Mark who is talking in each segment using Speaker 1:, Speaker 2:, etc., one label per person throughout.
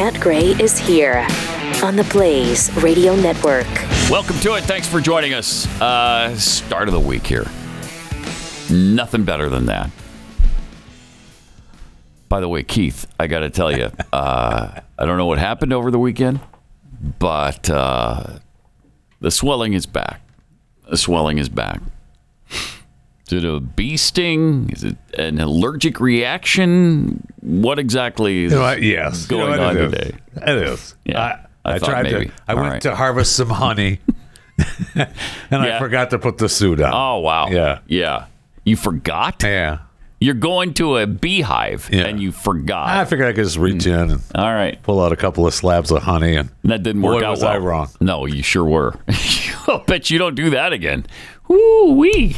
Speaker 1: is here on the Blaze Radio Network.
Speaker 2: Welcome to it. Thanks for joining us. Uh, start of the week here. Nothing better than that. By the way, Keith, I got to tell you, uh, I don't know what happened over the weekend, but uh, the swelling is back. The swelling is back. Is it a bee sting? Is it an allergic reaction? What exactly is
Speaker 3: You know what? Yes. You know
Speaker 2: going
Speaker 3: what
Speaker 2: on
Speaker 3: it is.
Speaker 2: today?
Speaker 3: It is.
Speaker 2: Yeah.
Speaker 3: I,
Speaker 2: I
Speaker 3: I,
Speaker 2: thought
Speaker 3: tried
Speaker 2: maybe.
Speaker 3: to. I
Speaker 2: All
Speaker 3: went
Speaker 2: right.
Speaker 3: to harvest some honey, and
Speaker 2: Yeah.
Speaker 3: I forgot to put the suit on.
Speaker 2: Oh wow!
Speaker 3: Yeah.
Speaker 2: yeah. You forgot?
Speaker 3: Yeah.
Speaker 2: You're going to a beehive
Speaker 3: Yeah.
Speaker 2: and you
Speaker 3: I
Speaker 2: forgot. Hmm.
Speaker 3: figured I could just reach in and
Speaker 2: All right,
Speaker 3: pull out a couple of slabs of honey, and
Speaker 2: that didn't
Speaker 3: Boy,
Speaker 2: work out
Speaker 3: was
Speaker 2: well.
Speaker 3: I wrong.
Speaker 2: No, you sure were. I bet you don't do that again. Woo wee.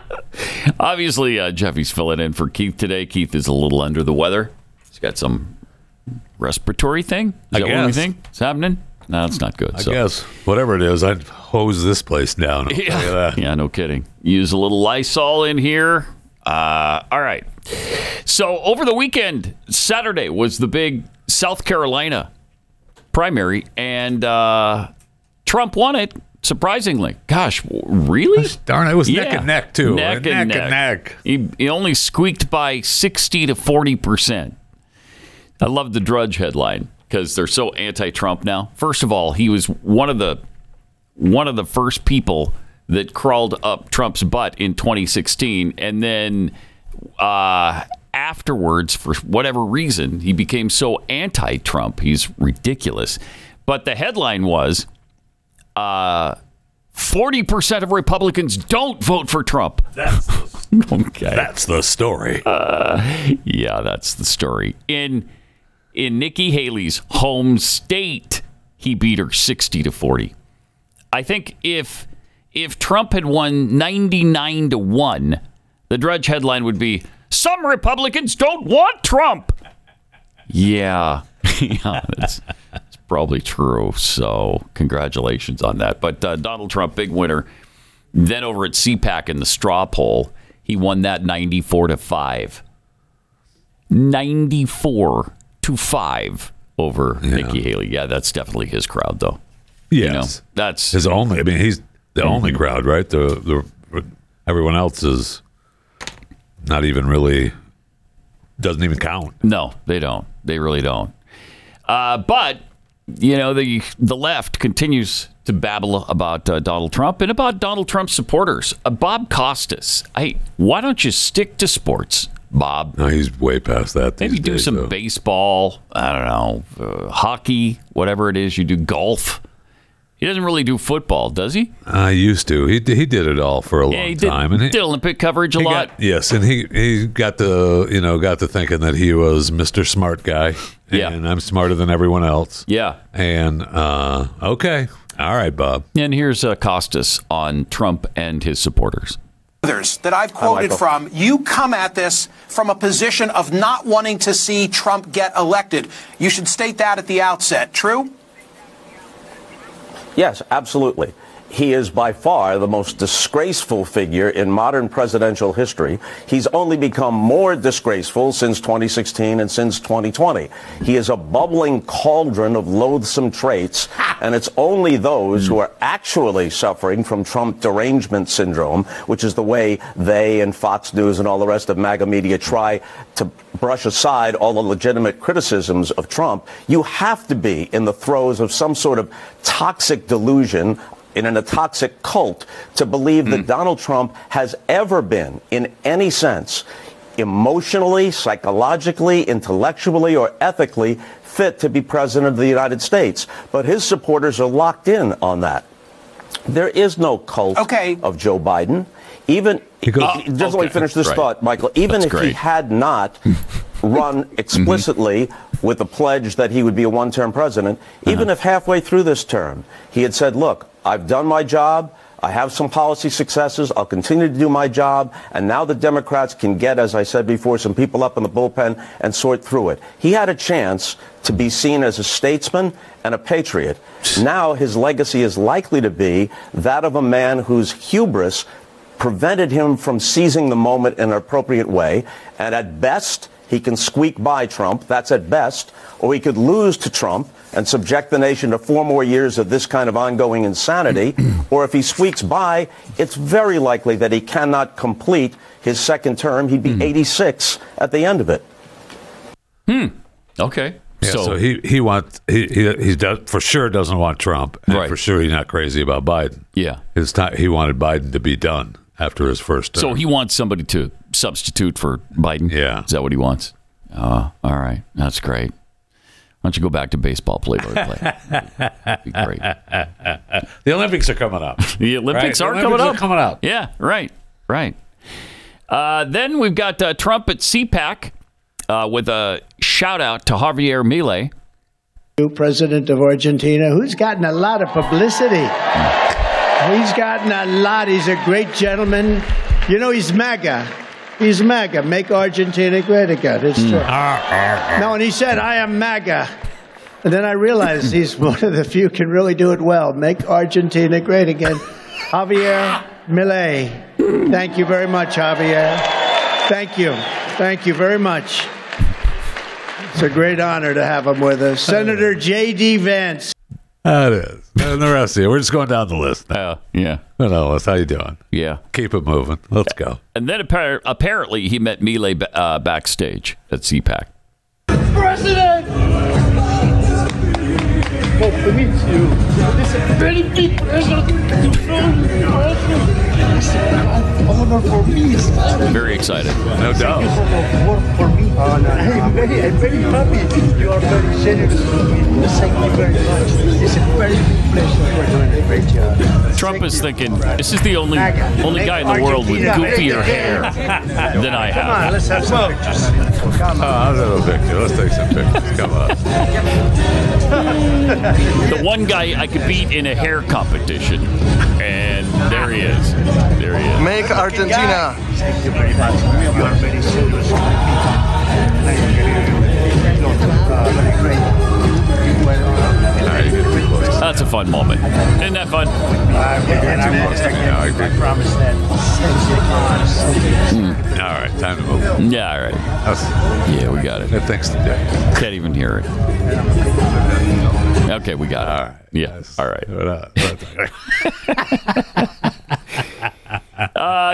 Speaker 2: Obviously, uh, Jeffy's filling in for Keith today. Keith is a little under the weather. He's got some respiratory thing. Is
Speaker 3: I
Speaker 2: that what we
Speaker 3: guess.
Speaker 2: think is happening? No, it's not good.
Speaker 3: I
Speaker 2: so.
Speaker 3: guess whatever it is, I'd hose this place down. Uh, I'll tell you
Speaker 2: Yeah.
Speaker 3: that.
Speaker 2: yeah, no kidding. Use a little Lysol in here. Uh, all right. So over the weekend, Saturday was the big South Carolina primary, and uh, Trump won it. Surprisingly, gosh, w- really?
Speaker 3: Darn, it was neck
Speaker 2: Yeah.
Speaker 3: and neck too.
Speaker 2: Neck and neck. He, he only squeaked by 60 to 40 percent. I love the Drudge headline because they're so anti-Trump now. First of all, he was one of the one of the first people that crawled up Trump's butt in 2016, and then uh, afterwards, for whatever reason, he became so anti-Trump. He's ridiculous. But the headline was. Uh, 40% of Republicans don't vote for Trump.
Speaker 3: That's the,
Speaker 2: Okay. Uh,
Speaker 3: that's the story.
Speaker 2: Yeah, that's the story. In in Nikki Haley's home state, he beat her 60 to 40. I think if if Trump had won 99 to 1, the Drudge headline would be some Republicans don't want Trump. Yeah. yeah, that's, that's probably true. So, congratulations on that. But uh, Donald Trump big winner. Then over at CPAC in the straw poll, he won that 94 to 5. 94 to 5 over Nikki Haley. Yeah, that's definitely his crowd, though.
Speaker 3: yes.
Speaker 2: You know, that's Mm-hmm.
Speaker 3: his only. I mean, he's the only crowd, right? The the everyone else is not even really doesn't even count.
Speaker 2: no, they don't. They really don't. Uh, but you know, the the left continues to babble about uh, Donald Trump and about Donald Trump's supporters. Uh, Bob Costas, hey, why don't you stick to sports, Bob?
Speaker 3: No, he's way past that. these
Speaker 2: Maybe do
Speaker 3: days,
Speaker 2: some
Speaker 3: though.
Speaker 2: baseball. I don't know, uh, hockey, whatever it is you do. Golf. He doesn't really do football, does he?
Speaker 3: I used to. He he did it all for a
Speaker 2: Yeah,
Speaker 3: long
Speaker 2: he did,
Speaker 3: time, and he,
Speaker 2: did Olympic coverage a
Speaker 3: he
Speaker 2: lot.
Speaker 3: got- yes, and he he got the you know got to thinking that he was Mister Smart Guy.
Speaker 2: Yeah.
Speaker 3: and I'm smarter than everyone else.
Speaker 2: yeah.
Speaker 3: And uh, okay, all right, Bob.
Speaker 2: And here's uh, Costas on Trump and his supporters.
Speaker 4: others that I've quoted from, you come at this from a position of not wanting to see Trump get elected. You should state that at the outset. True?
Speaker 5: Yes, absolutely. He is by far the most disgraceful figure in modern presidential history. He's only become more disgraceful since 2016 and since 2020. He is a bubbling cauldron of loathsome traits, and it's only those who are actually suffering from Trump derangement syndrome, which is the way they and Fox News and all the rest of MAGA media try to brush aside all the legitimate criticisms of Trump. You have to be in the throes of some sort of toxic delusion and in a toxic cult to believe
Speaker 2: Hmm.
Speaker 5: that Donald Trump has ever been, in any sense, emotionally, psychologically, intellectually, or ethically fit to be president of the United States. But his supporters are locked in on that. There is no cult
Speaker 4: Okay.
Speaker 5: of Joe Biden. Even
Speaker 3: Because-
Speaker 5: Uh, just let
Speaker 2: okay,
Speaker 5: me finish this
Speaker 2: right.
Speaker 5: thought, Michael. Even
Speaker 2: That's
Speaker 5: if he
Speaker 2: great. Mm-hmm.
Speaker 5: had not run explicitly with the pledge that he would be a one term president,
Speaker 2: Uh-huh.
Speaker 5: even if halfway through this term he had said, Look, I've done my job. I have some policy successes. I'll continue to do my job. And now the Democrats can get, as I said before, some people up in the bullpen and sort through it. He had a chance to be seen as a statesman and a patriot. Now his legacy is likely to be that of a man whose hubris prevented him from seizing the moment in an appropriate way. And at best, He can squeak by Trump, that's at best, or he could lose to Trump and subject the nation to four more years of this kind of ongoing insanity. or if he squeaks by, it's very likely that he cannot complete his second term. He'd be 86 at the end of it.
Speaker 2: Okay.
Speaker 3: Yeah, so, he he wants he he, he does, for sure doesn't want Trump, and
Speaker 2: Right.
Speaker 3: for sure he's not crazy about Biden.
Speaker 2: Yeah.
Speaker 3: his time he wanted Biden to be done after his first term.
Speaker 2: So he wants somebody to substitute for Biden.
Speaker 3: Yeah.
Speaker 2: Is that what he wants? Uh, all right. That's great. Why don't you go back to baseball play by play? Be great.
Speaker 3: the Olympics are coming up.
Speaker 2: The Olympics
Speaker 3: Right,
Speaker 2: are
Speaker 3: the
Speaker 2: coming
Speaker 3: Olympics
Speaker 2: up.
Speaker 3: are coming up.
Speaker 2: Yeah, right, right. Uh, then we've got uh, Trump at CPAC uh, with a shout out to Javier Milei.
Speaker 6: new president of Argentina, who's gotten a lot of publicity. He's gotten a lot. He's a great gentleman. You know, he's MAGA. He's MAGA. Make Argentina great again. It's true. No, and he said, I am MAGA. And then I realized he's one of the few who can really do it well. Make Argentina great again. Javier Millet. Thank you very much, Javier. Thank you. Thank you very much. It's a great honor to have him with us. Senator J.D. Vance.
Speaker 3: That is, and the rest of you. We're just going down the list. Now.
Speaker 2: Uh, yeah,
Speaker 3: Hello, Ellis, how you doing?
Speaker 2: yeah.
Speaker 3: Keep it moving. Let's go.
Speaker 2: And then appar- apparently he met Milei ba- uh, backstage at CPAC.
Speaker 7: president. Hope to meet you. It's a very big pleasure to know you. It's an honor for me. It's an
Speaker 2: Very excited.
Speaker 3: No doubt.
Speaker 7: work for me. I'm very, I'm very happy. You are very generous to me. Thank you very much. It's a very big pleasure for doing a great job.
Speaker 2: Trump is thinking this is the only only guy in the world with goofier hair than I have.
Speaker 7: let's have some pictures. Come on.
Speaker 3: Oh, that's a picture. Let's take some pictures. Come on.
Speaker 2: The one guy I could beat in a hair competition, and there he is. There he is.
Speaker 8: Make Argentina.
Speaker 7: Thank you very much. You are very serious. Very great. You went on.
Speaker 3: All right, you get too close.
Speaker 2: That's a fun moment. Isn't that fun?
Speaker 7: And I was thinking,
Speaker 3: Yeah, I agree.
Speaker 7: I promise that.
Speaker 3: All right, time to move.
Speaker 2: Hmm. Yeah, all right.
Speaker 3: That's
Speaker 2: Yeah, we got it.
Speaker 3: good things to do.
Speaker 2: Can't even hear it. Okay, we got it.
Speaker 3: All right. uh,
Speaker 2: Yeah, all right.
Speaker 3: We're not- we're not- uh,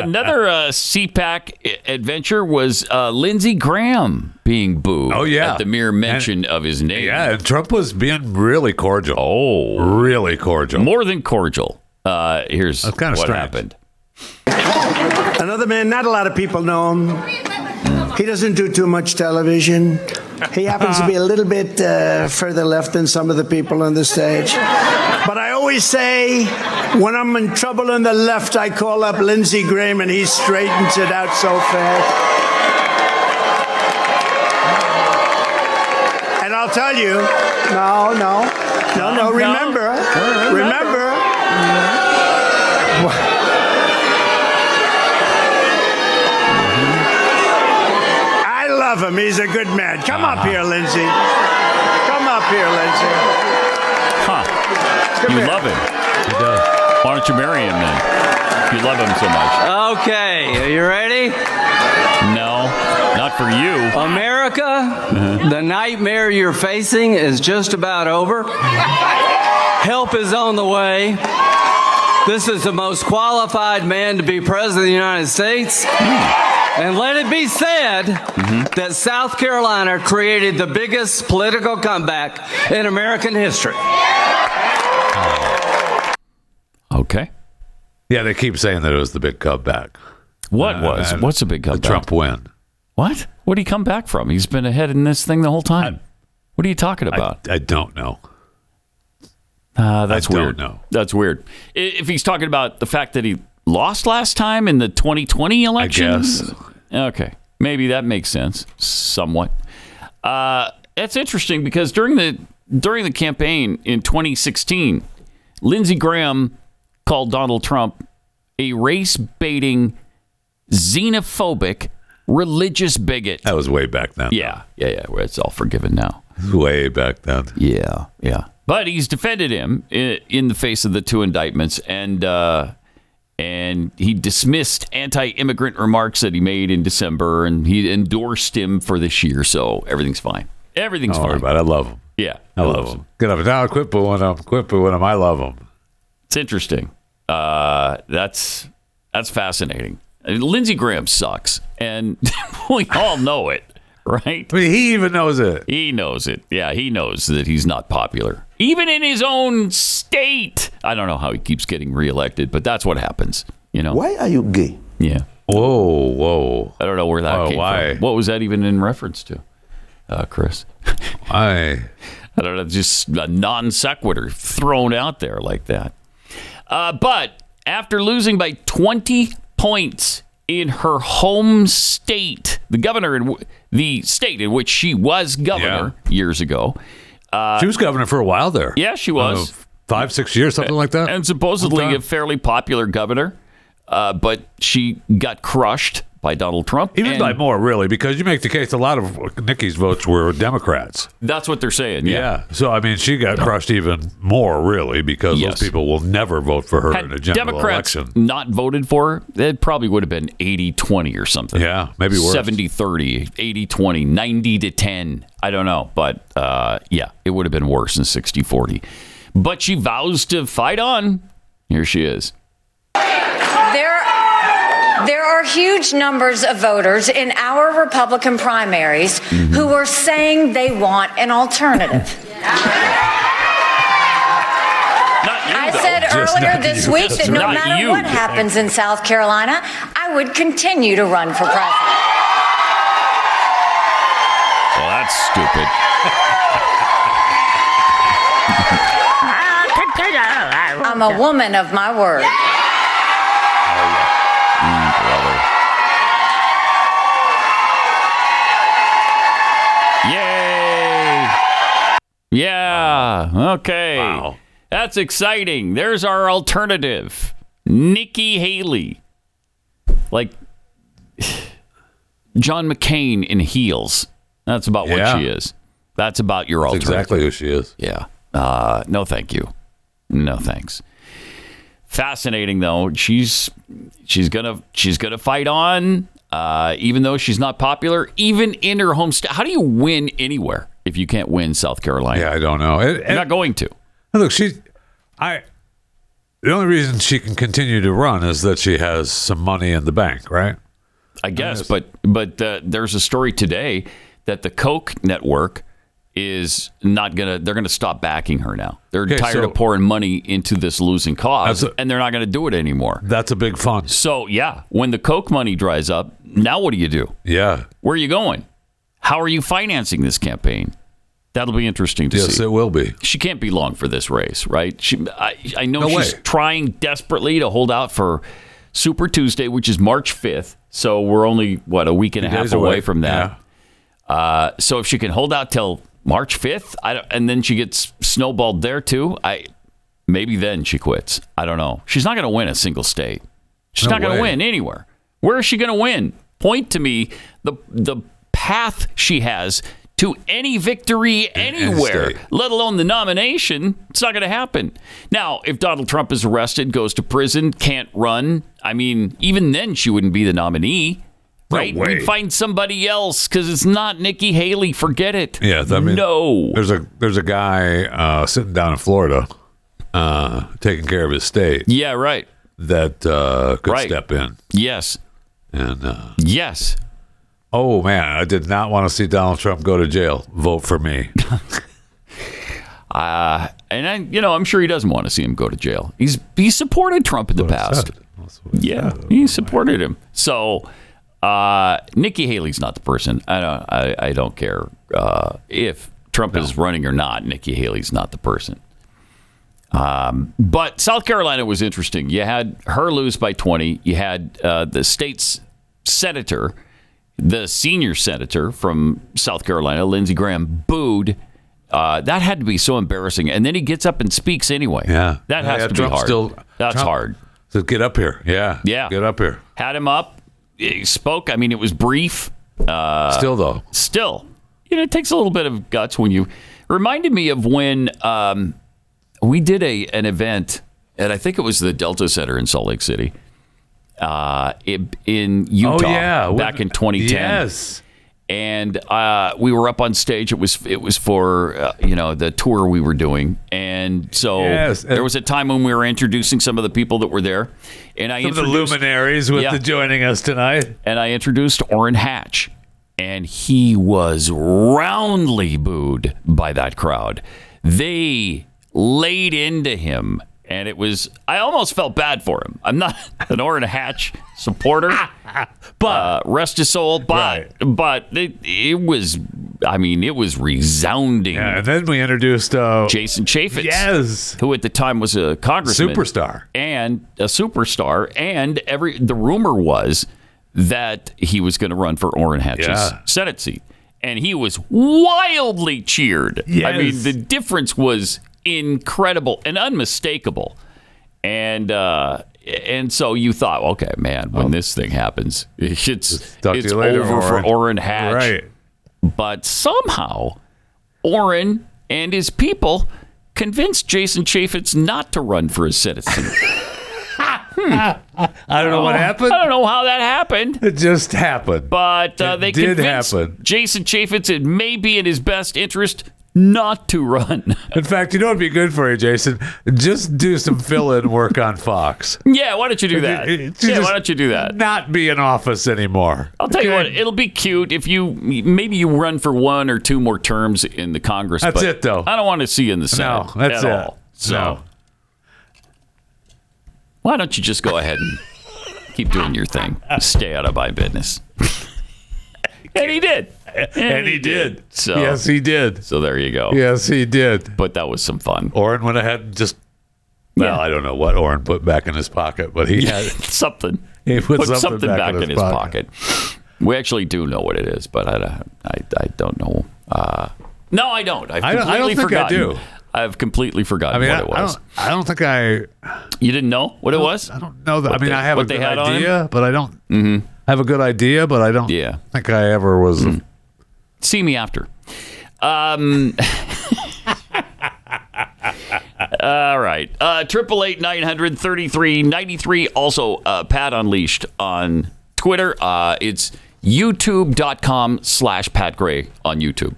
Speaker 2: Another uh, CPAC a- adventure was uh, Lindsey Graham being booed
Speaker 3: Oh, yeah.
Speaker 2: at the mere mention of his name.
Speaker 3: Yeah, and Trump was being really cordial. Oh, really cordial.
Speaker 2: More than cordial. Uh, here's
Speaker 3: That's kinda
Speaker 2: what
Speaker 3: strange.
Speaker 2: happened.
Speaker 6: Another man, not a lot of people know him. He doesn't do too much television. He happens to be a little bit uh, further left than some of the people on the stage. But I always say, when I'm in trouble on the left, I call up Lindsey Graham and he straightens it out so fast. And I'll tell you, no, no, no, no, remember, remember. I love him. He's a good man. Come up here, Lindsay. Come up here, Lindsay.
Speaker 2: Huh.
Speaker 6: Come
Speaker 2: You
Speaker 6: here.
Speaker 2: love him. Why don't you marry him then? If You love him so much.
Speaker 9: Okay, are you ready?
Speaker 2: No, not for you. Uh-huh.
Speaker 9: America, the nightmare you're facing is just about over. Help is on the way. This is the most qualified man to be president of the United States. And let it be said
Speaker 2: Mm-hmm.
Speaker 9: that South Carolina created the biggest political comeback in American history.
Speaker 2: Okay.
Speaker 3: Yeah, they keep saying that it was the big comeback.
Speaker 2: What
Speaker 3: Uh,
Speaker 2: was?
Speaker 3: uh,
Speaker 2: What's a big
Speaker 3: The
Speaker 2: comeback?
Speaker 3: Trump win.
Speaker 2: What? Where'd he come back from? He's been ahead in this thing the whole time. what are you talking about?
Speaker 3: I don't know.
Speaker 2: Uh, that's
Speaker 3: don't
Speaker 2: weird.
Speaker 3: know.
Speaker 2: That's weird. I- If he's talking about the fact that he lost last time in the 2020 election,
Speaker 3: guess.
Speaker 2: Okay, maybe that makes sense somewhat. Uh, that's interesting because during the during the campaign in 2016, Lindsey Graham called Donald Trump a race baiting, xenophobic, religious bigot.
Speaker 3: That was way back then.
Speaker 2: Yeah, yeah, yeah. well, It's all forgiven now.
Speaker 3: uh, Way back then.
Speaker 2: Yeah, yeah. But he's defended him in, in the face of the two indictments, and uh, and and he dismissed anti-immigrant remarks that he made in December, and he endorsed him for this year. So everything's fine. Everything's
Speaker 3: Don't worry
Speaker 2: fine.
Speaker 3: about it. I love him.
Speaker 2: Yeah,
Speaker 3: I love him. Get up and down, quit booing him, quit booing him. I love him.
Speaker 2: It's interesting. Uh, that's that's fascinating. I mean, Lindsey Graham sucks, and we all know it, right?
Speaker 3: I mean, he even knows it.
Speaker 2: He knows it. Yeah, he knows that he's not popular, even in his own state. I don't know how he keeps getting reelected, but that's what happens. You know?
Speaker 8: Why are you gay?
Speaker 2: Yeah.
Speaker 3: Whoa, whoa.
Speaker 2: I don't know where that
Speaker 3: Oh,
Speaker 2: came
Speaker 3: why?
Speaker 2: from. What was that even in reference to, uh, Chris?
Speaker 3: I
Speaker 2: I don't know, just a non sequitur thrown out there like that. Uh, but after losing by 20 points in her home state, the governor in w- the state in which she was governor years ago, uh,
Speaker 3: she was governor for a while there.
Speaker 2: yeah, she was,
Speaker 3: Uh, five, six years, something like that.
Speaker 2: and supposedly
Speaker 3: Okay.
Speaker 2: a fairly popular governor, uh, but she got crushed by Donald Trump.
Speaker 3: even
Speaker 2: and
Speaker 3: by more, really, because you make the case a lot of Nikki's votes were Democrats.
Speaker 2: That's what they're saying. Yeah.
Speaker 3: So I mean, she got crushed even more, really, because
Speaker 2: Yes.
Speaker 3: those people will never vote for her in a
Speaker 2: Had
Speaker 3: general
Speaker 2: Democrats
Speaker 3: election.
Speaker 2: not voted for her, it probably would have been 80 20 or something.
Speaker 3: Yeah, maybe worse.
Speaker 2: 70 30, 80 20, 90 to 10. I don't know. But uh, yeah, it would have been worse than 60 40. But she vows to fight on. Here she is.
Speaker 10: There, there are huge numbers of voters in our Republican primaries
Speaker 3: Mm-hmm.
Speaker 10: who are saying they want an alternative.
Speaker 2: Not you,
Speaker 10: I
Speaker 2: though.
Speaker 10: said
Speaker 3: Just
Speaker 10: earlier
Speaker 3: not
Speaker 10: this
Speaker 3: you.
Speaker 10: week
Speaker 2: Just
Speaker 10: that no
Speaker 2: not
Speaker 10: matter
Speaker 2: you.
Speaker 10: what happens in South Carolina, I would continue to run for president.
Speaker 2: Well, that's stupid.
Speaker 11: Oh,
Speaker 10: I'm a woman of my word.
Speaker 2: Yay! Yeah. Okay.
Speaker 3: Wow.
Speaker 2: That's exciting. There's our alternative, Nikki Haley. Like John McCain in heels. That's about
Speaker 3: Yeah.
Speaker 2: what she is. That's about your
Speaker 3: That's
Speaker 2: alternative.
Speaker 3: exactly who she is.
Speaker 2: Yeah. Uh, no, thank you. No thanks. Fascinating though. She's she's gonna she's gonna fight on. Uh, even though she's not popular, even in her home state. How do you win anywhere if you can't win South Carolina?
Speaker 3: Yeah, I don't know. And-
Speaker 2: You're
Speaker 3: and-
Speaker 2: not going to.
Speaker 3: look, she, I. The only reason she can continue to run is that she has some money in the bank, right?
Speaker 2: I guess, but but uh, there's a story today that the Koch network is not gonna. They're gonna stop backing her now. They're
Speaker 3: Okay,
Speaker 2: tired
Speaker 3: so-
Speaker 2: of pouring money into this losing cause,
Speaker 3: That's a-
Speaker 2: and they're not gonna do it anymore.
Speaker 3: That's a big fund.
Speaker 2: So yeah, when the Koch money dries up, now what do you do?
Speaker 3: Yeah.
Speaker 2: Where are you going? How are you financing this campaign? That'll be interesting to
Speaker 3: Yes,
Speaker 2: see.
Speaker 3: it will be.
Speaker 2: she can't be long for this race, right? She, I, I know
Speaker 3: No
Speaker 2: she's
Speaker 3: way.
Speaker 2: trying desperately to hold out for Super Tuesday, which is March fifth. So we're only what a week and a half
Speaker 3: Days
Speaker 2: away, from that. Uh,
Speaker 3: Yeah.
Speaker 2: So if she can hold out till March 5th, I don't, and then she gets snowballed there too, I maybe then she quits. I don't know. She's not going to win a single state. She's
Speaker 3: No
Speaker 2: not going to
Speaker 3: way.
Speaker 2: win anywhere. Where is she going to win? Point to me the the path she has to any victory
Speaker 3: any
Speaker 2: anywhere,
Speaker 3: state.
Speaker 2: let alone the nomination. It's not going to happen. Now, if Donald Trump is arrested, goes to prison, can't run, I mean, even then she wouldn't be the nominee right?
Speaker 3: way.
Speaker 2: We'd find somebody else because it's not Nikki Haley. Forget it.
Speaker 3: Yeah, I mean,
Speaker 2: no.
Speaker 3: There's a there's a guy uh, sitting down in Florida, uh, taking care of his state
Speaker 2: Yeah, right.
Speaker 3: that uh, could
Speaker 2: Right.
Speaker 3: step in.
Speaker 2: Yes,
Speaker 3: And uh,
Speaker 2: yes.
Speaker 3: oh man, I did not want to see Donald Trump go to jail. Vote for me.
Speaker 2: Uh, And I, you know, I'm sure he doesn't want to see him go to jail. He's he supported Trump in the past. Yeah, he supported him. So uh, Nikki Haley's not the person. I don't. I, I don't care uh, if Trump is running or not. Nikki Haley's not the person. Um, but South Carolina was interesting. You had her lose by 20. You had uh, the state's senator, the senior senator from South Carolina, Lindsey Graham, booed. Uh, that had to be so embarrassing. And then he gets up and speaks anyway.
Speaker 3: Yeah,
Speaker 2: That has
Speaker 3: Yeah,
Speaker 2: to
Speaker 3: Trump's
Speaker 2: be hard. That's
Speaker 3: Trump
Speaker 2: hard.
Speaker 3: said, get up here. Yeah,
Speaker 2: Yeah.
Speaker 3: Get up here.
Speaker 2: Had him up. He spoke. I mean, it was brief. Uh,
Speaker 3: Still though,
Speaker 2: still, you know, it takes a little bit of guts when you. Reminded me of when um, we did a an event, and I think it was the Delta Center in Salt Lake City, uh, in in Utah
Speaker 3: Oh, yeah. When-
Speaker 2: back in 2010.
Speaker 3: Yes.
Speaker 2: And uh, we were up on stage. It was it was for uh, you know the tour we were doing, and so
Speaker 3: Yes, and-
Speaker 2: there was a time when we were introducing some of the people that were there, and I
Speaker 3: Some of the
Speaker 2: introduced-
Speaker 3: luminaries with
Speaker 2: Yeah.
Speaker 3: the joining us tonight.
Speaker 2: and I introduced Orrin Hatch, and he was roundly booed by that crowd. They laid into him, and it was I almost felt bad for him. I'm not an Orrin Hatch supporter, but uh, rest his soul. But but it, it was I mean it was resounding.
Speaker 3: Yeah, and then we introduced uh,
Speaker 2: Jason Chaffetz,
Speaker 3: Yes.
Speaker 2: who at the time was a congressman,
Speaker 3: Superstar.
Speaker 2: and a superstar, and every the rumor was that he was going to run for Orrin Hatch's
Speaker 3: Yeah.
Speaker 2: Senate seat, and he was wildly cheered. I
Speaker 3: Yes.
Speaker 2: mean, the difference was incredible and unmistakable, and uh, and so you thought, okay, man, when this thing happens, it's it's
Speaker 3: Talk to you later,
Speaker 2: over for
Speaker 3: Orrin.
Speaker 2: Orrin Hatch,
Speaker 3: Right.
Speaker 2: but somehow Orrin and his people convinced Jason Chaffetz not to run for a citizen.
Speaker 3: Hmm. I don't know what happened.
Speaker 2: I don't know how that happened,
Speaker 3: It just happened.
Speaker 2: but uh,
Speaker 3: It
Speaker 2: they
Speaker 3: did
Speaker 2: convinced
Speaker 3: happen.
Speaker 2: Jason Chaffetz it may be in his best interest not to run.
Speaker 3: In fact, you know what'd be good for you, Jason? Just do some fill-in work on Fox.
Speaker 2: yeah, why don't you do that?
Speaker 3: It-
Speaker 2: Yeah,
Speaker 3: it- eh, just
Speaker 2: why don't you do that?
Speaker 3: Not be in office anymore.
Speaker 2: I'll tell you what, it'll be cute if you maybe you run for one or two more terms in the Congress.
Speaker 3: That's
Speaker 2: but
Speaker 3: it, though.
Speaker 2: I don't want to see you in the
Speaker 3: No,
Speaker 2: Senate
Speaker 3: that's
Speaker 2: at
Speaker 3: it.
Speaker 2: all. So
Speaker 3: No.
Speaker 2: why don't you just go ahead and keep doing your thing? Stay out of my business. and he did. And, So
Speaker 3: yes, he did.
Speaker 2: so there you go.
Speaker 3: Yes, he did.
Speaker 2: But that was some fun.
Speaker 3: Orrin went ahead and just. Well,
Speaker 2: Yeah.
Speaker 3: I don't know what Orrin put back in his pocket, but he had
Speaker 2: something.
Speaker 3: He put something back
Speaker 2: back,
Speaker 3: in
Speaker 2: in his
Speaker 3: his
Speaker 2: pocket. We actually do know what it is, but I, I, I don't know. Uh, no, I don't. I've
Speaker 3: I don't- I don't
Speaker 2: completely
Speaker 3: think I
Speaker 2: forgotten.
Speaker 3: do.
Speaker 2: I've completely forgotten
Speaker 3: I mean,
Speaker 2: what
Speaker 3: I,
Speaker 2: it
Speaker 3: I
Speaker 2: was.
Speaker 3: don't, I don't think I.
Speaker 2: You didn't know what it was?
Speaker 3: I don't know that. I mean,
Speaker 2: they-
Speaker 3: I have
Speaker 2: what
Speaker 3: a
Speaker 2: they
Speaker 3: good
Speaker 2: had on him?
Speaker 3: idea, but I don't. I have a good idea, but I don't.
Speaker 2: Mm-hmm. Yeah. Hmm.
Speaker 3: think I ever was.
Speaker 2: See me after. Um, all right. Uh, Triple eight nine hundred thirty three ninety three. Also, uh, Pat Unleashed on Twitter. Uh, it's youtube.com slash Pat Gray on YouTube.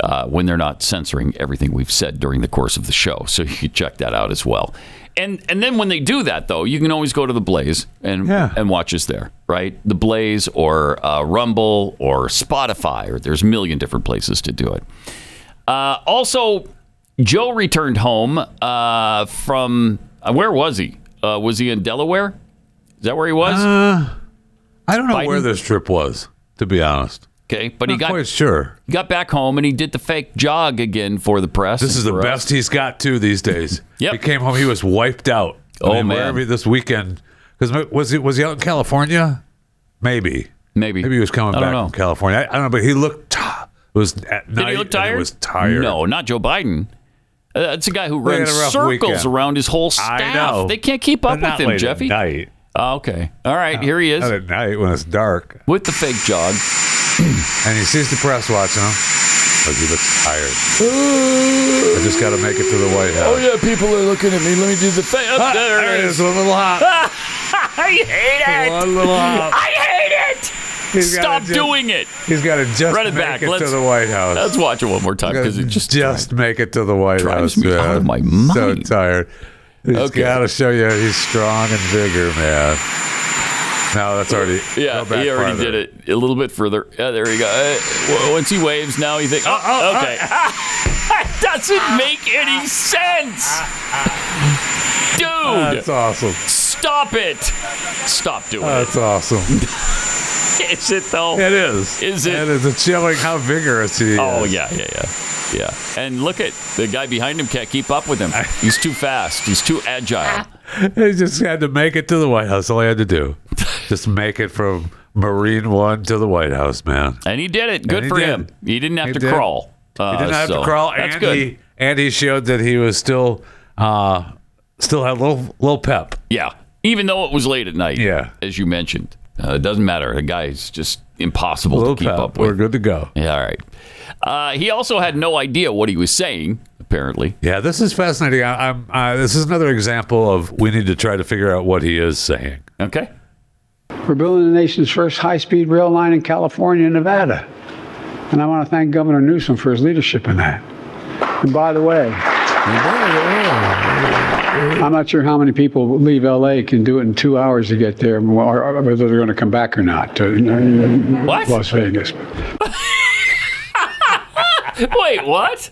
Speaker 2: Uh, when they're not censoring everything we've said during the course of the show, so you can check that out as well. And and then when they do that though, you can always go to the Blaze and
Speaker 3: Yeah.
Speaker 2: and watch us there, right? The Blaze or uh, Rumble or Spotify or there's a million different places to do it. Uh, also, Joe returned home uh, from uh, where was he? Uh, was he in Delaware? Is that where he was?
Speaker 3: Uh, I don't know
Speaker 2: Biden?
Speaker 3: where this trip was, to be honest.
Speaker 2: okay, but he
Speaker 3: Not
Speaker 2: got
Speaker 3: quite sure.
Speaker 2: he got back home and he did the fake jog again for the press.
Speaker 3: This is the
Speaker 2: For us.
Speaker 3: best he's got too these days.
Speaker 2: Yep.
Speaker 3: He came home. He was wiped out.
Speaker 2: Oh,
Speaker 3: I mean,
Speaker 2: man.
Speaker 3: wherever he- this weekend because was he was he out in California? Maybe.
Speaker 2: Maybe
Speaker 3: Maybe he was coming
Speaker 2: I
Speaker 3: back
Speaker 2: don't know.
Speaker 3: from California. I, I don't know, but he looked. T- it was at night.
Speaker 2: Did he look
Speaker 3: and
Speaker 2: tired?
Speaker 3: He was tired.
Speaker 2: No, not Joe Biden. Uh, That's a guy who
Speaker 3: They had
Speaker 2: runs
Speaker 3: a rough
Speaker 2: circles
Speaker 3: weekend.
Speaker 2: around his whole staff.
Speaker 3: I know.
Speaker 2: They can't keep
Speaker 3: But
Speaker 2: up
Speaker 3: not
Speaker 2: with him,
Speaker 3: late
Speaker 2: Jeffy.
Speaker 3: At night.
Speaker 2: Oh, okay. All right, here he
Speaker 3: Not
Speaker 2: is
Speaker 3: at night when it's dark,
Speaker 2: with the fake jog.
Speaker 3: and he sees the press watching him. But he looks tired. I just got to make it to the White House.
Speaker 2: Oh, yeah, people are looking at me. Let me do the fake.
Speaker 3: Ah, there it is. A little hot.
Speaker 11: Uh,
Speaker 2: I hate it.
Speaker 3: A little hot.
Speaker 2: I hate it.
Speaker 3: He's gotta
Speaker 2: Stop
Speaker 3: just-
Speaker 2: doing it.
Speaker 3: He's got to just
Speaker 2: Run it
Speaker 3: make
Speaker 2: back.
Speaker 3: it
Speaker 2: Let's-
Speaker 3: to the White House.
Speaker 2: Let's watch it one more time because it just uh,
Speaker 3: just make it to the White
Speaker 2: drives
Speaker 3: House.
Speaker 2: me out of my
Speaker 3: man. So
Speaker 2: mind.
Speaker 3: tired. He's
Speaker 2: Okay.
Speaker 3: got to show you he's strong and bigger, man. No, that's already
Speaker 2: yeah.
Speaker 3: go back
Speaker 2: He already
Speaker 3: farther.
Speaker 2: did it a little bit further. Yeah, there you go. Uh, w- once he waves, now he
Speaker 11: Uh,
Speaker 2: thinks. Oh, okay. that doesn't make any sense, dude.
Speaker 3: That's awesome.
Speaker 2: stop it. Stop doing it.
Speaker 3: That's awesome.
Speaker 2: Is it though?
Speaker 3: It is.
Speaker 2: Is it-
Speaker 3: It is. It's showing how vigorous he is.
Speaker 2: Oh yeah, yeah, yeah, yeah. And look at the guy behind him can't keep up with him. He's too fast. He's too agile.
Speaker 3: He just had to make it to the White House. All he had to do, just make it from Marine One to the White House, man.
Speaker 2: And he did it. Good
Speaker 3: he
Speaker 2: for
Speaker 3: did.
Speaker 2: him. He didn't have
Speaker 3: He
Speaker 2: to
Speaker 3: did.
Speaker 2: crawl. Uh,
Speaker 3: He did not have
Speaker 2: so
Speaker 3: to crawl,
Speaker 2: That's
Speaker 3: and
Speaker 2: good.
Speaker 3: he and he showed that he was still, uh, still had a little little pep.
Speaker 2: Yeah. Even though it was late at night.
Speaker 3: Yeah.
Speaker 2: As you mentioned. Uh, it doesn't matter. The guy's just impossible
Speaker 3: Little
Speaker 2: to keep
Speaker 3: pep.
Speaker 2: up
Speaker 3: We're
Speaker 2: with.
Speaker 3: good to go.
Speaker 2: Yeah, all right. Uh, he also had no idea what he was saying, apparently.
Speaker 3: Yeah, this is fascinating. I, I'm. Uh, this is another example of we need to try to figure out what he is saying
Speaker 2: Okay.
Speaker 7: We're building the nation's first high speed rail line in California and Nevada. And I want to thank Governor Newsom for his leadership in that. And by the way, I'm not sure how many people leave LA can do it in two hours to get there, or or whether they're going to come back or not to uh,
Speaker 2: What?
Speaker 7: Las Vegas.
Speaker 2: Wait, what?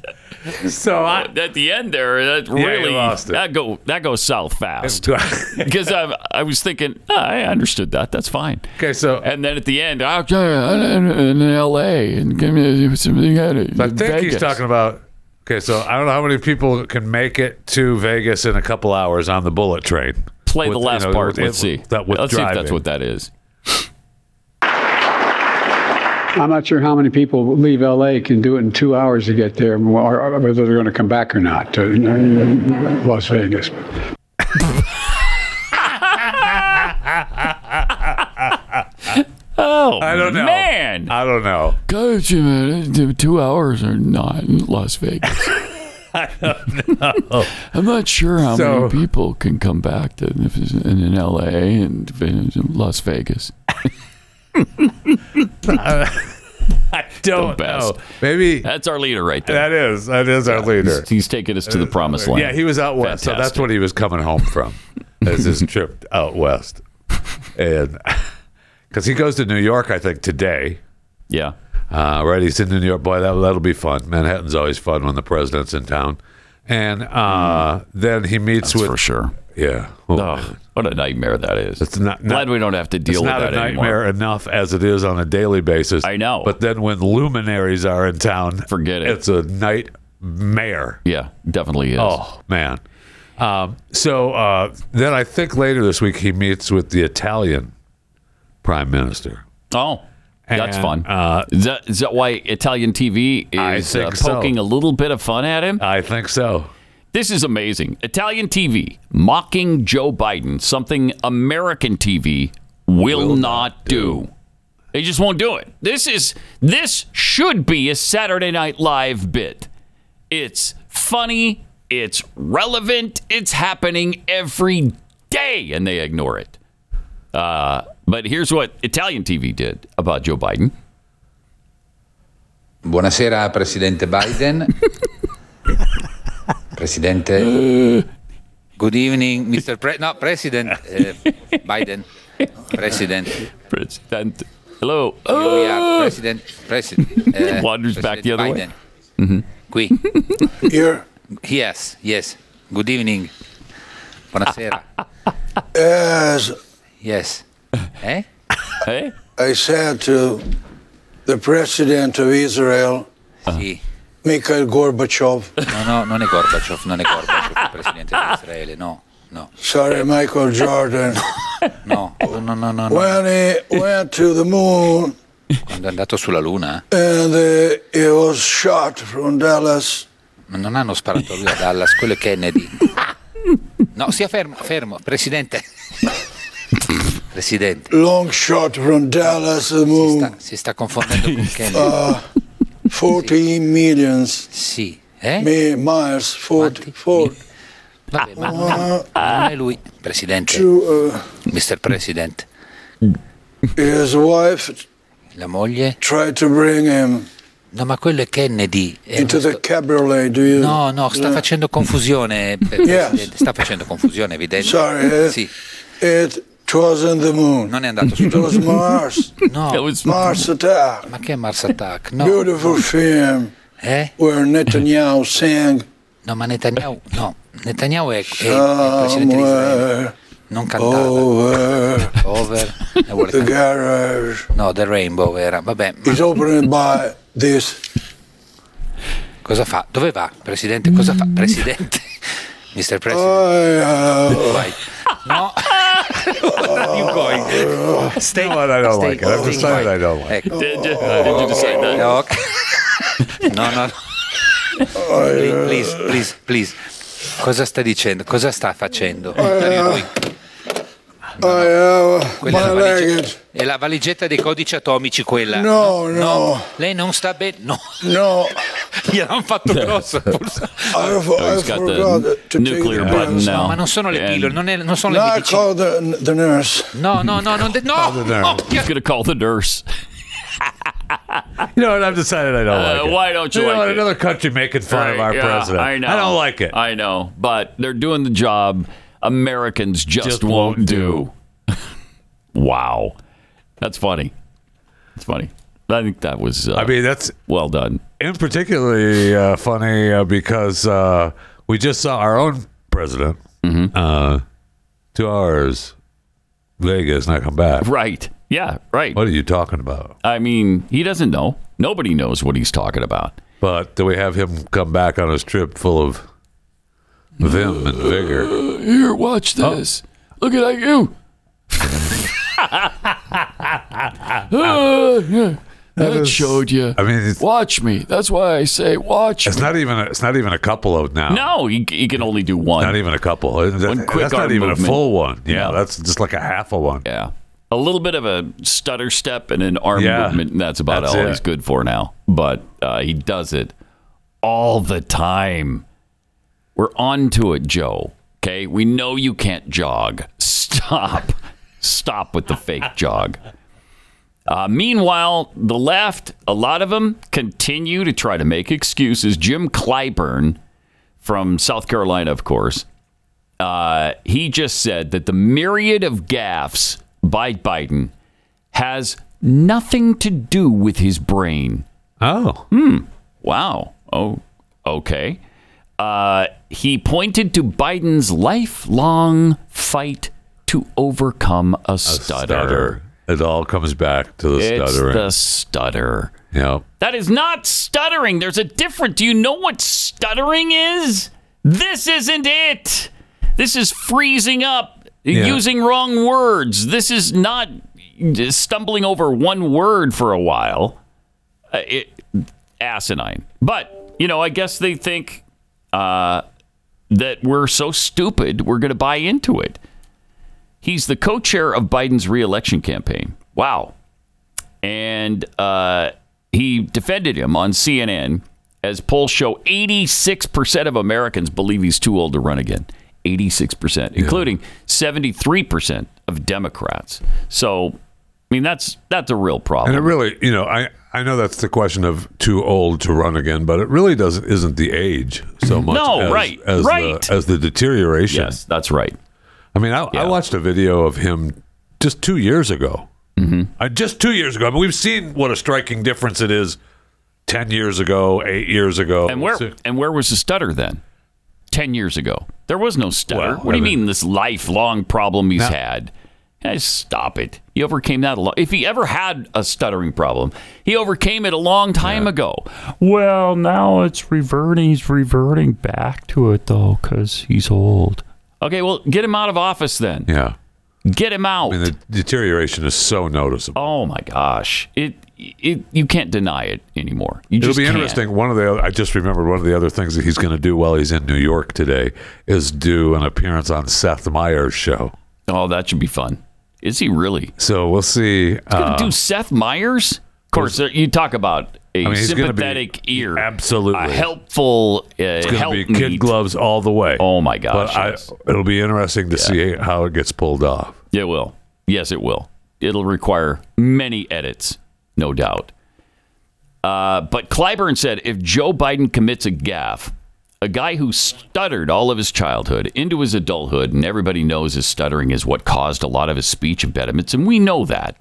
Speaker 3: So I,
Speaker 2: At the end there, that
Speaker 3: you
Speaker 2: really
Speaker 3: lost it.
Speaker 2: that go that goes south fast. Because I, I was thinking, "Oh, I understood that. That's fine.
Speaker 3: okay, so
Speaker 2: And then at the end, "Oh, yeah, I'm in L.A. and give me something out of
Speaker 3: I think he's talking about. Okay, so I don't know how many people can make it to Vegas in a couple hours on the bullet train.
Speaker 2: Play
Speaker 3: With,
Speaker 2: the
Speaker 3: you
Speaker 2: last
Speaker 3: know,
Speaker 2: part.
Speaker 3: with-
Speaker 2: Let's see.
Speaker 3: That with
Speaker 2: Let's see if that's
Speaker 3: driving.
Speaker 2: what that is.
Speaker 7: I'm not sure how many people leave LA can do it in two hours to get there, or or whether they're going to come back or not to uh, Las Vegas.
Speaker 2: Oh,
Speaker 3: I don't know.
Speaker 2: man.
Speaker 3: I don't know.
Speaker 2: Go to two hours or not in Las Vegas. I'm not sure how
Speaker 3: So-
Speaker 2: many people can come back to in, in L.A. and in Las Vegas.
Speaker 3: Don't
Speaker 2: The best.
Speaker 3: know. Maybe
Speaker 2: That's our leader right there.
Speaker 3: that is that is our leader.
Speaker 2: He's, he's taking us to the promised land.
Speaker 3: Yeah, he was out west, so that's
Speaker 2: Fantastic.
Speaker 3: what he was coming home from. is his trip out west, and because he goes to New York, I think today.
Speaker 2: Yeah.
Speaker 3: Uh, right, he's in New York. Boy, that that'll be fun. Manhattan's always fun when the president's in town. And uh, then he meets
Speaker 2: That's
Speaker 3: with
Speaker 2: for sure.
Speaker 3: yeah. Oh,
Speaker 2: Oh, what a nightmare that is.
Speaker 3: It's not, not
Speaker 2: Glad we don't have to deal
Speaker 3: it's
Speaker 2: with
Speaker 3: not
Speaker 2: that
Speaker 3: a
Speaker 2: anymore.
Speaker 3: nightmare enough as it is on a daily basis.
Speaker 2: I know.
Speaker 3: But then when luminaries are in town,
Speaker 2: Forget it.
Speaker 3: It's a nightmare.
Speaker 2: Yeah, definitely is.
Speaker 3: Oh man. Um, so uh, then I think later this week he meets with the Italian prime minister.
Speaker 2: Oh, that's
Speaker 3: And,
Speaker 2: fun.
Speaker 3: uh,
Speaker 2: is, that, is that why Italian TV
Speaker 3: I
Speaker 2: is uh,
Speaker 3: think so.
Speaker 2: poking a little bit of fun at him?
Speaker 3: I think so.
Speaker 2: This is amazing. Italian TV mocking Joe Biden, something American TV will, not do. They just won't do it. This is this should be a Saturday Night Live bit. It's funny, it's relevant, it's happening every day, and they ignore it. Uh, but here's what Italian TV did about Joe Biden.
Speaker 8: Buonasera Presidente Biden. Presidente. Good evening, Mr. Pre- no, President eh, Biden. President.
Speaker 2: President, hello.
Speaker 8: Here we are. President. President. eh,
Speaker 2: Wanders back the other way. Mm-hmm.
Speaker 8: Biden. Qui.
Speaker 4: Here,
Speaker 8: Yes, yes. Good evening.
Speaker 2: Ah,
Speaker 8: Buonasera.
Speaker 4: as
Speaker 8: Yes. Eh?
Speaker 2: Hey,
Speaker 4: I said to the president of Israel,
Speaker 8: Sì.
Speaker 4: Mikhail Gorbachev.
Speaker 8: No, no, non è Gorbaciov, non è Gorbaciov, il Presidente di Israele, no. No,
Speaker 4: Sorry, Michael Jordan.
Speaker 8: no, no, no, no, no.
Speaker 4: When he went to the moon
Speaker 8: Quando è andato sulla Luna,
Speaker 4: and uh, he was shot from Dallas.
Speaker 8: Ma non hanno sparato a lui a Dallas, quello è Kennedy. No, sia fermo, fermo, presidente. Presidente,
Speaker 4: Long shot from Dallas to the moon.
Speaker 8: sta- si sta confondendo con Kennedy.
Speaker 4: 14 millions
Speaker 8: Sì, eh?
Speaker 4: mi- miles, 40, 40
Speaker 8: Vabbè, ma non non è lui, presidente,
Speaker 4: to, uh,
Speaker 8: Mr. President.
Speaker 4: his wife
Speaker 8: La moglie?
Speaker 4: tried to bring him
Speaker 8: No, ma quello è Kennedy. È
Speaker 4: into the
Speaker 8: questo-
Speaker 4: cabriolet. Do you?
Speaker 8: No, no, sta
Speaker 4: Yeah.
Speaker 8: facendo confusione, pre-
Speaker 4: Yes.
Speaker 8: presidente, sta facendo confusione, evidente.
Speaker 4: Sorry, eh?
Speaker 8: Sì,
Speaker 4: It wasn't the moon.
Speaker 8: non è andato
Speaker 4: It
Speaker 8: sulla
Speaker 4: was Mars.
Speaker 2: that
Speaker 8: No,
Speaker 2: was
Speaker 4: Mars Attack.
Speaker 8: ma che Mars Attack? No,
Speaker 4: Beautiful film
Speaker 8: eh?
Speaker 4: where Netanyahu sang
Speaker 8: No, ma Netanyahu, no, Netanyahu è, è, è il presidente di Israele,
Speaker 4: somewhere
Speaker 8: non cantava.
Speaker 4: over
Speaker 8: Over, e vuole
Speaker 4: the
Speaker 8: cantare.
Speaker 4: garage.
Speaker 8: no, The Rainbow era, vabbè, ma
Speaker 4: It's opened by this.
Speaker 8: cosa fa? Dove va? Presidente, cosa fa? Presidente, Mr. President,
Speaker 4: I, uh,
Speaker 8: vai. No,
Speaker 3: Stay, no, I don't like it. I've decided I don't like it.
Speaker 8: Ecco.
Speaker 2: Did you, did you decide that?
Speaker 8: Eh, ok. No, no, no. Please, please, please, please. Cosa sta dicendo? Cosa sta facendo? Lui-
Speaker 4: I have
Speaker 8: quella è
Speaker 4: my
Speaker 8: la valigetta,
Speaker 4: luggage.
Speaker 8: è la valigetta dei codici atomici quella.
Speaker 4: No, no,
Speaker 8: Lei non sta bene? No.
Speaker 4: no.
Speaker 8: Gliel'hanno fatto grosso. forse.
Speaker 2: Oh, he's got the nuclear button now.
Speaker 8: Ma non sono le
Speaker 2: And
Speaker 8: pillole, non, è- non sono le
Speaker 7: Now I
Speaker 8: medicine.
Speaker 7: call the, the nurse.
Speaker 8: No, no, no, non de- no, no.
Speaker 2: He's going to call the nurse.
Speaker 3: You know what? I've decided I don't
Speaker 2: Uh,
Speaker 3: like it.
Speaker 2: why don't you
Speaker 3: know
Speaker 2: like
Speaker 3: what?
Speaker 2: it?
Speaker 3: Another country making fun of
Speaker 2: Right,
Speaker 3: our
Speaker 2: yeah,
Speaker 3: president.
Speaker 2: I know.
Speaker 3: I don't like it.
Speaker 2: I know, but they're doing the job Americans just,
Speaker 3: Just
Speaker 2: won't,
Speaker 3: won't
Speaker 2: do. wow. That's funny. That's funny. I think that was uh,
Speaker 3: I mean, that's
Speaker 2: well done.
Speaker 3: in particularly uh, funny uh, because uh, we just saw our own president
Speaker 2: Mm-hmm.
Speaker 3: uh, two hours Vegas not come back.
Speaker 2: Right. Yeah, right.
Speaker 3: What are you talking about?
Speaker 2: I mean, he doesn't know. Nobody knows what he's talking about.
Speaker 3: But do we have him come back on his trip full of vim and vigor?
Speaker 2: Here, watch this. Look at you. Ah, that showed you.
Speaker 3: I mean, it's,
Speaker 2: Watch me. That's why I say watch
Speaker 3: it's not even a, it's not even a couple of now.
Speaker 2: No, he, he can only do one.
Speaker 3: Not even a couple. That-
Speaker 2: One quick
Speaker 3: that's not
Speaker 2: arm
Speaker 3: even
Speaker 2: movement.
Speaker 3: a full one. Yeah,
Speaker 2: No.
Speaker 3: that's just like a half a one.
Speaker 2: Yeah. A little bit of a stutter step and an arm
Speaker 3: Yeah.
Speaker 2: movement, and that's about
Speaker 3: That's
Speaker 2: all
Speaker 3: it.
Speaker 2: he's good for now. But uh, he does it all the time. We're on to it, Joe. Okay. We know you can't jog. Stop. Stop with the fake jog. Uh, meanwhile, the left, a lot of them continue to try to make excuses. Jim Clyburn from South Carolina, of course, uh, he just said that the myriad of gaffes by Biden has nothing to do with his brain. Hmm.
Speaker 3: Oh,
Speaker 2: Wow. Oh, okay. Uh, he pointed to Biden's lifelong fight to overcome a, stutter.
Speaker 3: stutter. It all comes back to the
Speaker 2: It's
Speaker 3: stuttering.
Speaker 2: the stutter.
Speaker 3: yeah.
Speaker 2: That is not stuttering. There's a difference. Do you know what stuttering is? This isn't it. This is freezing up, using wrong words. This is not stumbling over one word for a while. Uh, It, asinine. But, you know, I guess they think uh, that we're so stupid, we're going to buy into it. He's the co chair of Biden's reelection campaign. Wow. And, uh, he defended him on CNN as polls show 86% of Americans believe he's too old to run again. 86%, including 73% of Democrats. So, I mean, that's that's a real
Speaker 3: And it
Speaker 2: problem.
Speaker 3: really, you know, I I know that's the question of too old to run again, but it really doesn't isn't the age so much.
Speaker 2: No,
Speaker 3: as,
Speaker 2: right,
Speaker 3: as
Speaker 2: right.
Speaker 3: The, as the deterioration.
Speaker 2: Yes, that's right.
Speaker 3: I mean, I,
Speaker 2: Yeah.
Speaker 3: I watched a video of him just two years ago. Mm-hmm. I, just two years ago. I mean, we've seen what a striking difference it is. Ten years ago, eight years ago,
Speaker 2: And where and where was the stutter then? 10 years ago. There was no
Speaker 3: Well,
Speaker 2: stutter. what do you
Speaker 3: I mean-
Speaker 2: mean this lifelong problem he's had? Eh, Stop it. He overcame that a lot. If he ever had a stuttering problem, he overcame it a long time ago.
Speaker 11: Well, now it's reverting. He's reverting back to it though, 'cause he's old.
Speaker 2: Okay, well, get him out of office then.
Speaker 3: yeah,
Speaker 2: Get him out.
Speaker 3: I mean, the deterioration is so noticeable.
Speaker 2: oh my gosh, it it you can't deny it anymore. You
Speaker 3: It'll
Speaker 2: just
Speaker 3: be
Speaker 2: can't.
Speaker 3: interesting. One of the other, I just remembered one of the other things that he's going to do while he's in New York today is do an appearance on Seth Meyers' show.
Speaker 2: Oh, that should be fun. Is he really
Speaker 3: So we'll see. uh,
Speaker 2: gonna do Seth Meyers? Of course, there- you talk about a
Speaker 3: I mean, he's gonna be-
Speaker 2: sympathetic ear,
Speaker 3: Absolutely.
Speaker 2: a helpful uh,
Speaker 3: It's
Speaker 2: help
Speaker 3: going to be kid
Speaker 2: meet.
Speaker 3: gloves all the way.
Speaker 2: Oh my gosh,
Speaker 3: But I,
Speaker 2: yes.
Speaker 3: it'll be interesting to see how it gets pulled off.
Speaker 2: It will. Yes, it will. It'll require many edits, no doubt. Uh, but Clyburn said if Joe Biden commits a gaffe, a guy who stuttered all of his childhood into his adulthood, and everybody knows his stuttering is what caused a lot of his speech impediments, and we know that.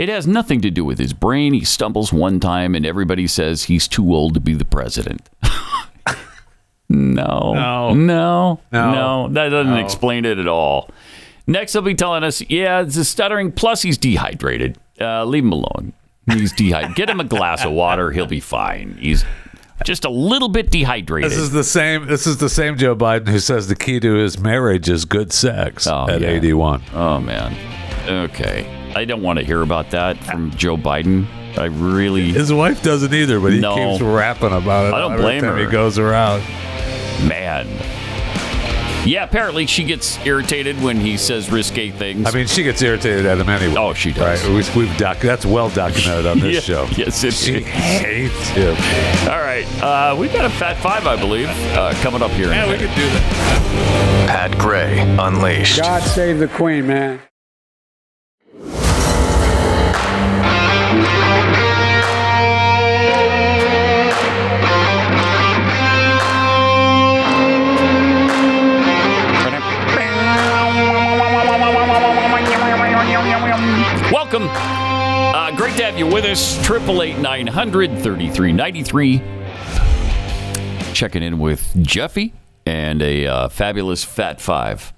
Speaker 2: It has nothing to do with his brain. He stumbles one time, and everybody says he's too old to be the president. no. No. No. No. That doesn't explain it at all. Next, he'll be telling us, yeah, it's a stuttering, plus he's dehydrated. Uh, leave him alone. He's dehydrated. Get him a glass of water. He'll be fine. He's just a little bit dehydrated.
Speaker 3: This is the same. This is the same Joe Biden who says the key to his marriage is good sex
Speaker 2: Oh,
Speaker 3: at
Speaker 2: yeah.
Speaker 3: 81.
Speaker 2: oh, man. Okay. I don't want to hear about that from Joe Biden. I really.
Speaker 3: His wife doesn't either, but he
Speaker 2: No.
Speaker 3: keeps rapping about it.
Speaker 2: I don't
Speaker 3: every
Speaker 2: blame
Speaker 3: time
Speaker 2: her.
Speaker 3: He goes around.
Speaker 2: man. Yeah, apparently she gets irritated when he says risque things.
Speaker 3: I mean, she gets irritated at him anyway. Oh, she does. Right? We've, we've doc- that's well documented on this
Speaker 2: Yeah,
Speaker 3: show.
Speaker 2: Yes, it
Speaker 3: she
Speaker 2: is.
Speaker 3: hates him.
Speaker 2: All right, uh, we've got a Fat Five, I believe, uh, coming up here. Yeah, we could do that.
Speaker 12: Pat Gray Unleashed.
Speaker 7: God save the Queen, man.
Speaker 2: Welcome. Uh, great to have you with us. Triple eight nine hundred thirty three ninety three. Checking in with Jeffy and a uh, fabulous Fat Five.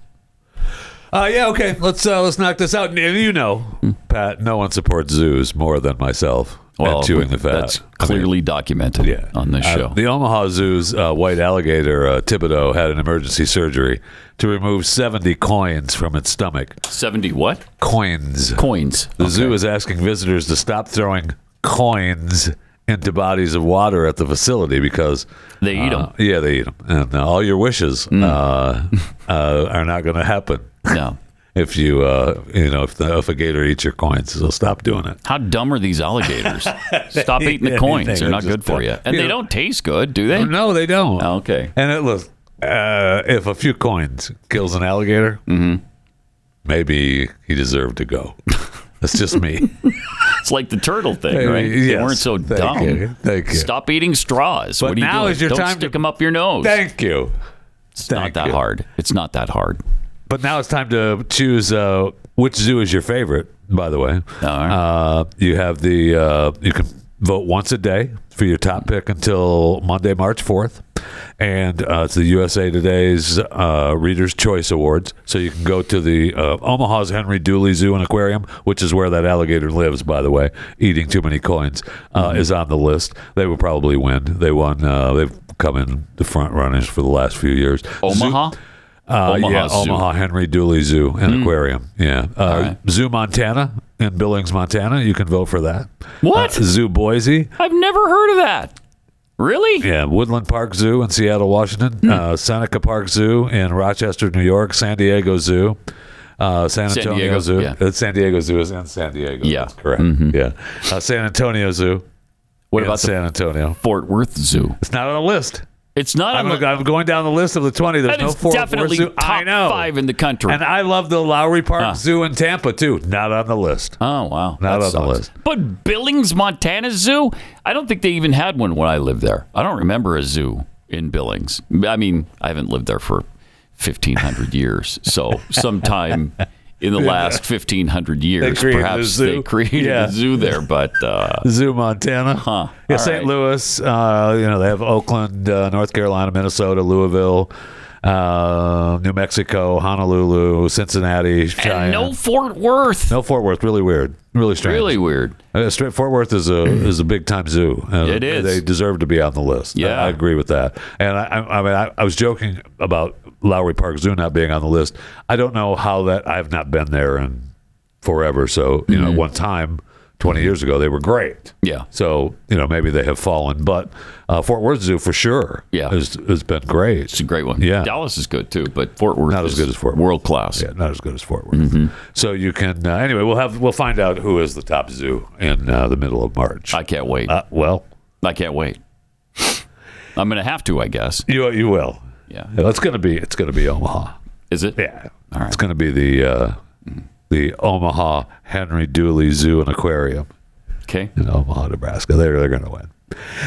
Speaker 3: Uh, yeah, okay. Let's uh, let's knock this out. And you
Speaker 2: Oh.
Speaker 3: know, Pat, no one supports zoos more than myself.
Speaker 2: Well,
Speaker 3: and chewing the fat.
Speaker 2: that's clearly documented on this
Speaker 3: Uh,
Speaker 2: show.
Speaker 3: the Omaha Zoo's uh, white alligator uh, Thibodeau had an emergency surgery to remove 70 coins from its stomach.
Speaker 2: 70 what?
Speaker 3: Coins.
Speaker 2: Coins.
Speaker 3: The zoo is asking visitors to stop throwing coins into bodies of water at the facility because uh,
Speaker 2: they eat 'em.
Speaker 3: Yeah, they eat them. And uh, all your wishes uh, uh, are not going to happen.
Speaker 2: No.
Speaker 3: If you, uh, you know, if, the, if a gator eats your coins, so stop doing it.
Speaker 2: How dumb are these alligators? Stop
Speaker 3: e-
Speaker 2: eating the coins; they're not good for you, and they don't taste good, do they? Oh,
Speaker 3: No, they don't.
Speaker 2: Okay.
Speaker 3: And it look, uh, if a few coins kills an alligator,
Speaker 2: Mm-hmm.
Speaker 3: maybe he deserved to go. That's just me.
Speaker 2: It's like the turtle thing,
Speaker 3: Hey,
Speaker 2: right?
Speaker 3: yes.
Speaker 2: They weren't so
Speaker 3: Thank
Speaker 2: dumb.
Speaker 3: you. Thank you.
Speaker 2: Stop eating straws.
Speaker 3: But
Speaker 2: what are you
Speaker 3: now
Speaker 2: doing?
Speaker 3: is your
Speaker 2: Don't
Speaker 3: time
Speaker 2: stick
Speaker 3: to-
Speaker 2: them up your nose.
Speaker 3: Thank you.
Speaker 2: It's not that hard. It's not that hard.
Speaker 3: But now it's time to choose uh, which zoo is your favorite. By the way, uh, you have the uh, you can vote once a day for your top pick until Monday, March fourth, and uh, it's the USA Today's uh, Readers' Choice Awards. So you can go to the uh, Omaha's Henry Dooley Zoo and Aquarium, which is where that alligator lives. By the way, eating too many coins uh, is on the list. They will probably win. They won. Uh, they've come in the front runners for the last few years.
Speaker 2: Omaha?
Speaker 3: Uh,
Speaker 2: Omaha
Speaker 3: yeah,
Speaker 2: Zoo. Hmm.
Speaker 3: Omaha Henry Dooley Zoo and Aquarium. Yeah. Uh, Zoo Montana in Billings, Montana. You can vote for that.
Speaker 2: What?
Speaker 3: Uh, zoo Boise.
Speaker 2: I've never heard of that. Really? Hmm.
Speaker 3: Yeah. Woodland Park Zoo in Seattle, Washington. Uh, Seneca Park Zoo in Rochester, New York. San Diego Zoo. Uh, San
Speaker 2: San
Speaker 3: Antonio
Speaker 2: Diego,
Speaker 3: Zoo.
Speaker 2: yeah.
Speaker 3: Uh, San Diego Zoo is in San Diego.
Speaker 2: Yeah.
Speaker 3: That's correct. Yeah. Uh, San Antonio Zoo.
Speaker 2: Mm-hmm. What
Speaker 3: in
Speaker 2: about the
Speaker 3: San Antonio?
Speaker 2: Fort Worth Zoo?
Speaker 3: It's not on the list.
Speaker 2: It's not.
Speaker 3: I'm,
Speaker 2: on the-
Speaker 3: I'm going down the list of the 20. There's
Speaker 2: That
Speaker 3: no
Speaker 2: is
Speaker 3: Fort Worth
Speaker 2: definitely
Speaker 3: Zoo. I
Speaker 2: top
Speaker 3: know.
Speaker 2: five in the country.
Speaker 3: And I love the Lowry Park Zoo in Tampa too. Not on the list.
Speaker 2: Oh wow,
Speaker 3: not
Speaker 2: That
Speaker 3: on the
Speaker 2: sucks.
Speaker 3: list.
Speaker 2: But Billings, Montana Zoo? I don't think they even had one when I lived there. I don't remember a zoo in Billings. I mean, I haven't lived there for 1,500 years. So sometime in the last 1,500 years,
Speaker 3: created a
Speaker 2: perhaps
Speaker 3: zoo.
Speaker 2: they created
Speaker 3: Yeah.
Speaker 2: a zoo there. But uh,
Speaker 3: Zoo Montana,
Speaker 2: Huh.
Speaker 3: Yeah,
Speaker 2: All
Speaker 3: St.
Speaker 2: right.
Speaker 3: Louis. Uh, you know they have Oakland, uh, North Carolina, Minnesota, Louisville, uh, New Mexico, Honolulu, Cincinnati, Cheyenne.
Speaker 2: and no Fort Worth.
Speaker 3: No Fort Worth. Really weird. Really strange.
Speaker 2: Really weird.
Speaker 3: Uh, straight Fort Worth is a is a big time zoo. Uh,
Speaker 2: It is.
Speaker 3: They deserve to be on the list.
Speaker 2: Yeah.
Speaker 3: I, I agree with that. And I, I, I mean, I, I was joking about Lowry Park Zoo not being on the list. I don't know how that I've not been there in forever. So you know, at one time, twenty years ago, they were great.
Speaker 2: Mm-hmm. Yeah.
Speaker 3: So you know, maybe they have fallen, but uh, Fort Worth Zoo for sure.
Speaker 2: Yeah.
Speaker 3: has, has been great.
Speaker 2: It's a great one.
Speaker 3: Yeah.
Speaker 2: Dallas is good too, but Fort Worth
Speaker 3: Not as
Speaker 2: is
Speaker 3: good as Fort Worth.
Speaker 2: world class.
Speaker 3: Yeah, not as good as Fort Worth.
Speaker 2: Mm-hmm.
Speaker 3: So you can uh, anyway. We'll have we'll find out who is the top zoo in uh, the middle of March.
Speaker 2: I can't wait.
Speaker 3: Uh, well,
Speaker 2: I can't wait. I'm going to have to, I guess.
Speaker 3: you you will.
Speaker 2: Yeah.
Speaker 3: Yeah, It's gonna be it's gonna be Omaha.
Speaker 2: Is it?
Speaker 3: Yeah,
Speaker 2: All right.
Speaker 3: it's gonna be the uh, the Omaha Henry Dooley Zoo and Aquarium
Speaker 2: Okay.
Speaker 3: in Omaha, Nebraska. They're they're gonna win.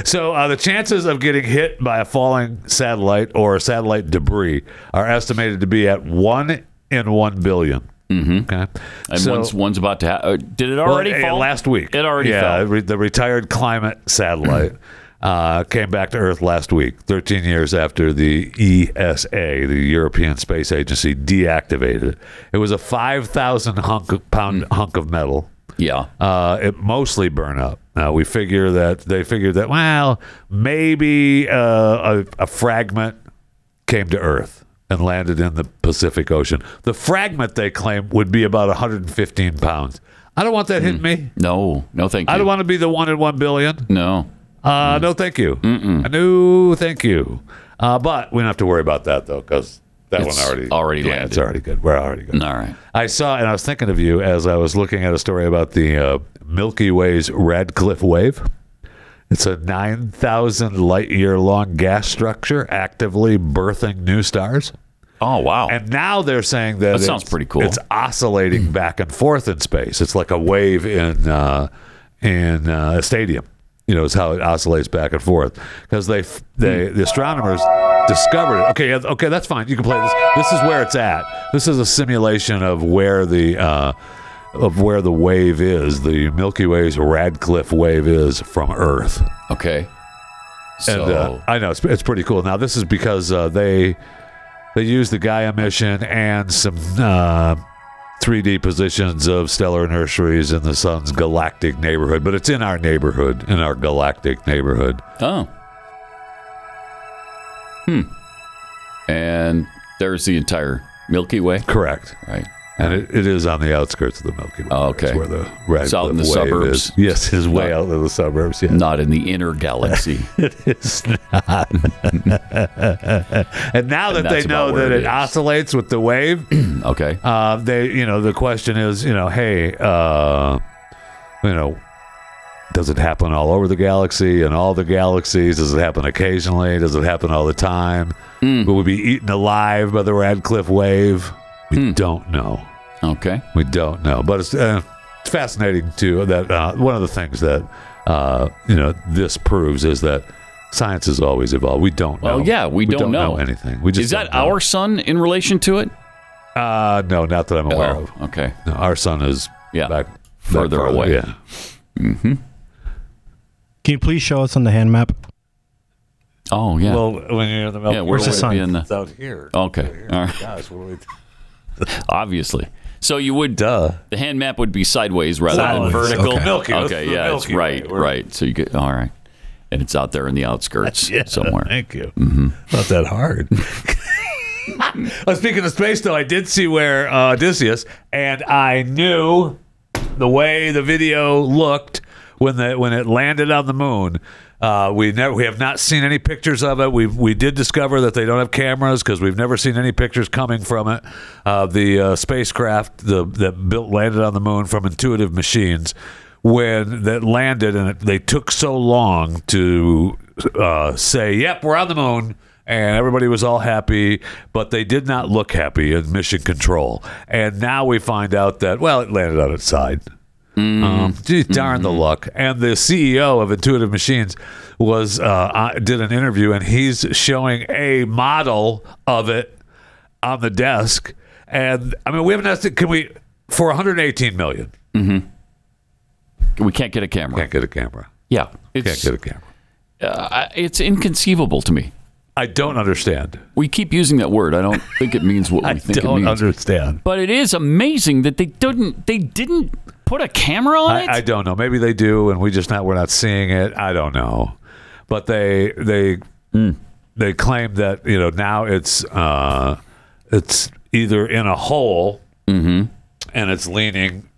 Speaker 3: So uh, the chances of getting hit by a falling satellite or satellite debris are estimated to be at one in one Mm-hmm. Okay,
Speaker 2: And
Speaker 3: So-
Speaker 2: one's one's about to. Ha- uh, did it already
Speaker 3: Well, eh,
Speaker 2: fall
Speaker 3: last week.
Speaker 2: It already
Speaker 3: yeah,
Speaker 2: fell.
Speaker 3: re- the retired climate satellite uh, came back to Earth last week, 13 years after the ESA, the European Space Agency, deactivated it. It was a 5,000 hunk pound hunk of metal.
Speaker 2: Hmm. Yeah.
Speaker 3: Uh, it mostly burn up. Now we figure that they figured that well, maybe uh, a, a fragment came to Earth and landed in the Pacific Ocean. The fragment they claim would be about 115 pounds. I don't want that hitting me.
Speaker 2: Hmm. No. No. Thank you.
Speaker 3: I don't want to be the one in one billion.
Speaker 2: No.
Speaker 3: Uh, No, thank you. No, thank you. Uh, but we don't have to worry about that though, because That
Speaker 2: It's
Speaker 3: one already
Speaker 2: already
Speaker 3: yeah,
Speaker 2: landed.
Speaker 3: It's already good. We're already good.
Speaker 2: All right.
Speaker 3: I saw and I was thinking of you as I was looking at a story about the uh, Milky Way's Radcliffe Wave. It's a 9,000 light year long gas structure actively birthing new stars.
Speaker 2: Oh, wow.
Speaker 3: And now they're saying that
Speaker 2: That
Speaker 3: it's-
Speaker 2: sounds pretty cool. Hmm.
Speaker 3: It's oscillating back and forth in space. It's like a wave in uh, in uh, a stadium. You know, is how it oscillates back and forth because they f- they
Speaker 2: Hmm.
Speaker 3: the astronomers discovered it. Okay, yeah, okay, that's fine. You can play this. This is where it's at. This is a simulation of where the uh, of where the wave is, the Milky Way's Radcliffe wave is from Earth.
Speaker 2: Okay.
Speaker 3: and uh,
Speaker 2: So-
Speaker 3: I know it's, it's pretty cool. Now this is because uh, they they use the Gaia mission and some uh, 3D positions of stellar nurseries in the sun's galactic neighborhood, but it's in our neighborhood, in our galactic neighborhood.
Speaker 2: Oh. Hmm. And there's the entire Milky Way.
Speaker 3: Correct.
Speaker 2: Right.
Speaker 3: And it, it is on the outskirts of the Milky Way.
Speaker 2: Oh, okay.
Speaker 3: where the Radcliffe
Speaker 2: it's out in the
Speaker 3: wave
Speaker 2: suburbs.
Speaker 3: is. Yes, it's way out in the suburbs. Yeah.
Speaker 2: Not in the inner galaxy.
Speaker 3: it is not. and now
Speaker 2: And
Speaker 3: that they
Speaker 2: that's about
Speaker 3: know
Speaker 2: where
Speaker 3: that
Speaker 2: it
Speaker 3: it,
Speaker 2: is.
Speaker 3: oscillates with the wave,
Speaker 2: okay.
Speaker 3: Uh, they, you know, the question is, you know, hey, uh, you know, does it happen all over the galaxy and all the galaxies? Does it happen occasionally? Does it happen all the time?
Speaker 2: Hmm.
Speaker 3: Will we be eaten alive by the Radcliffe wave? We don't know.
Speaker 2: Hmm. Okay.
Speaker 3: We don't know, but it's, uh, it's fascinating too. That uh, one of the things that uh, you know this proves is that science is always evolving. We don't know.
Speaker 2: Well, Oh, yeah, we,
Speaker 3: don't, know.
Speaker 2: know
Speaker 3: anything. We just
Speaker 2: is that
Speaker 3: don't know.
Speaker 2: our sun in relation to it?
Speaker 3: Uh, no, not that I'm aware
Speaker 2: Oh,
Speaker 3: of.
Speaker 2: Okay.
Speaker 3: No, our sun is
Speaker 2: yeah
Speaker 3: back
Speaker 2: further
Speaker 3: back
Speaker 2: away.
Speaker 3: Yeah,
Speaker 2: Mm-hmm.
Speaker 13: Can you please show us on the hand map?
Speaker 2: Oh yeah.
Speaker 3: Well, when you're in the Milky
Speaker 2: yeah, where's
Speaker 3: Way,
Speaker 2: the sun?
Speaker 3: it's out here.
Speaker 2: Okay.
Speaker 3: Out here.
Speaker 2: All right.
Speaker 8: Ah,
Speaker 3: Gosh, what are we-
Speaker 2: Obviously. So you would
Speaker 3: duh.
Speaker 2: The hand map would be sideways rather than
Speaker 3: Sideways.
Speaker 2: vertical.
Speaker 3: Okay. Milky-
Speaker 2: okay, yeah, it's
Speaker 3: Milky Way.
Speaker 2: right,
Speaker 3: We're-
Speaker 2: right. So you get all right, and it's out there in the outskirts
Speaker 3: Yeah,
Speaker 2: somewhere.
Speaker 3: thank you.
Speaker 2: hmm
Speaker 3: not that hard. Uh, speaking of space, though, I did see where uh, Odysseus, and I knew the way the video looked when the when it landed on the moon. Uh, we never we have not seen any pictures of it. We we did discover that they don't have cameras because we've never seen any pictures coming from it. Uh, the uh, spacecraft the, that built landed on the moon from Intuitive Machines when that landed and it, they took so long to uh, say, "Yep, we're on the moon." and everybody was all happy, but they did not look happy in mission control. And now we find out that, well, it landed on its side.
Speaker 2: Mm.
Speaker 3: Um, gee,
Speaker 2: Mm-hmm.
Speaker 3: darn the luck. And the CEO of Intuitive Machines was uh, uh, did an interview, and he's showing a model of it on the desk. And I mean, we haven't asked it. Can we for 118 million?
Speaker 2: Mm-hmm. We can't get a camera. Can't
Speaker 3: get a camera.
Speaker 2: Yeah, it's,
Speaker 3: Can't get a camera.
Speaker 2: Uh, it's inconceivable to me.
Speaker 3: I don't understand.
Speaker 2: We keep using that word. I don't think it means what we think it
Speaker 3: don't
Speaker 2: means.
Speaker 3: understand.
Speaker 2: But it is amazing that they didn't. They didn't put a camera on it.
Speaker 3: I, I don't know. Maybe they do, and we just not we're not seeing it. I don't know, but they they they claim that you know now it's uh, it's either in a hole and it's leaning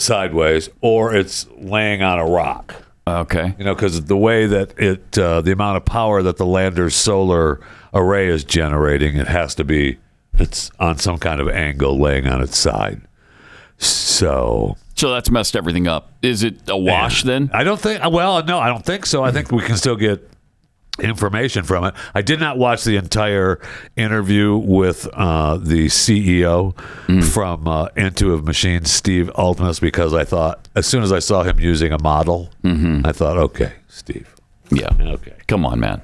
Speaker 3: sideways, or it's laying on a rock.
Speaker 2: Okay,
Speaker 3: you know because the way that it uh, the amount of power that the lander's solar array is generating, it has to be it's on some kind of angle laying on its side. So
Speaker 2: so that's messed everything up. Is it a wash then?
Speaker 3: I don't think. Well, no, I don't think so. I think we can still get information from it. I did not watch the entire interview with uh, the CEO
Speaker 2: Mm.
Speaker 3: from uh, Intuitive Machines, Steve Altmus, because I thought as soon as I saw him using a model, I thought, okay, Steve.
Speaker 2: Mm-hmm. Yeah.
Speaker 3: Okay.
Speaker 2: Come on, man.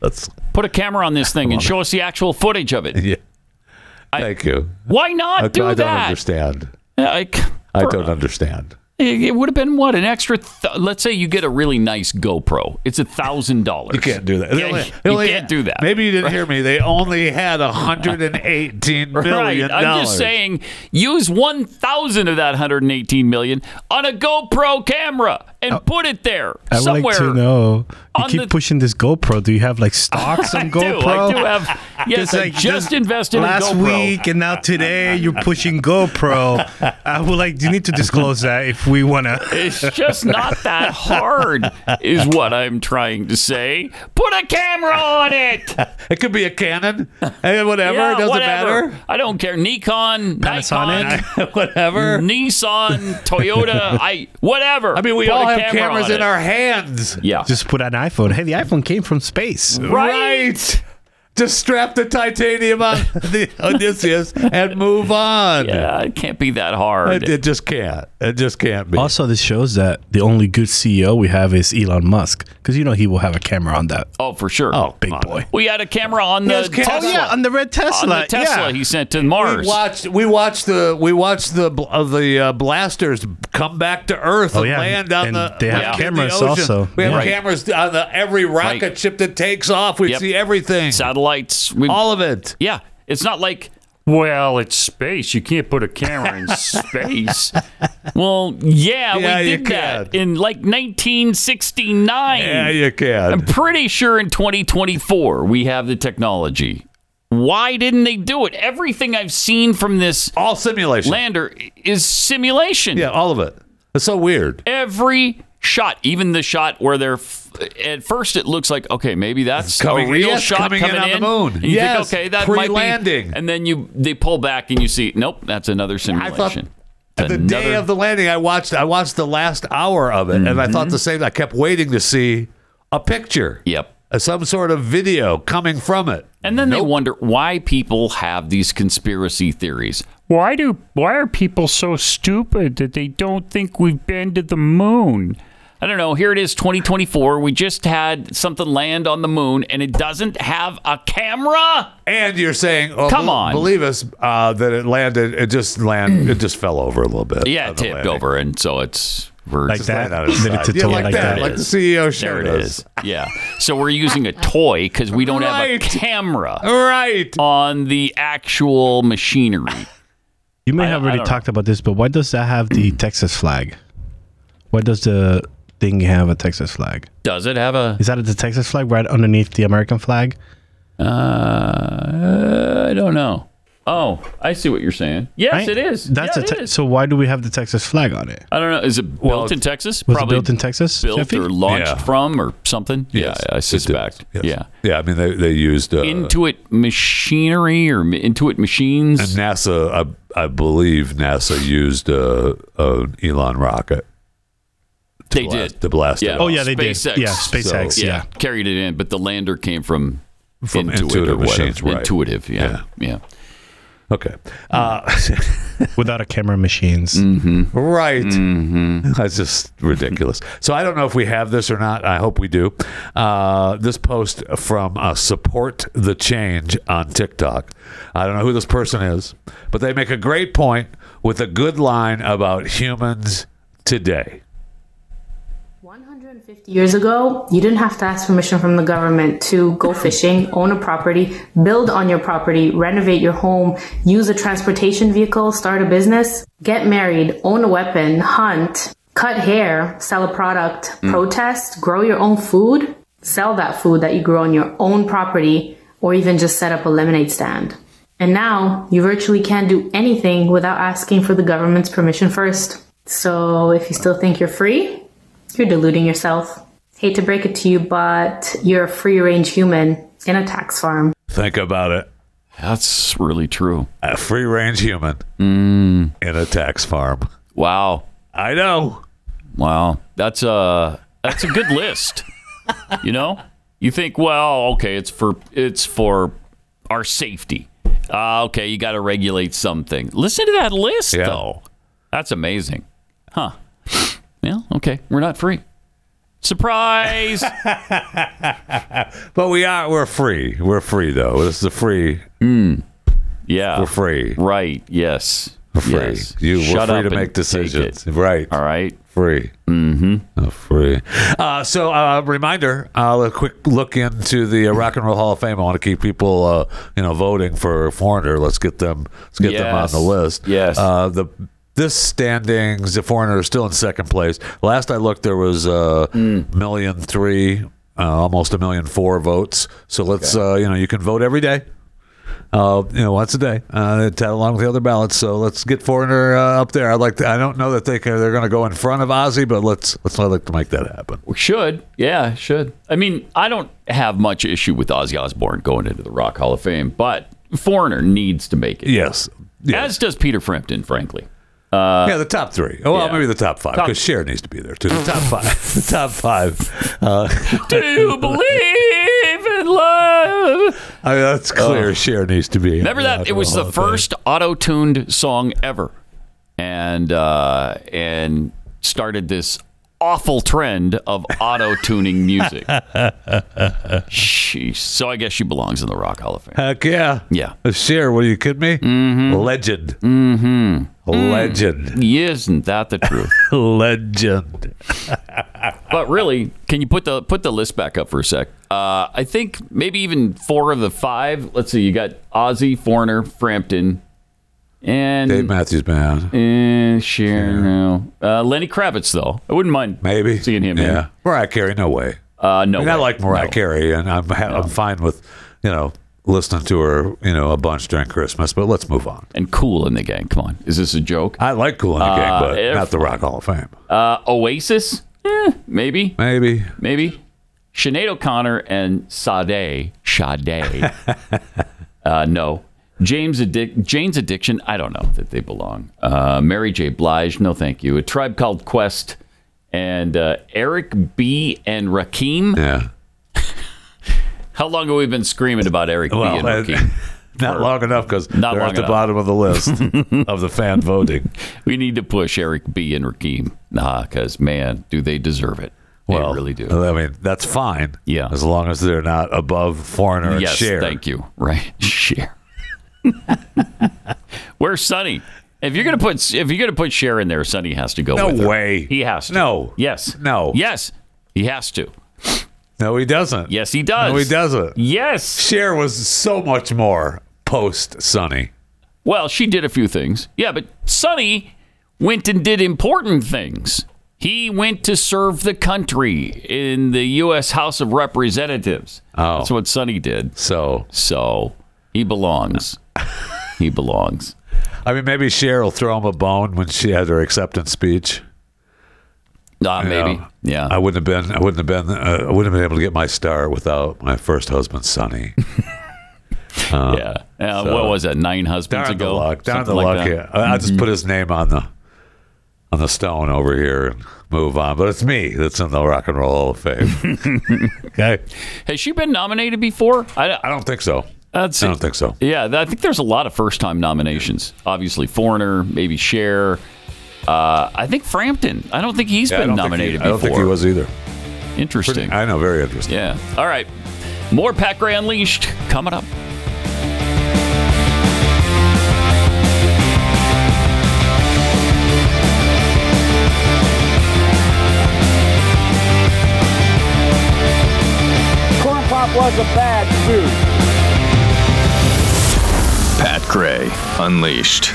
Speaker 3: Let's
Speaker 2: Put a camera on this thing and show us the actual footage of it.
Speaker 3: Yeah. Thank you.
Speaker 2: Why not
Speaker 3: I,
Speaker 2: do
Speaker 3: I don't
Speaker 2: that?
Speaker 3: understand.
Speaker 2: I,
Speaker 3: I don't understand.
Speaker 2: It it would have been what an extra. Th- let's say you get a really nice GoPro. It's a thousand dollars. You
Speaker 3: can't do that. They
Speaker 2: Yeah,
Speaker 3: only-
Speaker 2: you
Speaker 3: they only-
Speaker 2: can't do that.
Speaker 3: Maybe you didn't hear me. They only had a hundred and eighteen
Speaker 2: Right.
Speaker 3: million
Speaker 2: I'm
Speaker 3: dollars.
Speaker 2: just saying, use one thousand of that hundred and eighteen million on a GoPro camera
Speaker 3: Uh,
Speaker 2: and put it there
Speaker 13: I would
Speaker 2: somewhere.
Speaker 13: like to know. You
Speaker 2: on
Speaker 13: keep
Speaker 2: the-
Speaker 13: pushing this GoPro. Do you have like stocks on
Speaker 2: I do.
Speaker 13: GoPro?
Speaker 2: I do have. Yes,
Speaker 13: Just
Speaker 2: I
Speaker 13: like
Speaker 2: just
Speaker 13: just
Speaker 2: invested in
Speaker 13: Last
Speaker 2: GoPro.
Speaker 13: week and now today you're pushing GoPro. I would like you need to disclose that if we want to.
Speaker 2: It's just not that hard, is what I'm trying to say. Put a camera on it.
Speaker 3: It could be a Canon, eh, whatever.
Speaker 2: Yeah,
Speaker 3: it doesn't
Speaker 2: whatever.
Speaker 3: matter.
Speaker 2: I don't care. Nikon, Nikon, whatever. Nissan, Toyota, I whatever.
Speaker 3: I mean, we
Speaker 2: Put
Speaker 3: all
Speaker 2: a
Speaker 3: have
Speaker 2: camera
Speaker 3: cameras
Speaker 2: on
Speaker 3: in
Speaker 2: it.
Speaker 3: our hands.
Speaker 2: Yeah.
Speaker 13: Just put out an iPhone. Hey, the iPhone came from space.
Speaker 3: Right. Just strap the titanium on the Odysseus and move on.
Speaker 2: Yeah, it can't be that hard.
Speaker 3: It, it just can't. It just can't be.
Speaker 13: Also, this shows that the only good CEO we have is Elon Musk, because you know he will have a camera on that.
Speaker 2: Oh, for sure.
Speaker 13: Oh, big boy.
Speaker 2: We had a camera on the
Speaker 3: Yes, camera.
Speaker 2: Tesla.
Speaker 3: Oh, yeah,
Speaker 13: on the red Tesla,
Speaker 2: On the Tesla
Speaker 3: yeah.
Speaker 2: he sent to Mars.
Speaker 3: We watched. We watched the. We watched the bl- uh, the uh, blasters come back to Earth
Speaker 13: Oh,
Speaker 3: and
Speaker 13: yeah,
Speaker 3: land on
Speaker 13: and
Speaker 3: the.
Speaker 13: they have
Speaker 3: in the
Speaker 13: cameras
Speaker 3: ocean.
Speaker 13: also.
Speaker 3: We have
Speaker 13: Yeah.
Speaker 3: cameras on the, every rocket
Speaker 2: Right.
Speaker 3: ship that takes off. We
Speaker 2: Yep.
Speaker 3: see everything.
Speaker 2: Satellites. We,
Speaker 3: All of it.
Speaker 2: yeah. It's not like, well, it's space. You can't put a camera in space. Well, yeah,
Speaker 3: Yeah,
Speaker 2: we
Speaker 3: you
Speaker 2: did that in like 1969.
Speaker 3: Yeah, you can.
Speaker 2: I'm pretty sure in 2024 we have the technology. Why didn't they do it? Everything I've seen from this
Speaker 3: all simulation
Speaker 2: lander i- is simulation.
Speaker 3: Yeah, all of it. It's so weird.
Speaker 2: Every shot, even the shot where they're f- at first, it looks like okay, maybe that's
Speaker 3: Coming-
Speaker 2: a real
Speaker 3: yes,
Speaker 2: shot
Speaker 3: coming in on the moon.
Speaker 2: And you
Speaker 3: Yes,
Speaker 2: think okay, that might be-
Speaker 3: pre-landing.
Speaker 2: and then you they pull back and you see, nope, that's another simulation.
Speaker 3: thought-
Speaker 2: It's
Speaker 3: the day
Speaker 2: another-
Speaker 3: of the landing, I watched. I watched the last hour of it, and I thought the same. I kept waiting to see a picture,
Speaker 2: Mm-hmm. yep.
Speaker 3: uh, some sort of video coming from it.
Speaker 2: And then they wonder why people have these conspiracy theories.
Speaker 11: Why do why are people so stupid that they don't think we've been to the moon?
Speaker 2: I don't know. Here it is, 2024. We just had something land on the moon, and it doesn't have a camera.
Speaker 3: And you're saying, oh,
Speaker 2: Come
Speaker 3: bel-
Speaker 2: on.
Speaker 3: believe us uh, that it landed. It just land. It just fell over a little bit.
Speaker 2: Yeah,
Speaker 3: on
Speaker 2: it
Speaker 3: the
Speaker 2: tipped
Speaker 3: landing.
Speaker 2: over, and so it's we're
Speaker 13: Like
Speaker 3: Just
Speaker 13: that.
Speaker 3: land on its
Speaker 13: Then
Speaker 3: side.
Speaker 13: it's a
Speaker 3: yeah,
Speaker 13: toy
Speaker 3: like,
Speaker 13: like
Speaker 3: that,
Speaker 13: that.
Speaker 3: like the CEO show
Speaker 2: there it
Speaker 3: does.
Speaker 2: is. Yeah. So we're using a toy because we don't
Speaker 3: Right.
Speaker 2: have a camera
Speaker 3: Right.
Speaker 2: on the actual machinery.
Speaker 13: You may
Speaker 2: I-
Speaker 13: have
Speaker 2: I
Speaker 13: already
Speaker 2: don't
Speaker 13: talked about this, but why does that have the Texas flag? Why does the thing have a Texas flag?
Speaker 2: Does it have a?
Speaker 13: Is that the Texas flag right underneath the American flag?
Speaker 2: Uh, I don't know. Oh, I see what you're saying. Yes,
Speaker 13: Right?
Speaker 2: it is.
Speaker 13: That's
Speaker 2: yeah,
Speaker 13: a
Speaker 2: it
Speaker 13: te-
Speaker 2: is.
Speaker 13: so. Why do we have the Texas flag on it?
Speaker 2: I don't know. Is it built in Texas?
Speaker 13: Was
Speaker 2: Probably
Speaker 13: it built in Texas?
Speaker 2: built
Speaker 13: Jeffy?
Speaker 2: or launched
Speaker 3: Yeah.
Speaker 2: from or something.
Speaker 3: Yes,
Speaker 2: yeah,
Speaker 3: it
Speaker 2: I
Speaker 3: did.
Speaker 2: suspect.
Speaker 3: Yes.
Speaker 2: Yeah.
Speaker 3: Yeah. I mean, they they used uh,
Speaker 2: Intuit machinery or M- Intuit machines.
Speaker 3: And NASA, I, I believe NASA used uh, an Elon rocket. to
Speaker 2: They
Speaker 3: blast-
Speaker 2: did.
Speaker 3: to blast. it
Speaker 2: Yeah.
Speaker 3: off.
Speaker 13: Oh, yeah, they did.
Speaker 2: SpaceX.
Speaker 13: Yeah, SpaceX,
Speaker 2: So,
Speaker 13: yeah.
Speaker 2: Carried it in, but the lander came from,
Speaker 3: From
Speaker 2: Intuit or
Speaker 3: Intuitive
Speaker 2: whatever.
Speaker 3: machines, right.
Speaker 2: Intuitive. Yeah. Yeah.
Speaker 3: Okay. Uh,
Speaker 13: Without a camera, machines.
Speaker 3: right. Mm-hmm. That's just ridiculous. So I don't know if we have this or not. I hope we do. Uh, this post from uh, Support the Change on TikTok. I don't know who this person is, but they make a great point with a good line about humans today.
Speaker 14: 150 years ago, you didn't have to ask permission from the government to go fishing, own a property, build on your property, renovate your home, use a transportation vehicle, start a business, get married, own a weapon, hunt, cut hair, sell a product, protest, grow your own food, sell that food that you grow on your own property, or even just set up a lemonade stand. And now you virtually can't do anything without asking for the government's permission first. So if you still think you're free, you're deluding yourself. Hate to break it to you, but you're a free range human in a tax farm.
Speaker 3: Think about it.
Speaker 2: That's really true. Mm.
Speaker 3: A free range human in a tax farm.
Speaker 2: Wow.
Speaker 3: I know.
Speaker 2: Wow. That's a that's a good list. You know? You think, well, okay, it's for it's for our safety. Uh, okay, you got to regulate something. Listen to that list
Speaker 3: Yeah.
Speaker 2: though. That's amazing. Huh. Well, okay. We're not free. Surprise.
Speaker 3: But we are we're free. We're free though. This is a free.
Speaker 2: Hmm. yeah.
Speaker 3: We're free.
Speaker 2: Right. Yes.
Speaker 3: We're free.
Speaker 2: Yes.
Speaker 3: You
Speaker 2: Shut
Speaker 3: we're
Speaker 2: up
Speaker 3: free to
Speaker 2: and
Speaker 3: make
Speaker 2: take
Speaker 3: decisions.
Speaker 2: it.
Speaker 3: Right.
Speaker 2: All right.
Speaker 3: Free. Mm-hmm. free. Uh, so uh, reminder. Uh, a quick look into the uh, Rock and Roll Hall of Fame. I want to keep people, uh, you know, voting for Foreigner. Let's get them. Let's get them on
Speaker 2: Yes.
Speaker 3: the list.
Speaker 2: Yes.
Speaker 3: Uh, the this standings, the Foreigner is still in second place. Last I looked, there was a
Speaker 2: Mm.
Speaker 3: million uh, three, uh, almost a million four votes. So let's, uh, you know, you can vote every day. uh, you know, once a day, uh, to- along with the other ballots. So let's get Foreigner uh, up there. I like. To, I don't know that they can, they're going to go in front of Ozzy, but let's let's I'd like to make that happen.
Speaker 2: We should. Yeah, should. I mean, I don't have much issue with Ozzy Osbourne going into the Rock Hall of Fame, but Foreigner needs to make it.
Speaker 3: Yes.
Speaker 2: As does Peter Frampton, frankly. Uh,
Speaker 3: yeah, the top three. Oh, well,
Speaker 2: yeah.
Speaker 3: maybe the top five
Speaker 2: Top-
Speaker 3: because Cher needs to be there too. The top five. the top five. Uh,
Speaker 2: Do you believe in love?
Speaker 3: I mean, that's clear.
Speaker 2: Oh.
Speaker 3: Cher needs to be. in
Speaker 2: Remember that?
Speaker 3: Rock
Speaker 2: It was
Speaker 3: and Roll
Speaker 2: the
Speaker 3: Hall of Fame.
Speaker 2: first auto tuned song ever. And, uh, and started this awful trend of auto tuning music. Sheesh. So I guess she belongs in the Rock Hall of Fame.
Speaker 3: Heck yeah. Uh,
Speaker 2: Yeah. Mm-hmm.
Speaker 3: Cher, what are you kidding me? Legend.
Speaker 2: Mm hmm.
Speaker 3: Legend.
Speaker 2: Isn't that the truth?
Speaker 3: Legend.
Speaker 2: but really, can you put the put the list back up for a sec? Uh, I think maybe even four of the five. Let's see. You got Ozzy, Foreigner, Frampton, and
Speaker 3: Dave Matthews Band.
Speaker 2: and Sharon. no. Uh, Lenny Kravitz, though. I wouldn't mind maybe seeing him.
Speaker 3: Yeah. Mariah Carey, no way.
Speaker 2: Uh, no.
Speaker 3: I, mean, I
Speaker 2: way.
Speaker 3: like Mariah Carey, and I'm ha- I'm fine with you know listening to her you know a bunch during Christmas. But let's move on.
Speaker 2: And Cool in the Gang. Come on, is this a joke?
Speaker 3: I like Cool in the Gang,
Speaker 2: Uh,
Speaker 3: but
Speaker 2: if-
Speaker 3: not the Rock Hall of Fame.
Speaker 2: Uh, Oasis, eh, maybe,
Speaker 3: maybe,
Speaker 2: maybe. Sinead O'Connor and Sade, Sade. uh, no, James Addic- Jane's Addiction. I don't know that they belong. Uh, Mary J. Blige, no, thank you. A Tribe Called Quest and uh, Eric B. and Rakim.
Speaker 3: Yeah.
Speaker 2: How long have we been screaming about Eric
Speaker 3: Well,
Speaker 2: B.
Speaker 3: uh,
Speaker 2: and Rakim?
Speaker 3: Not long enough because they're
Speaker 2: Not long
Speaker 3: at the
Speaker 2: enough.
Speaker 3: bottom of the list of the fan voting.
Speaker 2: We need to push Eric B. and Rakim. Nah, because man, do they deserve it? They
Speaker 3: Well,
Speaker 2: really do.
Speaker 3: I mean, that's fine. Yeah, as long as they're not above foreigner
Speaker 2: Yes,
Speaker 3: and share.
Speaker 2: thank you. Right, share. Where's Sonny? If you're gonna put if you're gonna put Cher in there, Sonny has to go.
Speaker 3: No
Speaker 2: with her.
Speaker 3: way.
Speaker 2: He has to.
Speaker 3: No.
Speaker 2: Yes.
Speaker 3: No.
Speaker 2: Yes. He has to.
Speaker 3: No, he doesn't.
Speaker 2: Yes, he does.
Speaker 3: Uh, No, he doesn't.
Speaker 2: Yes.
Speaker 3: Cher was so much more post Sunny.
Speaker 2: Well, she did a few things. Yeah, but Sonny went and did important things. He went to serve the country in the U.S. House of Representatives. Oh. That's what Sonny did.
Speaker 3: So.
Speaker 2: So he belongs. he belongs.
Speaker 3: I mean, maybe Cher will throw him a bone when she had her acceptance speech.
Speaker 2: Ah, maybe. Yeah.
Speaker 3: I wouldn't have been. I wouldn't have been. Uh, I wouldn't have been able to get my star without my first husband, Sonny. Uh,
Speaker 2: yeah. Uh,
Speaker 3: so-
Speaker 2: what was that? Nine husbands
Speaker 3: Darn
Speaker 2: ago.
Speaker 3: the luck. Darn the
Speaker 2: Something like
Speaker 3: luck.
Speaker 2: that. Mm-hmm.
Speaker 3: yeah. I- I'll just put his name on the on the stone over here and move on. But it's me that's in the Rock and Roll Hall of Fame. okay.
Speaker 2: Has she been nominated before? I,
Speaker 3: I don't think so.
Speaker 2: That's
Speaker 3: I don't think so.
Speaker 2: Yeah, th- I think there's a lot of first-time nominations. Obviously, Foreigner, maybe Cher. Uh, I think Frampton. I don't think he's
Speaker 3: Yeah, I
Speaker 2: been
Speaker 3: don't think
Speaker 2: nominated
Speaker 3: he- I don't
Speaker 2: before.
Speaker 3: think he was either.
Speaker 2: Interesting.
Speaker 3: Pretty- I know. Very interesting.
Speaker 2: Yeah. All right. More Pat Gray Unleashed coming up.
Speaker 15: Corn pop was a bad food.
Speaker 12: Pat Gray Unleashed.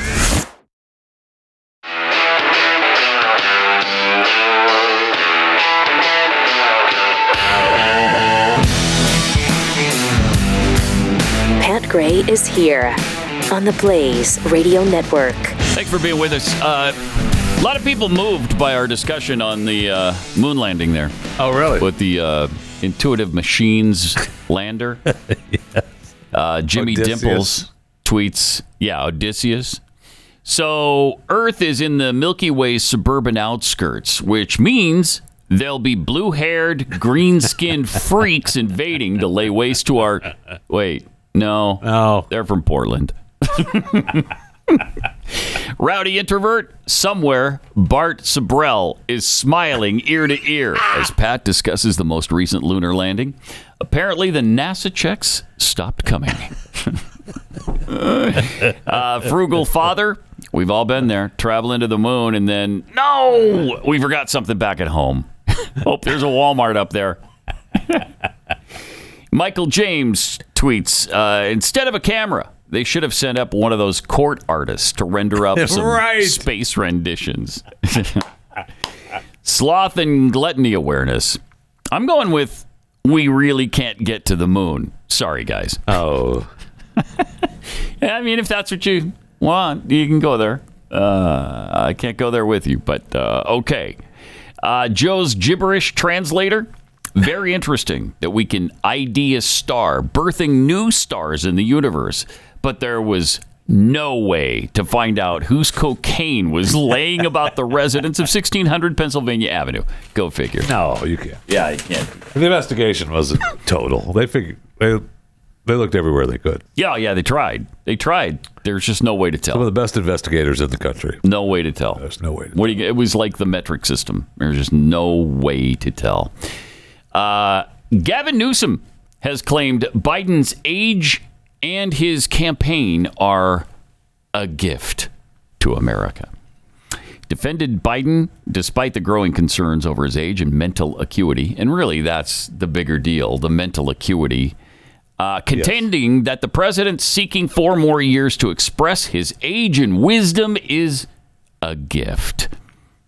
Speaker 1: Pat Gray is here on the Blaze Radio Network.
Speaker 2: Thanks for being with us. Uh, a lot of people moved by our discussion on the uh, moon landing there.
Speaker 3: Oh, really?
Speaker 2: With the uh, Intuitive Machines lander. uh, Jimmy
Speaker 3: Odysseus.
Speaker 2: Dimples tweets, yeah, Odysseus. So Earth is in the Milky Way's suburban outskirts, which means there'll be blue haired, green skinned freaks invading to lay waste to our. Wait, no.
Speaker 3: No.
Speaker 2: They're from Portland. Rowdy introvert, somewhere, Bart Sabrell is smiling ear to ear as Pat discusses the most recent lunar landing. Apparently, the NASA checks stopped coming. uh, frugal father, we've all been there, traveling to the moon, and then, no, we forgot something back at home. Hope there's a Walmart up there. Michael James tweets uh, instead of a camera, they should have sent up one of those court artists to render up some
Speaker 3: Right.
Speaker 2: space renditions. Sloth and gluttony awareness. I'm going with we really can't get to the moon. Sorry, guys.
Speaker 3: Oh.
Speaker 2: I mean, if that's what you want, you can go there. Uh, I can't go there with you, but uh, okay. Uh, Joe's gibberish translator. Very interesting that we can ID a star, birthing new stars in the universe. But there was no way to find out whose cocaine was laying about the residents of 1600 Pennsylvania Avenue. Go figure.
Speaker 3: No, you can't.
Speaker 2: Yeah, you can't.
Speaker 3: The investigation wasn't total. They figured they they looked everywhere they could.
Speaker 2: Yeah, yeah, they tried. They tried. There's just no way to tell.
Speaker 3: Some of the best investigators in the country.
Speaker 2: No way to tell.
Speaker 3: There's no way. To
Speaker 2: What do you, it was like the metric system. There's just no way to tell. Uh, Gavin Newsom has claimed Biden's age and his campaign are a gift to America. Defended Biden despite the growing concerns over his age and mental acuity. And really, that's the bigger deal the mental acuity. Uh, contending that the president seeking four more years to express his age and wisdom is a gift.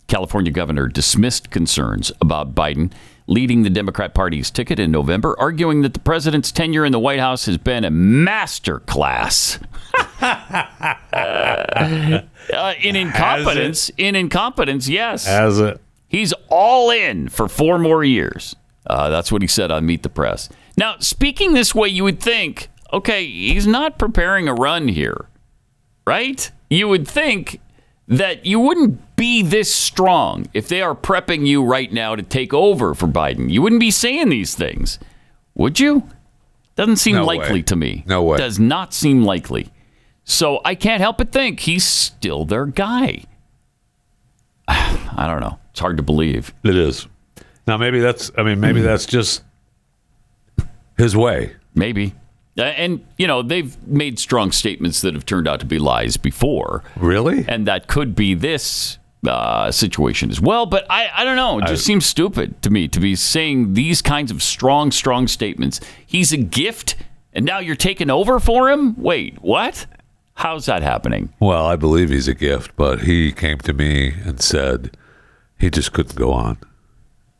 Speaker 2: California governor dismissed concerns about Biden leading the Democrat Party's ticket in November, arguing that the president's tenure in the White House has been a master class uh, in incompetence. In incompetence, yes.
Speaker 3: Has it?
Speaker 2: He's all in for four more years. Uh, that's what he said on Meet the Press. Now, speaking this way, you would think, okay, he's not preparing a run here, right? You would think that you wouldn't be this strong if they are prepping you right now to take over for Biden. You wouldn't be saying these things, would you? Doesn't seem
Speaker 3: No way.
Speaker 2: likely to me.
Speaker 3: No way.
Speaker 2: Does not seem likely. So I can't help but think he's still their guy. I don't know. It's hard to believe. Hmm.
Speaker 3: It is. Now maybe that's. I mean, maybe that's just his way.
Speaker 2: Maybe. Uh, And, you know, they've made strong statements that have turned out to be lies before.
Speaker 3: Really?
Speaker 2: And that could be this uh, situation as well. But I, I don't know. It just seems stupid to me to be saying these kinds of strong, strong statements. He's a gift, and now you're taking over for him? Wait, what? How's that happening?
Speaker 3: Well, I believe he's a gift, but he came to me and said he just couldn't go on.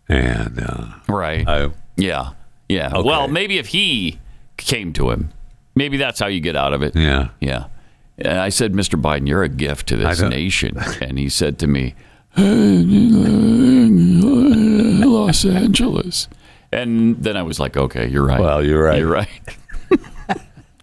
Speaker 3: And uh,
Speaker 2: right,
Speaker 3: I,
Speaker 2: yeah, yeah. Well, maybe if he came to him, maybe that's how you get out of it.
Speaker 3: Yeah.
Speaker 2: Yeah. And I said, Mr. Biden, you're a gift to this
Speaker 3: don't-
Speaker 2: nation. And he said to me,
Speaker 11: Los
Speaker 2: Angeles. and then I was like, okay, you're right. Well,
Speaker 3: you're right.
Speaker 2: You're right.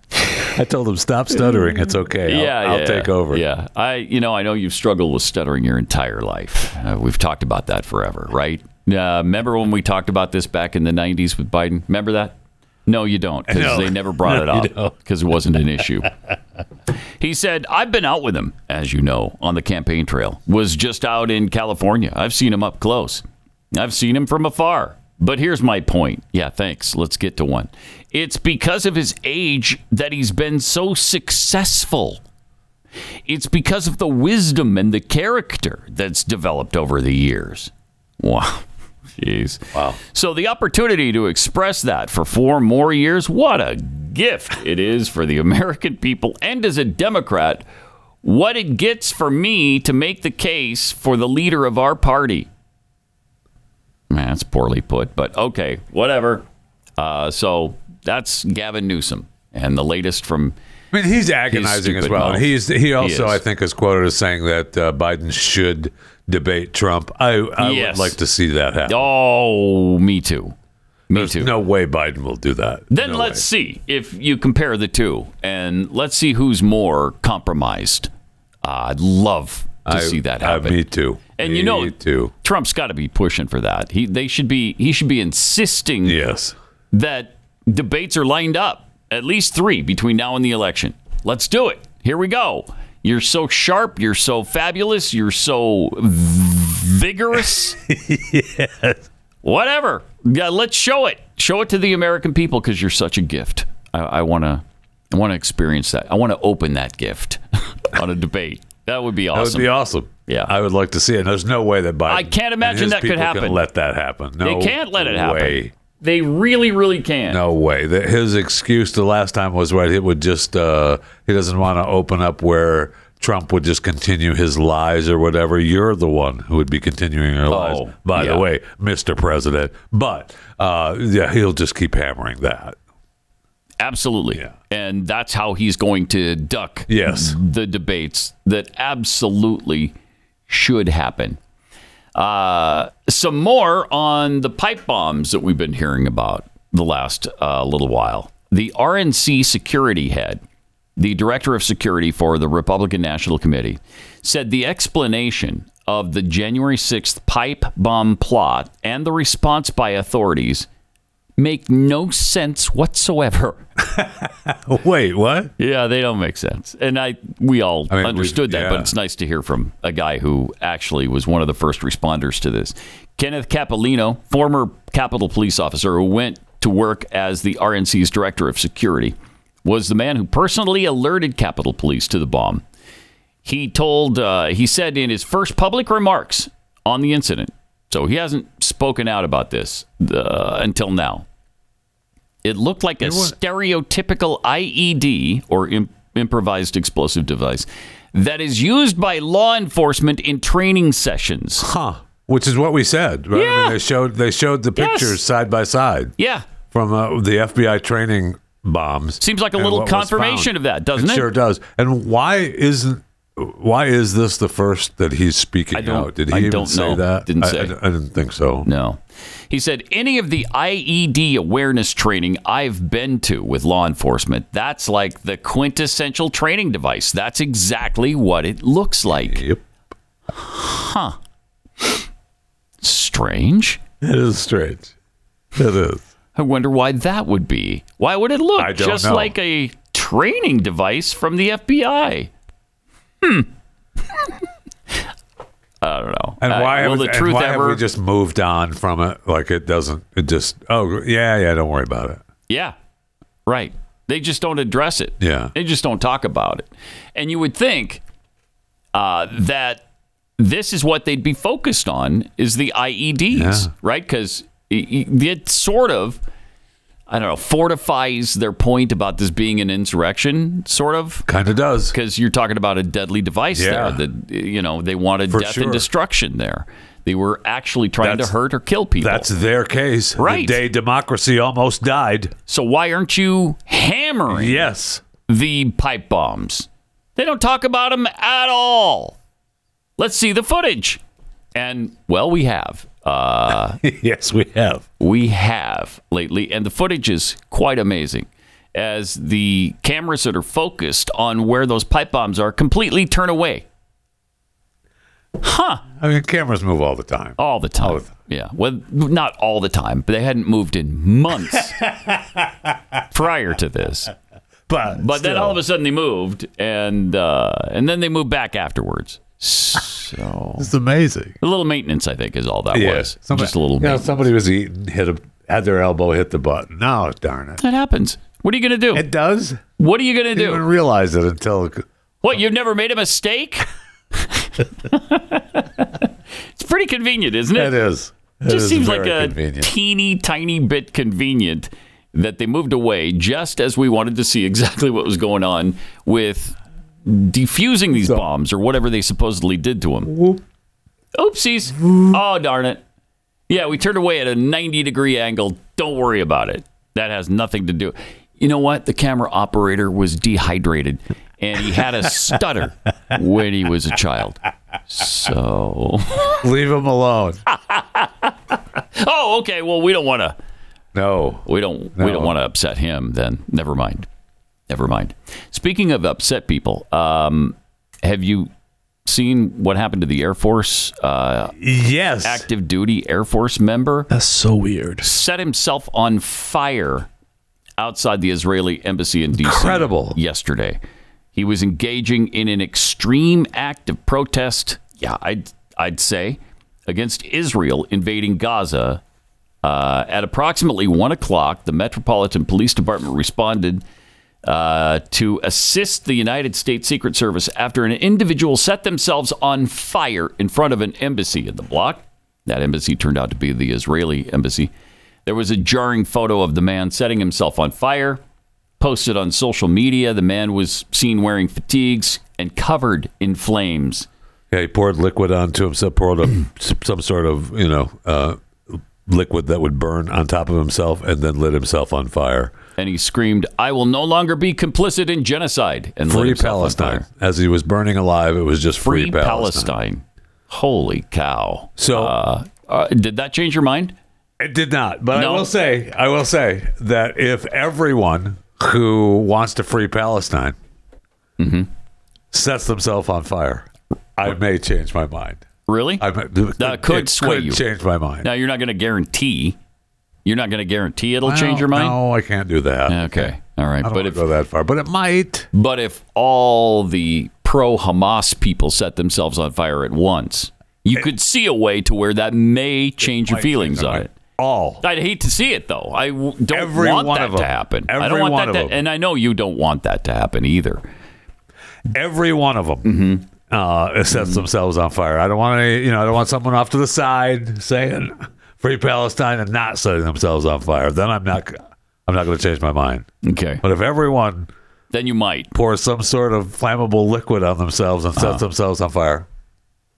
Speaker 3: I told him stop stuttering. It's okay. I'll,
Speaker 2: yeah,
Speaker 3: I'll
Speaker 2: yeah,
Speaker 3: take over.
Speaker 2: Yeah, I, you know, I know you've struggled with stuttering your entire life. Uh, we've talked about that forever, right? Uh, remember when we talked about this back in the '90s with Biden? Remember that? No, you don't,
Speaker 3: No.
Speaker 2: because they never brought
Speaker 3: No, you
Speaker 2: it up because it wasn't an issue. he said, "I've been out with him, as you know, on the campaign trail. Was just out in California. I've seen him up close. I've seen him from afar." But here's my point. Yeah, thanks. Let's get to one. It's because of his age that he's been so successful. It's because of the wisdom and the character that's developed over the years. Wow. Jeez. Wow. So the opportunity to express that for four more years, what a gift it is for the American people and as a Democrat, what it gets for me to make the case for the leader of our party. Man, that's poorly put, but okay, whatever. Uh, so that's Gavin Newsom and the latest from
Speaker 3: I mean, he's agonizing as
Speaker 2: stupid
Speaker 3: well.
Speaker 2: mouth.
Speaker 3: He's
Speaker 2: He
Speaker 3: he also
Speaker 2: is.
Speaker 3: I think is quoted as saying that uh, Biden should debate Trump. I I
Speaker 2: Yes.
Speaker 3: would like to see that happen.
Speaker 2: Oh, me too. Me
Speaker 3: There's too. No way Biden will do that.
Speaker 2: Then
Speaker 3: No
Speaker 2: let's see if you compare the two, and let's see who's more compromised. Uh, I'd love to
Speaker 3: I-
Speaker 2: see that
Speaker 3: I-
Speaker 2: happen.
Speaker 3: me too.
Speaker 2: And you know,
Speaker 3: Me too.
Speaker 2: Trump's got to be pushing for that. He they should be he should be insisting
Speaker 3: yes
Speaker 2: that debates are lined up at least three between now and the election. Let's do it. Here we go. You're so sharp. You're so fabulous. You're so vigorous. yes. Whatever. Yeah, let's show it. Show it to the American people because you're such a gift. I want to. I want to experience that. I want to open that gift on a debate. That would be
Speaker 3: That
Speaker 2: awesome.
Speaker 3: would be awesome. Yeah, I would like to see it. There's no way that Biden.
Speaker 2: I can't
Speaker 3: and
Speaker 2: imagine
Speaker 3: his
Speaker 2: that could
Speaker 3: people can
Speaker 2: happen.
Speaker 3: let that happen. No
Speaker 2: they can't let it happen.
Speaker 3: way.
Speaker 2: They really, really can't.
Speaker 3: No way. That his excuse the last time was right. It would just uh, he doesn't want to open up where Trump would just continue his lies or whatever. You're the one who would be continuing your lies. By
Speaker 2: Oh, yeah.
Speaker 3: the way, Mr. President. But uh, yeah, he'll just keep hammering that.
Speaker 2: Absolutely. and that's how he's going to duck yes. the debates that absolutely should happen. Uh, some more on the pipe bombs that we've been hearing about the last uh, little while. The RNC security head, the director of security for the Republican National Committee, said the explanation of the January 6th pipe bomb plot and the response by authorities make no sense whatsoever.
Speaker 3: Wait, what?
Speaker 2: Yeah, they don't make sense. And I we all
Speaker 3: mean, we-
Speaker 2: understood that, but
Speaker 3: yeah.
Speaker 2: it's nice to hear from a guy who actually was one of the first responders to this. Kenneth Capolino, former Capitol police officer who went to work as the RNC's director of security, was the man who personally alerted Capitol Police to the bomb. He told uh, he said in his first public remarks on the incident. So he hasn't spoken out about this uh, until now. It looked like a stereotypical IED or im- improvised explosive device that is used by law enforcement in training sessions.
Speaker 3: Huh. Which is what we said, right? I mean, they showed they showed the
Speaker 2: Yes.
Speaker 3: pictures side by side.
Speaker 2: Yeah.
Speaker 3: From uh, the FBI training bombs.
Speaker 2: Seems like a
Speaker 3: and
Speaker 2: little
Speaker 3: what was found.
Speaker 2: confirmation of that, doesn't it?
Speaker 3: Sure does. And why isn't why is this the first that he's speaking out? Did he
Speaker 2: I
Speaker 3: even
Speaker 2: don't
Speaker 3: say
Speaker 2: know.
Speaker 3: that?
Speaker 2: Didn't
Speaker 3: I-
Speaker 2: say.
Speaker 3: I, I didn't think so.
Speaker 2: No. He said, any of the IED awareness training I've been to with law enforcement, that's like the quintessential training device. That's exactly what it looks like.
Speaker 3: Yep.
Speaker 2: Huh. Strange.
Speaker 3: It is strange. It is.
Speaker 2: I wonder why that would be. Why would it look
Speaker 3: I don't
Speaker 2: just
Speaker 3: know.
Speaker 2: like a training device from the FBI? Hmm. I don't know.
Speaker 3: And
Speaker 2: Uh,
Speaker 3: why,
Speaker 2: will
Speaker 3: have,
Speaker 2: the truth
Speaker 3: and why have
Speaker 2: ever
Speaker 3: we just moved on from it? Like it doesn't. It just. Oh yeah, yeah. Don't worry about it.
Speaker 2: Yeah. Right. They just don't address it.
Speaker 3: Yeah.
Speaker 2: They just don't talk about it. And you would think uh, that this is what they'd be focused on is the IEDs,
Speaker 3: Yeah.
Speaker 2: right? Because it sort of, I don't know, fortifies their point about this being an insurrection, sort of.
Speaker 3: Kind of does.
Speaker 2: Because you're talking about a deadly device
Speaker 3: Yeah.
Speaker 2: there that, you know, they wanted
Speaker 3: For
Speaker 2: death
Speaker 3: sure.
Speaker 2: and destruction there. They were actually trying
Speaker 3: That's-
Speaker 2: to hurt or kill people.
Speaker 3: That's their case.
Speaker 2: Right.
Speaker 3: The day democracy almost died.
Speaker 2: So why aren't you hammering?
Speaker 3: Yes.
Speaker 2: The pipe bombs. They don't talk about them at all. Let's see the footage. And well, we have. Uh,
Speaker 3: yes, we have.
Speaker 2: We have lately, and the footage is quite amazing. As the cameras that are focused on where those pipe bombs are completely turn away. Huh.
Speaker 3: I mean, cameras move all the time.
Speaker 2: All the time. Yeah. Well, not all the time, but they hadn't moved in months prior to this.
Speaker 3: But
Speaker 2: but then
Speaker 3: still.
Speaker 2: all of a sudden they moved, and uh, and then they moved back afterwards. So
Speaker 3: it's amazing.
Speaker 2: A little maintenance, I think, is all that
Speaker 3: Yeah.
Speaker 2: was.
Speaker 3: Somebody-
Speaker 2: Just a little.
Speaker 3: You know,
Speaker 2: maintenance.
Speaker 3: somebody was eating, hit a, had their elbow hit the button. No, darn it.
Speaker 2: That happens. What are you going to do? It
Speaker 3: does.
Speaker 2: What are you going to
Speaker 3: Didn't even
Speaker 2: do?
Speaker 3: realize it until.
Speaker 2: What? You've never made a mistake? it's pretty convenient, isn't
Speaker 3: It
Speaker 2: it?
Speaker 3: is. It
Speaker 2: just
Speaker 3: is
Speaker 2: seems like
Speaker 3: very
Speaker 2: a
Speaker 3: convenient.
Speaker 2: teeny tiny bit convenient that they moved away just as we wanted to see exactly what was going on with defusing these bombs or whatever they supposedly did to them. Oopsies. Oh, darn it. Yeah, we turned away at a 90 degree angle. Don't worry about it. That has nothing to do. You know what? The camera operator was dehydrated and he had a stutter when he was a child. So
Speaker 3: leave him alone.
Speaker 2: oh, okay. Well, we don't want to.
Speaker 3: No,
Speaker 2: we don't. We don't want to upset him. Then never mind. Never mind. Speaking of upset people, um, have you seen what happened to the Air Force? Uh,
Speaker 3: yes,
Speaker 2: active duty Air Force member.
Speaker 13: That's so weird.
Speaker 2: Set himself on fire outside the Israeli embassy in D.C. Incredible. Yesterday, he was engaging in an extreme act of protest. Yeah, I'd I'd say against Israel invading Gaza. Uh, at approximately one o'clock, the Metropolitan Police Department responded uh, to assist the United States Secret Service after an individual set themselves on fire in front of an embassy in the block. That embassy turned out to be the Israeli embassy. There was a jarring photo of the man setting himself on fire posted on social media. The man was seen wearing fatigues and covered in flames.
Speaker 3: um, Yeah, he poured liquid onto himself, poured a, some sort of you know uh, liquid that would burn on top of himself and then lit himself on fire.
Speaker 2: And he screamed, I will no longer be complicit in genocide. And lit
Speaker 3: free
Speaker 2: himself on
Speaker 3: Palestine.
Speaker 2: fire.
Speaker 3: As he was burning alive, it was just free,
Speaker 2: Free
Speaker 3: Palestine.
Speaker 2: Holy cow.
Speaker 3: So,
Speaker 2: uh, did that change your mind?
Speaker 3: It did not. But
Speaker 2: No.
Speaker 3: I will say, I will say that if everyone who wants to free Palestine
Speaker 2: Mm-hmm.
Speaker 3: sets themselves on fire, I may change my mind.
Speaker 2: Really?
Speaker 3: I,
Speaker 2: That could sway you.
Speaker 3: Change my mind.
Speaker 2: Now, you're not going to guarantee. You're not going to guarantee it'll change your mind?
Speaker 3: No, I can't do that.
Speaker 2: Okay. All right.
Speaker 3: I don't
Speaker 2: but
Speaker 3: wanna
Speaker 2: if
Speaker 3: go that far, but it might.
Speaker 2: But if all the pro Hamas people set themselves on fire at once, you could see a way to where that may change your
Speaker 3: might change
Speaker 2: feelings
Speaker 3: their
Speaker 2: on
Speaker 3: mind.
Speaker 2: it.
Speaker 3: All.
Speaker 2: I'd hate to see it though. I w- don't
Speaker 3: Every
Speaker 2: want
Speaker 3: one
Speaker 2: that
Speaker 3: of 'em.
Speaker 2: to happen. I
Speaker 3: Every
Speaker 2: don't want
Speaker 3: one
Speaker 2: that
Speaker 3: of
Speaker 2: to,
Speaker 3: 'em.
Speaker 2: and I know you don't want that to happen either. Mm-hmm.
Speaker 3: Every one of them uh, sets themselves on fire. I don't want any, you know, I don't want someone off to the side saying "Free Palestine" and not setting themselves on fire. Then I'm not, I'm not going to change my mind.
Speaker 2: Okay.
Speaker 3: But if everyone,
Speaker 2: then you might
Speaker 3: pour some sort of flammable liquid on themselves and set
Speaker 2: Uh-huh.
Speaker 3: themselves on fire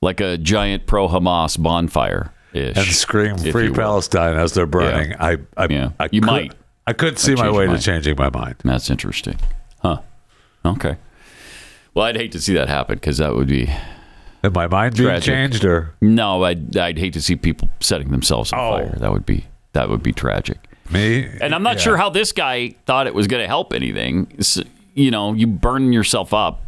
Speaker 2: Like a giant pro Hamas bonfire ish.
Speaker 3: and scream
Speaker 2: if
Speaker 3: "Free
Speaker 2: you will.
Speaker 3: Palestine" as they're burning. I, I, I
Speaker 2: You
Speaker 3: could-
Speaker 2: might.
Speaker 3: I could see my
Speaker 2: change
Speaker 3: way
Speaker 2: your
Speaker 3: to
Speaker 2: mind.
Speaker 3: changing my mind.
Speaker 2: That's interesting. Huh. Okay. Well, I'd hate to see that happen because that would be.
Speaker 3: And my mind being changed, or Oh.
Speaker 2: no? I'd I'd hate to see people setting themselves on fire. That would be that would be tragic.
Speaker 3: Me,
Speaker 2: and I'm not sure how this guy thought it was going to help anything. S you know, you burn yourself up.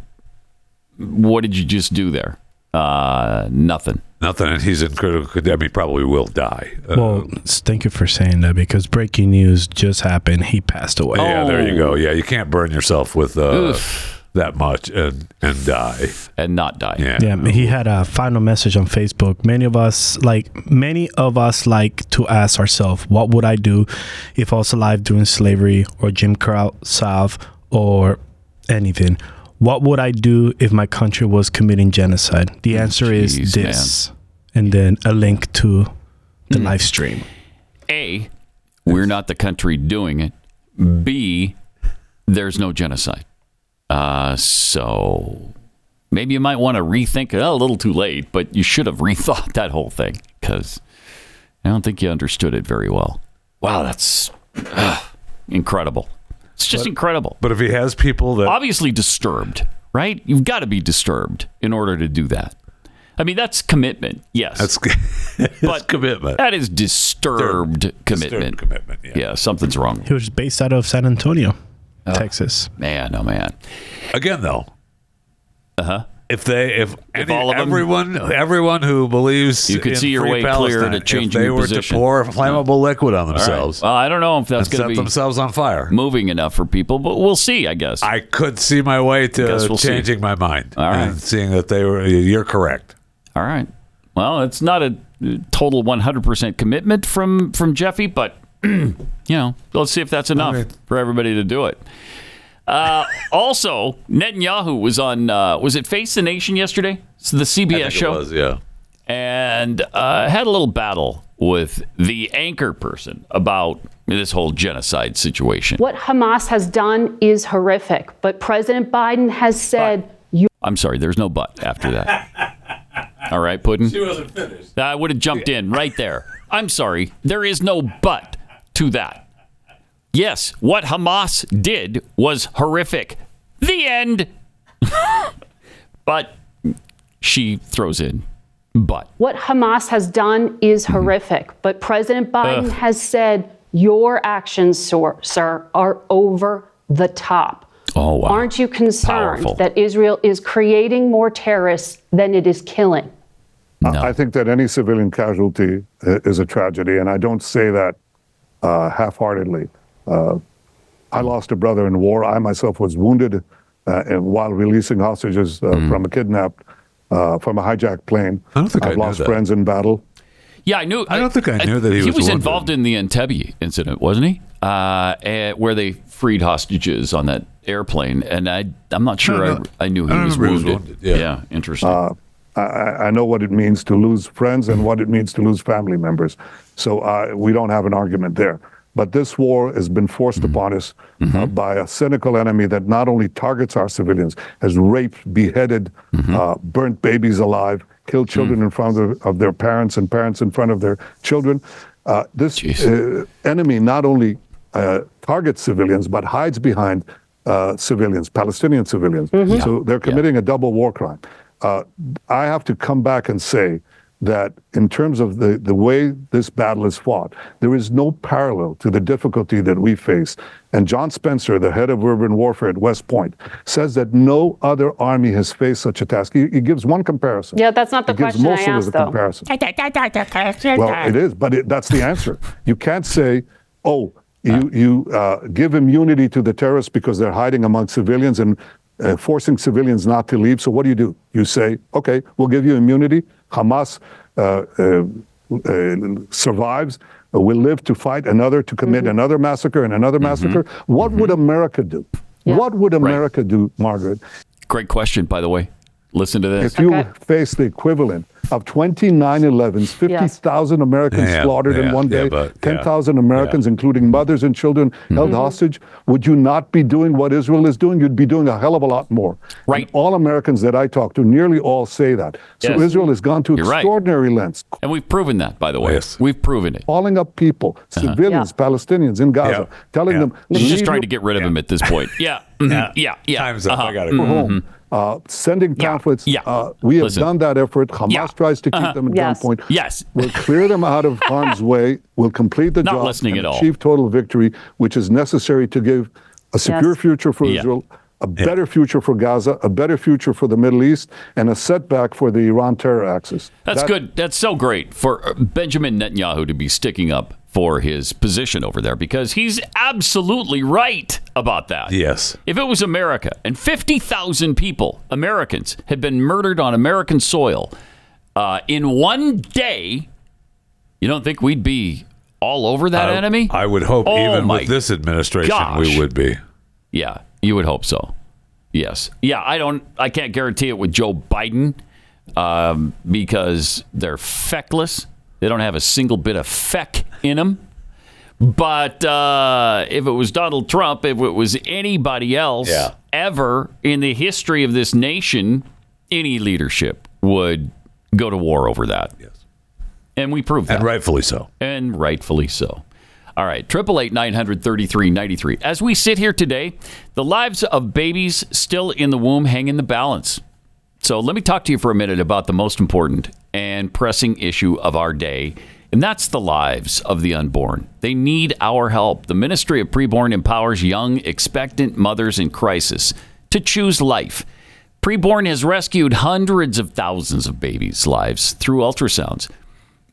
Speaker 2: What did you just do there? Uh, nothing.
Speaker 3: Nothing. And he's in critical condition. I mean, probably will die. Uh,
Speaker 13: Well, s- thank you for saying that because breaking news just happened. He passed
Speaker 2: Oh,
Speaker 13: away.
Speaker 3: Yeah, there you go. Yeah, you can't burn yourself with uh,
Speaker 13: Oof.
Speaker 3: that much and and die
Speaker 2: and not die.
Speaker 3: Yeah,
Speaker 13: Yeah, he had a final message on Facebook. Many of us, like many of us, like to ask ourselves, "What would I do if I was alive during slavery or Jim Crow South or anything? What would I do if my country was committing genocide?" The answer is
Speaker 2: Mm, Jeez, man. Mm.
Speaker 13: this, and then a link to the live stream.
Speaker 2: A, we're not the country doing it. B, there's no genocide. Uh, so maybe you might want to rethink it. Oh, a little too late, but you should have rethought that whole thing because I don't think you understood it very well. Wow, that's ugh, incredible. It's just incredible.
Speaker 3: But if he has people that
Speaker 2: obviously disturbed, right? You've got to be disturbed in order to do that. I mean, that's commitment. Yes, that's, but
Speaker 3: commitment.
Speaker 2: That is disturbed, commitment.
Speaker 3: commitment. Yeah.
Speaker 2: something's wrong.
Speaker 13: He was based out of San Antonio, Texas.
Speaker 2: Oh, Man, oh man.
Speaker 3: Again, though.
Speaker 2: Uh huh.
Speaker 3: If they, if, any-
Speaker 2: all of 'em-
Speaker 3: everyone, everyone who believes
Speaker 2: You could
Speaker 3: in
Speaker 2: see your
Speaker 3: free
Speaker 2: way
Speaker 3: Palestine,
Speaker 2: clear to
Speaker 3: if
Speaker 2: changing
Speaker 3: they
Speaker 2: your
Speaker 3: were
Speaker 2: position.
Speaker 3: to pour flammable liquid on
Speaker 2: All right.
Speaker 3: themselves,
Speaker 2: Well, I don't know if that's
Speaker 3: And
Speaker 2: going to
Speaker 3: set
Speaker 2: be
Speaker 3: themselves on fire,
Speaker 2: moving enough for people, but we'll see. I guess.
Speaker 3: I could see my way
Speaker 2: Guess
Speaker 3: to
Speaker 2: we'll see.
Speaker 3: changing my mind.
Speaker 2: All right.
Speaker 3: and seeing that they were, you're correct.
Speaker 2: All right. Well, it's not a uh, total 100% commitment from from Jeffy, but you know, let's see if that's enough for everybody to do it. Uh, also, Netanyahu was on uh, was it Face the Nation yesterday? It's the CBS
Speaker 3: think it
Speaker 2: show.
Speaker 3: was, yeah.
Speaker 2: And uh, had a little battle with the anchor person about this whole genocide situation.
Speaker 16: What Hamas has done is horrific, but President Biden has said you
Speaker 2: I'm sorry, there's no but after that. All right, Puddin. She wasn't finished. I would have jumped in right there. I'm sorry, there is no but to that. Yes, what Hamas did was horrific. The end. but she throws in, but.
Speaker 16: what Hamas has done is horrific, but President Biden
Speaker 2: Ugh.
Speaker 16: has said your actions, sir, sir, are over the top.
Speaker 2: Oh, wow.
Speaker 16: Aren't you concerned
Speaker 17: Powerful.
Speaker 16: that Israel is creating more terrorists than it is killing?
Speaker 17: I I think that any civilian casualty uh, is a tragedy, and I don't say that uh, half heartedly. Uh, I lost a brother in war. I myself was wounded uh, and while releasing hostages uh, from a kidnapped, uh, from a hijacked plane. I don't
Speaker 3: think
Speaker 17: I've
Speaker 3: I knew
Speaker 17: lost
Speaker 3: that.
Speaker 17: friends in battle.
Speaker 2: Yeah, I knew. I don't
Speaker 3: think I knew that he
Speaker 2: He
Speaker 3: was
Speaker 2: was
Speaker 3: wounded.
Speaker 2: involved in the Entebbe incident, wasn't he? Uh, eh, where they freed hostages on that airplane, and I, I'm not sure
Speaker 17: No, no.
Speaker 2: I, I knew he
Speaker 17: I
Speaker 2: was
Speaker 17: remember he
Speaker 2: wounded.
Speaker 17: was
Speaker 2: Yeah. interesting.
Speaker 17: Uh, I- I, I know what it means to lose friends and what it means to lose family members. So uh, we don't have an argument there. But this war has been forced upon us uh, by a cynical enemy that not only targets our civilians, has raped, beheaded, uh, burnt babies alive, killed children in front of, of their parents and parents in front of their children. Uh, this uh, enemy not only uh, targets civilians but hides behind uh, civilians, Palestinian civilians. So they're committing a double war crime. Uh, I have to come back and say that in terms of the, the way this battle is fought, there is no parallel to the difficulty that we face. And John Spencer, the head of urban warfare at West Point, says that no other army has faced such a task. He, he gives one comparison.
Speaker 16: Yeah, that's not the
Speaker 17: He gives
Speaker 16: question I
Speaker 17: Mosul as
Speaker 16: asked,
Speaker 17: a
Speaker 16: though.
Speaker 17: comparison. Well, it is, but it, that's the answer. You can't say, oh, you, you uh, give immunity to the terrorists because they're hiding among civilians and uh, forcing civilians not to leave. So what do you do? You say, okay, we'll give you immunity. Hamas uh, uh, uh, survives. uh, Will live to fight another, to commit another massacre and another massacre. What would America do? What would America do, Margaret,
Speaker 2: Great question, by the way. Listen to this.
Speaker 17: if you face the equivalent of 29 11s, 50,000 Americans
Speaker 2: Yeah,
Speaker 17: slaughtered in
Speaker 2: yeah,
Speaker 17: one
Speaker 2: yeah,
Speaker 17: day,
Speaker 2: but- yeah.
Speaker 17: 10,000 Americans, including mothers and children, held
Speaker 2: Mhm.
Speaker 17: hostage, would you not be doing what Israel is doing? You'd be doing a hell of a lot more.
Speaker 2: Right.
Speaker 17: all Americans that I talk to, nearly all say that. So
Speaker 2: Yes.
Speaker 17: Israel has gone to
Speaker 2: You're right.
Speaker 17: extraordinary lengths,
Speaker 2: And we've proven that, by the way. We've proven it. Uh-huh.
Speaker 17: calling up people, civilians, Palestinians in Gaza, telling them,
Speaker 2: She's
Speaker 17: "Leave
Speaker 2: just trying
Speaker 17: your-
Speaker 2: to get rid of him at this point. Yeah. mhm, Yeah. Yeah. Uh-huh. Time's up. I got
Speaker 17: go
Speaker 2: Mm-hmm.
Speaker 17: home. Uh, sending pamphlets. Uh, we have done that effort. Hamas tries to keep
Speaker 2: Uh-huh.
Speaker 17: them at
Speaker 2: Yes.
Speaker 17: gunpoint.
Speaker 2: Yes.
Speaker 17: We'll clear them out of harm's way. We'll complete the
Speaker 2: Not
Speaker 17: job
Speaker 2: listening at
Speaker 17: and
Speaker 2: all.
Speaker 17: achieve total victory, which is necessary to give a secure
Speaker 2: Yes.
Speaker 17: future for
Speaker 2: Yeah.
Speaker 17: Israel, a better future for Gaza, a better future for the Middle East, and a setback for the Iran terror axis.
Speaker 2: That's
Speaker 17: That-
Speaker 2: good. That's so great for uh, Benjamin Netanyahu to be sticking up for his position over there because he's absolutely right about that.
Speaker 3: Yes.
Speaker 2: If it was America and 50,000 people, Americans, had been murdered on American soil uh, in one day, you don't think we'd be all over that
Speaker 3: I-
Speaker 2: enemy?
Speaker 3: I would hope
Speaker 2: Oh,
Speaker 3: even
Speaker 2: my
Speaker 3: with this administration we
Speaker 2: gosh.
Speaker 3: would be.
Speaker 2: Yeah, you would hope so. Yes. Yeah, I don't. I can't guarantee it with Joe Biden um, because they're feckless. They don't have a single bit of feck in them. But uh, if it was Donald Trump, if it was anybody else
Speaker 3: Yeah.
Speaker 2: ever in the history of this nation, any leadership would go to war over that. Yes. And we proved that. And
Speaker 3: rightfully so.
Speaker 2: And rightfully so. All right, 888 As we sit here today, the lives of babies still in the womb hang in the balance. So let me talk to you for a minute about the most important and pressing issue of our day, and that's the lives of the unborn. They need our help. The Ministry of Preborn empowers young, expectant mothers in crisis to choose life. Preborn has rescued hundreds of thousands of babies' lives through ultrasounds.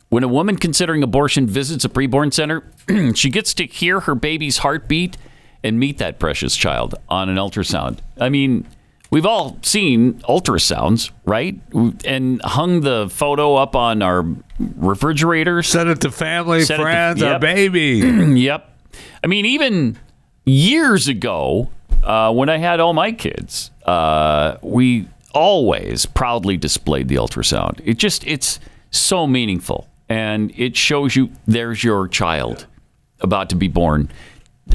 Speaker 2: When a woman considering abortion visits a preborn center, she gets to hear her baby's heartbeat and meet that precious child on an ultrasound. I mean, we've all seen ultrasounds, right? And hung the photo up on our refrigerator. Send
Speaker 3: it to family, friends, our baby.
Speaker 2: yep. I mean, even years ago, uh, when I had all my kids, uh, we always proudly displayed the ultrasound. It just, it's so meaningful. And it shows you there's your child about to be born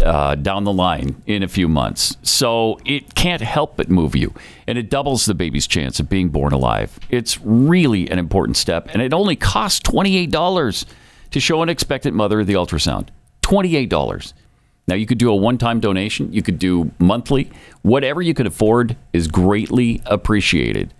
Speaker 2: uh, down the line in a few months. So it can't help but move you. And it doubles the baby's chance of being born alive. It's really an important step. And it only costs $28 to show an expectant mother the ultrasound. $28. Now, you could do a one time donation, you could do monthly. Whatever you can afford is greatly appreciated.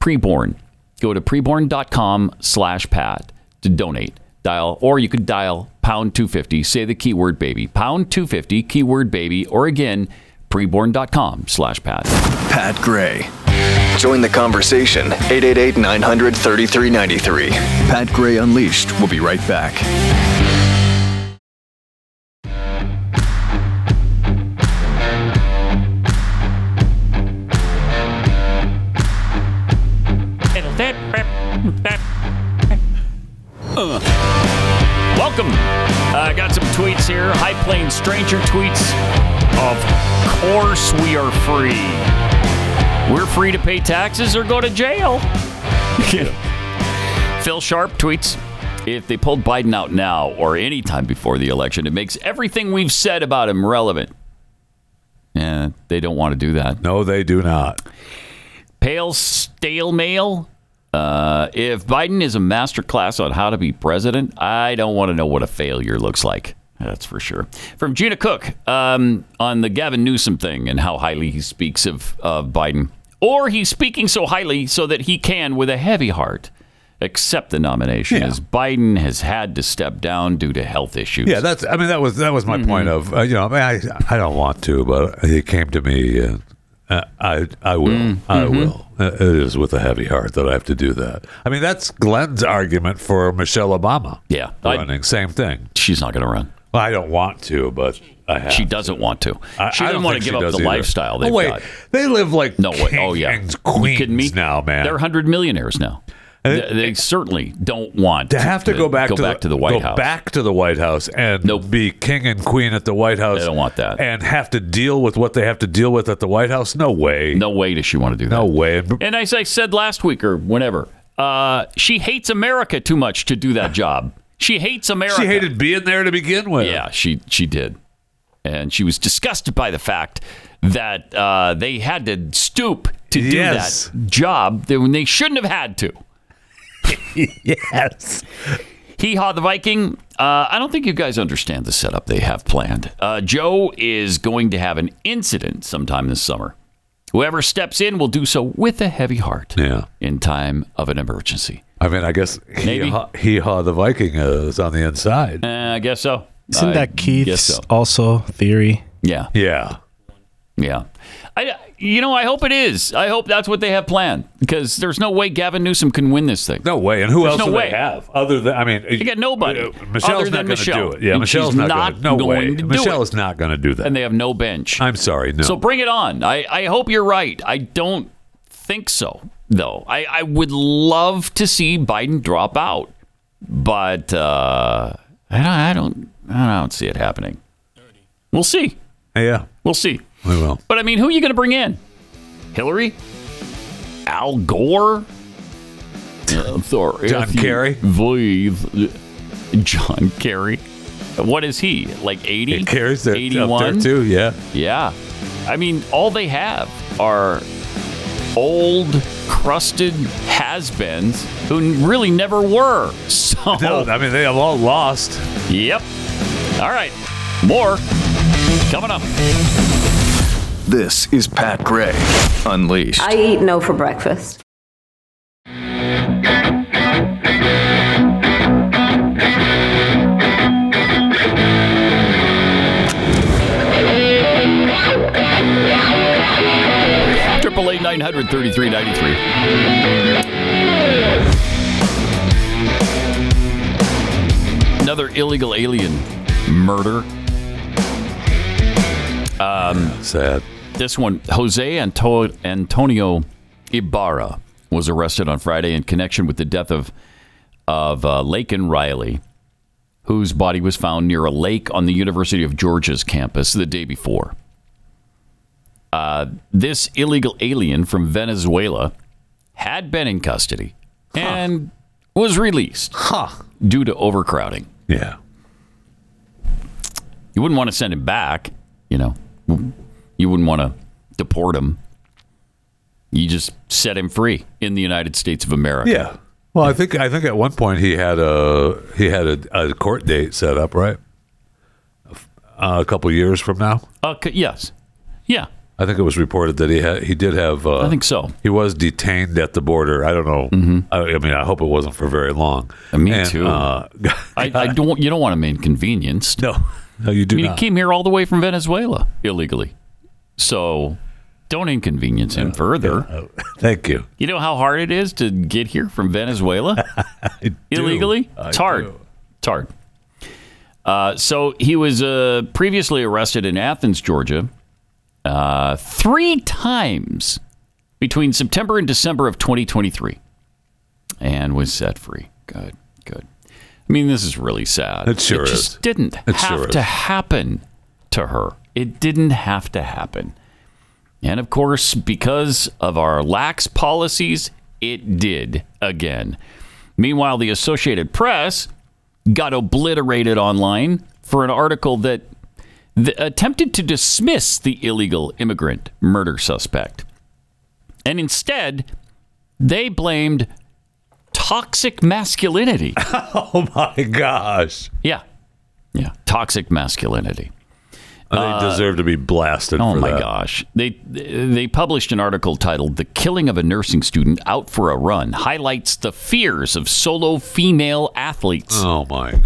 Speaker 2: Preborn. Go to preborn.com slash Pat to donate. Dial, or you could dial pound 250, say the keyword baby, pound 250, keyword baby, or again, preborn.com slash Pat.
Speaker 12: Pat Gray. Join the conversation. 888 900 3393. Pat Gray Unleashed. We'll be right back.
Speaker 2: Uh. Welcome. I got some tweets here. High Plains Stranger tweets. Of course, we are free. We're free to pay taxes or go to jail. Phil Sharp tweets If they pulled Biden out now or any time before the election, it makes everything we've said about him relevant. Yeah, they don't want to do that.
Speaker 3: No, they do not.
Speaker 2: Pale Stale Mail Uh, if Biden is a master class on how to be president, I don't want to know what a failure looks like. That's for sure. From Gina Cook um, on the Gavin Newsom thing and how highly he speaks of, of Biden. Or he's speaking so highly so that he can, with a heavy heart, accept the nomination, as Biden has had to step down due to health issues.
Speaker 3: Yeah, that's. I mean, that was that was my point
Speaker 2: Mm-hmm.
Speaker 3: of. Uh, you know, I, mean, I I don't want to, but he came to me, and uh, I I will
Speaker 2: Mm,
Speaker 3: I
Speaker 2: mm-hmm.
Speaker 18: mhm.
Speaker 3: will. Uh, It is with a heavy heart that I have to do that. I mean, that's Glenn's argument for Michelle Obama.
Speaker 2: Yeah,
Speaker 3: running same thing.
Speaker 2: She's not going to run.
Speaker 3: Well, I don't want to, but I have.
Speaker 2: She doesn't want to.
Speaker 3: I,
Speaker 2: She
Speaker 3: I
Speaker 2: doesn't
Speaker 3: don't
Speaker 2: want
Speaker 3: think
Speaker 2: to
Speaker 3: she
Speaker 2: give up
Speaker 3: does
Speaker 2: the
Speaker 3: either.
Speaker 2: lifestyle they've
Speaker 3: oh, wait,
Speaker 2: got.
Speaker 3: they live like
Speaker 2: No way. Oh yeah,
Speaker 3: queens
Speaker 2: you kidding me?
Speaker 3: now, man.
Speaker 2: They're hundred millionaires now. They, they certainly don't want
Speaker 3: to have to, go back
Speaker 2: go
Speaker 3: to
Speaker 2: back to the White
Speaker 3: go
Speaker 2: House.
Speaker 3: back to the White House and be king and queen at the White House. They don't
Speaker 2: want that,
Speaker 3: and have to deal with what they have to deal with at the White House. No way,
Speaker 2: no way does she want to do
Speaker 3: that. No way.
Speaker 2: And as I said last week or whenever, uh, she hates America too much to do that job. She hates America.
Speaker 3: She hated being there to begin with.
Speaker 2: Yeah, she she did, and she was disgusted by the fact that uh, they had to stoop to do
Speaker 3: Yes.
Speaker 2: that job that- when they shouldn't have had to.
Speaker 3: yes.
Speaker 2: Hee haw the Viking. Uh, I don't think you guys understand the setup they have planned. Uh, Joe is going to have an incident sometime this summer. Whoever steps in will do so with a heavy heart.
Speaker 3: Yeah.
Speaker 2: In time of an emergency.
Speaker 3: I mean, I guess
Speaker 2: Maybe.
Speaker 3: he haw, he haw the Viking is on the inside.
Speaker 2: Uh, I guess so.
Speaker 13: Isn't
Speaker 2: I
Speaker 13: that
Speaker 2: guess
Speaker 13: Keith's
Speaker 2: so.
Speaker 13: also theory?
Speaker 2: Yeah.
Speaker 3: Yeah.
Speaker 2: Yeah. I, you know, I hope it is. I hope that's what they have planned because there's no way Gavin Newsom can win this thing.
Speaker 3: No way. And who
Speaker 2: There's
Speaker 3: else
Speaker 2: no
Speaker 3: do
Speaker 2: way.
Speaker 3: they have other than I mean, uh,
Speaker 2: You got nobody.
Speaker 3: Michelle's not
Speaker 2: other than
Speaker 3: going to
Speaker 2: Michelle.
Speaker 3: do it. Yeah,
Speaker 2: And
Speaker 3: Michelle's
Speaker 2: she's
Speaker 3: not, gonna, no
Speaker 2: going
Speaker 3: way.
Speaker 2: to do
Speaker 3: Michelle
Speaker 2: it.
Speaker 3: is not going to do that.
Speaker 2: And they have no bench.
Speaker 3: I'm sorry, no.
Speaker 2: So bring it on. I, I hope you're right. I don't think so, though. I, I would love to see Biden drop out, but uh, I, don't, I don't I don't see it happening. We'll see.
Speaker 3: Yeah,
Speaker 2: we'll see.
Speaker 3: We will.
Speaker 2: But I mean, who are you going to bring in? Hillary, Al Gore, Uh, Thor,
Speaker 3: John
Speaker 2: if you
Speaker 3: Kerry?
Speaker 2: believe- John Kerry. What is he like? Eighty? Kerry's
Speaker 3: there- up there too, Yeah.
Speaker 2: Yeah. I mean, all they have are old, crusted has-beens who n- really never were. So
Speaker 3: No, I mean, they have all lost.
Speaker 2: Yep. All right. More coming up.
Speaker 12: This is Pat Gray Unleashed.
Speaker 19: I eat no for breakfast.
Speaker 2: Triple eight nine hundred thirty three ninety three. Another illegal alien murder. Um,
Speaker 3: Sad.
Speaker 2: This one, Jose Anto- Antonio Ibarra was arrested on Friday in connection with the death of of uh, Lakin Riley, whose body was found near a lake on the University of Georgia's campus the day before. Uh, this illegal alien from Venezuela had been in custody and was released due to overcrowding.
Speaker 3: Yeah.
Speaker 2: You wouldn't want to send him back, you know. You wouldn't want to deport him. You just set him free in the United States of America.
Speaker 3: Yeah. Well, I think I think at one point he had a he had a, a court date set up, right? Uh, a couple years from now.
Speaker 2: Uh, c- yes. Yeah.
Speaker 3: I think it was reported that he had he did have. Uh, I think
Speaker 2: so. Mm-hmm.
Speaker 3: He was detained at the border. I don't know. I, I mean, I hope it wasn't for very long.
Speaker 2: Me
Speaker 3: And,
Speaker 2: too.
Speaker 3: Uh,
Speaker 2: I, I don't. You don't want him inconvenienced.
Speaker 3: No, no, you do
Speaker 2: I mean,
Speaker 3: not.
Speaker 2: He came here all the way from Venezuela illegally, so don't inconvenience him further.
Speaker 3: thank you.
Speaker 2: You know how hard it is to get here from Venezuela illegally. It's hard. It's hard. Uh, so he was uh, previously arrested in Athens, Georgia, uh, three times between September and December of 2023, and was set free. Good, good. I mean, this is really sad.
Speaker 3: It sure
Speaker 2: just
Speaker 3: is.
Speaker 2: didn't
Speaker 3: It
Speaker 2: have
Speaker 3: sure
Speaker 2: to
Speaker 3: is.
Speaker 2: happen to her. It didn't have to happen. And of course, because of our lax policies, it did again. Meanwhile, the Associated Press got obliterated online for an article that, that attempted to dismiss the illegal immigrant murder suspect. And instead, they blamed toxic masculinity.
Speaker 3: oh my gosh.
Speaker 2: Yeah. Yeah. Toxic masculinity. Uh,
Speaker 3: They deserve to be blasted.
Speaker 2: Oh
Speaker 3: for
Speaker 2: my
Speaker 3: that.
Speaker 2: gosh! They they published an article titled "The Killing of a Nursing Student Out for a Run" highlights the fears of solo female athletes.
Speaker 3: Oh my!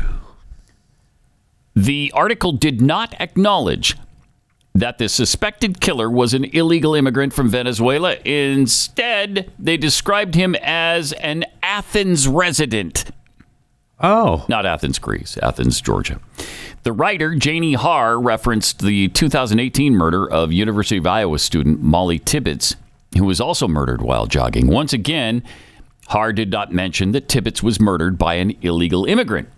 Speaker 2: The article did not acknowledge that the suspected killer was an illegal immigrant from Venezuela. Instead, they described him as an Athens resident.
Speaker 3: Oh.
Speaker 2: Not Athens, Greece, Athens, Georgia. The writer, Janie Haar, referenced the 2018 murder of University of Iowa student Molly Tibbetts, who was also murdered while jogging. Once again, Haar did not mention that Tibbetts was murdered by an illegal immigrant.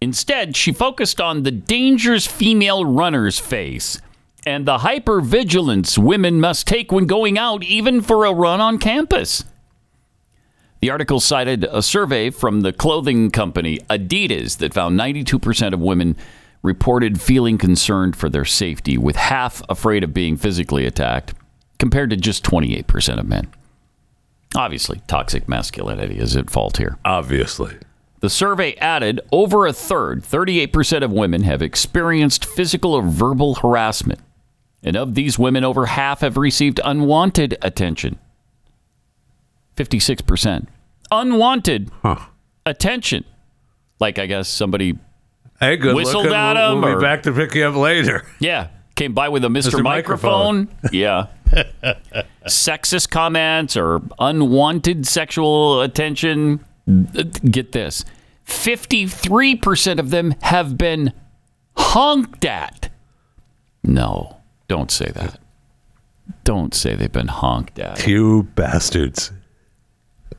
Speaker 2: Instead, she focused on the dangers female runners face and the hypervigilance women must take when going out, even for a run on campus. The article cited a survey from the clothing company Adidas that found 92% of women reported feeling concerned for their safety, with half afraid of being physically attacked, compared to just 28% of men. Obviously, toxic masculinity is at fault here.
Speaker 3: Obviously.
Speaker 2: The survey added over a third, 38% of women have experienced physical or verbal harassment. And of these women, over half have received unwanted attention. 56%. Unwanted attention. Like, I guess somebody
Speaker 3: Hey, good
Speaker 2: whistled
Speaker 3: looking.
Speaker 2: at
Speaker 3: We'll-
Speaker 2: him.
Speaker 3: We'll
Speaker 2: or,
Speaker 3: be back to pick you up later.
Speaker 2: Yeah. Came by with a Mr.
Speaker 3: Mr.
Speaker 2: microphone.
Speaker 3: Microphone.
Speaker 2: Yeah. Sexist comments or unwanted sexual attention. Get this 53% of them have been honked at. No, don't say that. Don't say they've been honked at.
Speaker 3: You bastards.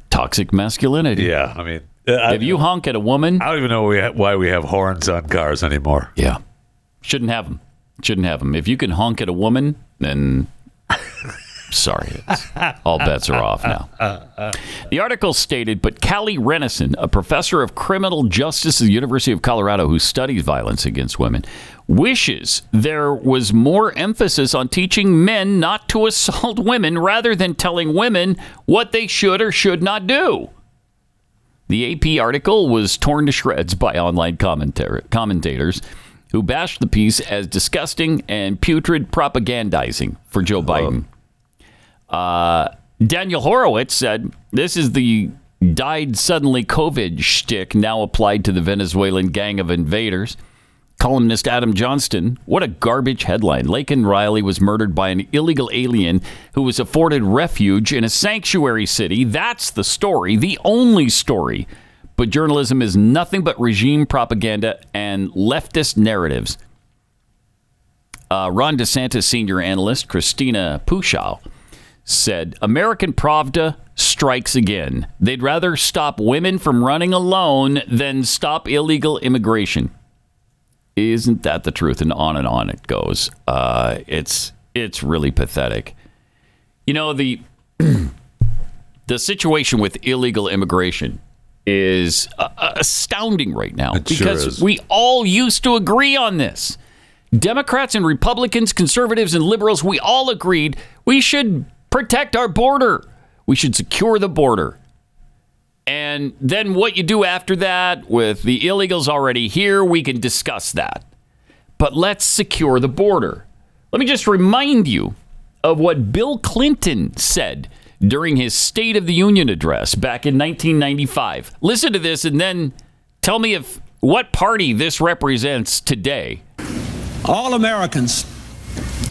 Speaker 2: Toxic masculinity.
Speaker 3: Yeah, I mean,
Speaker 2: If you honk at a woman,
Speaker 3: I don't even know we ha- why we have horns on cars anymore.
Speaker 2: Yeah, shouldn't have them. Shouldn't have them. If you can honk at a woman, then sorry, it's, all bets are off now. The article stated, but Callie Renison, a professor of criminal justice at the University of Colorado who studies violence against women, wishes there was more emphasis on teaching men not to assault women rather than telling women what they should or should not do. The AP article was torn to shreds by online commentar- commentators who bashed the piece as disgusting and putrid propagandizing for Joe Biden. Uh, Daniel Horowitz said, This is the died suddenly COVID shtick now applied to the Venezuelan gang of invaders. Columnist Adam Johnston, what a garbage headline. Lakin Riley was murdered by an illegal alien who was afforded refuge in a sanctuary city. That's the story, the only story. But journalism is nothing but regime propaganda and leftist narratives. Uh, Ron DeSantis senior analyst Christina Pushow said, American Pravda strikes again. They'd rather stop women from running alone than stop illegal immigration. Isn't that the truth? And on and on it goes. Uh, it's it's really pathetic. You know the the situation with illegal immigration is uh, astounding right now
Speaker 3: sure
Speaker 2: because
Speaker 3: is.
Speaker 2: we all used to agree on this. Democrats and Republicans, conservatives and liberals, we all agreed we should protect our border. We should secure the border. And then what you do after that with the illegals already here, we can discuss that. But let's secure the border. Let me just remind you of what Bill Clinton said during his State of the Union address back in 1995. Listen to this and then tell me if what party this represents today.
Speaker 18: All Americans,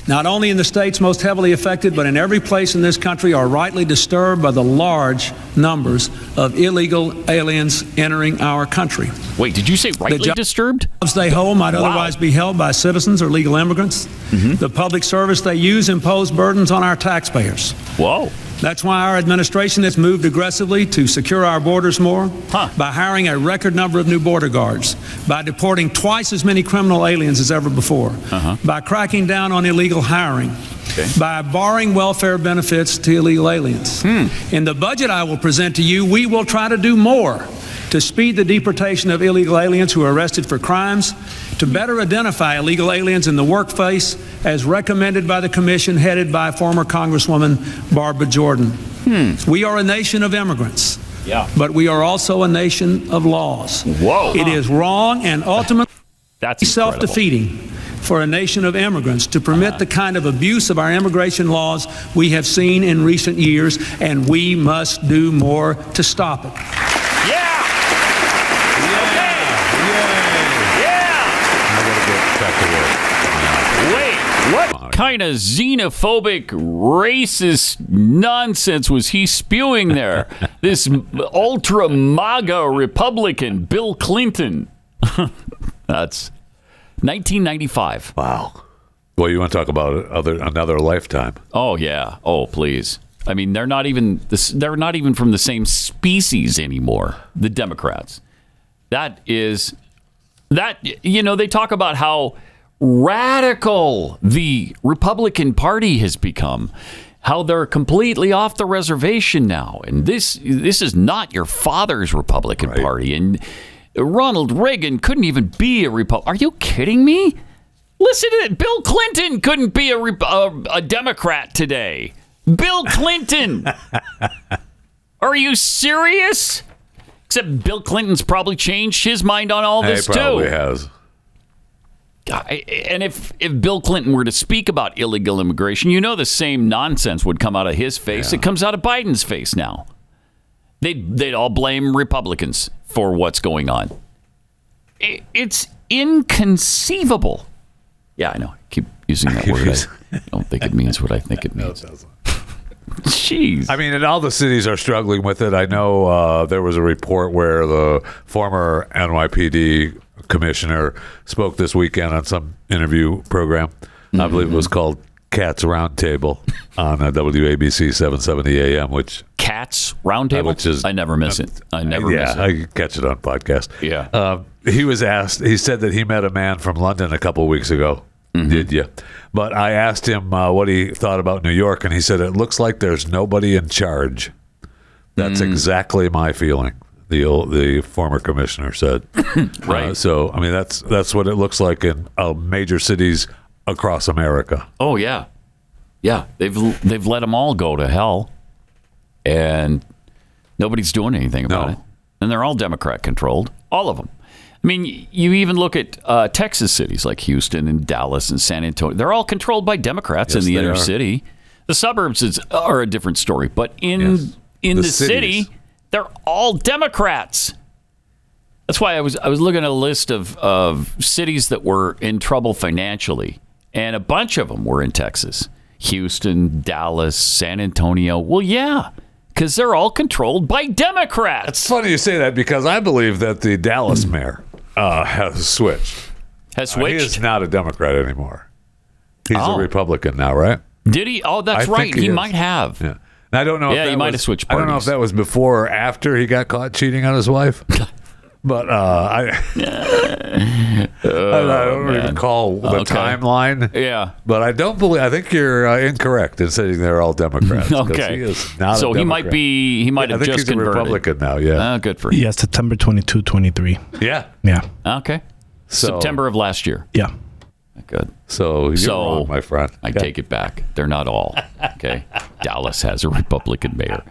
Speaker 18: not only in the states most heavily affected, but in every place in this country, are rightly disturbed by the large numbers of illegal aliens entering our country.
Speaker 2: Wait, did you say rightly disturbed?
Speaker 18: Jobs they hold might otherwise be held by citizens or legal immigrants.
Speaker 2: Mm-hmm.
Speaker 18: The public service they use impose burdens on our taxpayers.
Speaker 2: Whoa.
Speaker 18: That's why our administration has moved aggressively to secure our borders more by hiring a record number of new border guards, by deporting twice as many criminal aliens as ever before,
Speaker 11: Uh-huh.
Speaker 18: by cracking down on illegal hiring, by barring welfare benefits to illegal aliens. In the budget I will present to you, we will try to do more to speed the deportation of illegal aliens who are arrested for crimes, to better identify illegal aliens in the workplace, as recommended by the commission headed by former Congresswoman Barbara Jordan. We are a nation of immigrants. Yeah. But we are also a nation of laws.
Speaker 2: Whoa.
Speaker 18: It is wrong and ultimately
Speaker 2: That's
Speaker 18: self defeating for a nation of immigrants to permit the kind of abuse of our immigration laws we have seen in recent years, and we must do more to stop it.
Speaker 2: Wait, what kind of xenophobic, racist nonsense was he spewing there? this ultra MAGA Republican, Bill Clinton. That's 1995. Wow.
Speaker 3: Well, you want to talk about other another lifetime?
Speaker 2: Oh yeah. Oh please. I mean, they're not even this, they're not even from the same species anymore. The Democrats. That is that you know they talk about how radical the Republican Party has become. How they're completely off the reservation now, and this this is not your father's Republican Party. And Ronald Reagan couldn't even be a Republican. Are you kidding me? Listen to that. Bill Clinton couldn't be a, Rep- a, a Democrat today. Bill Clinton. Are you serious? Except Bill Clinton's probably changed his mind on all
Speaker 3: He
Speaker 2: this
Speaker 3: probably
Speaker 2: too.
Speaker 3: has.
Speaker 2: God, I- And if if Bill Clinton were to speak about illegal immigration, you know the same nonsense would come out of his face. It comes out of Biden's face now. They'd they'd all blame Republicans for what's going on. I- It's inconceivable. Yeah, I know. I keep using that word. I don't think it means what I think it means. Jeez.
Speaker 3: I mean, and all the cities are struggling with it. I know uh, there was a report where the former NYPD commissioner spoke this weekend on some interview program. I believe it was called Cats Roundtable on uh, WABC 770 AM, which
Speaker 2: Cats Roundtable,
Speaker 3: which is I
Speaker 2: never miss it. I never
Speaker 3: yeah,
Speaker 2: miss it.
Speaker 3: I catch it on podcast.
Speaker 2: Yeah.
Speaker 3: Um, he was asked. He said that he met a man from London a couple weeks ago. Did you? But I asked him uh, what he thought about New York, and he said it looks like there's nobody in charge. That's exactly my feeling. The old, the former commissioner said. right. so I mean that's that's what it looks like in uh, major cities across America.
Speaker 2: Oh yeah, yeah. They've they've let them all go to hell, and nobody's doing anything about it. And they're all Democrat controlled, all of them. I mean, y- you even look at uh, Texas cities like Houston and Dallas and San Antonio. They're all controlled by Democrats
Speaker 3: Yes,
Speaker 2: in the
Speaker 3: they
Speaker 2: inner
Speaker 3: are.
Speaker 2: city. The suburbs is, are a different story, but in in
Speaker 3: The
Speaker 2: the, city,
Speaker 3: cities.
Speaker 2: they're all Democrats. That's why I was I was looking at a list of, of cities that were in trouble financially, and a bunch of them were in Texas, Houston, Dallas, San Antonio. Well, yeah, because they're all controlled by Democrats.
Speaker 3: It's funny you say that because I believe that the Dallas mayor uh, has switched.
Speaker 2: Has
Speaker 3: switched. he is not a Democrat anymore. He's
Speaker 2: Oh.
Speaker 3: a Republican now, right?
Speaker 2: Did he? Oh,
Speaker 3: I
Speaker 2: that's
Speaker 3: think
Speaker 2: right. He,
Speaker 3: he is.
Speaker 2: might have.
Speaker 3: Yeah. And I don't know.
Speaker 2: Yeah,
Speaker 3: if that
Speaker 2: he might
Speaker 3: was-
Speaker 2: have switched
Speaker 3: I don't know if
Speaker 2: parties.
Speaker 3: that was before or after he got caught cheating on his wife. But uh, I, I don't, I don't
Speaker 2: Oh, man.
Speaker 3: recall the
Speaker 2: Okay.
Speaker 3: timeline.
Speaker 2: Yeah.
Speaker 3: but I don't believe. I think you're uh, incorrect in saying they're all Democrats. 'cause
Speaker 2: Okay.
Speaker 3: he is not. a
Speaker 2: So he might
Speaker 3: Democrat.
Speaker 2: be- he might
Speaker 3: Yeah,
Speaker 2: have
Speaker 3: I think
Speaker 2: just
Speaker 3: he's a
Speaker 2: converted.
Speaker 3: Republican now. Yeah,
Speaker 2: Oh, good for
Speaker 13: Yeah, September 22, 23.
Speaker 3: yeah.
Speaker 13: Yeah.
Speaker 2: Okay.
Speaker 3: So-
Speaker 2: September of last year.
Speaker 13: Yeah.
Speaker 2: Good.
Speaker 3: So you're
Speaker 2: so
Speaker 3: wrong, my friend.
Speaker 2: I take it back. They're not all. Okay. Dallas has a Republican mayor.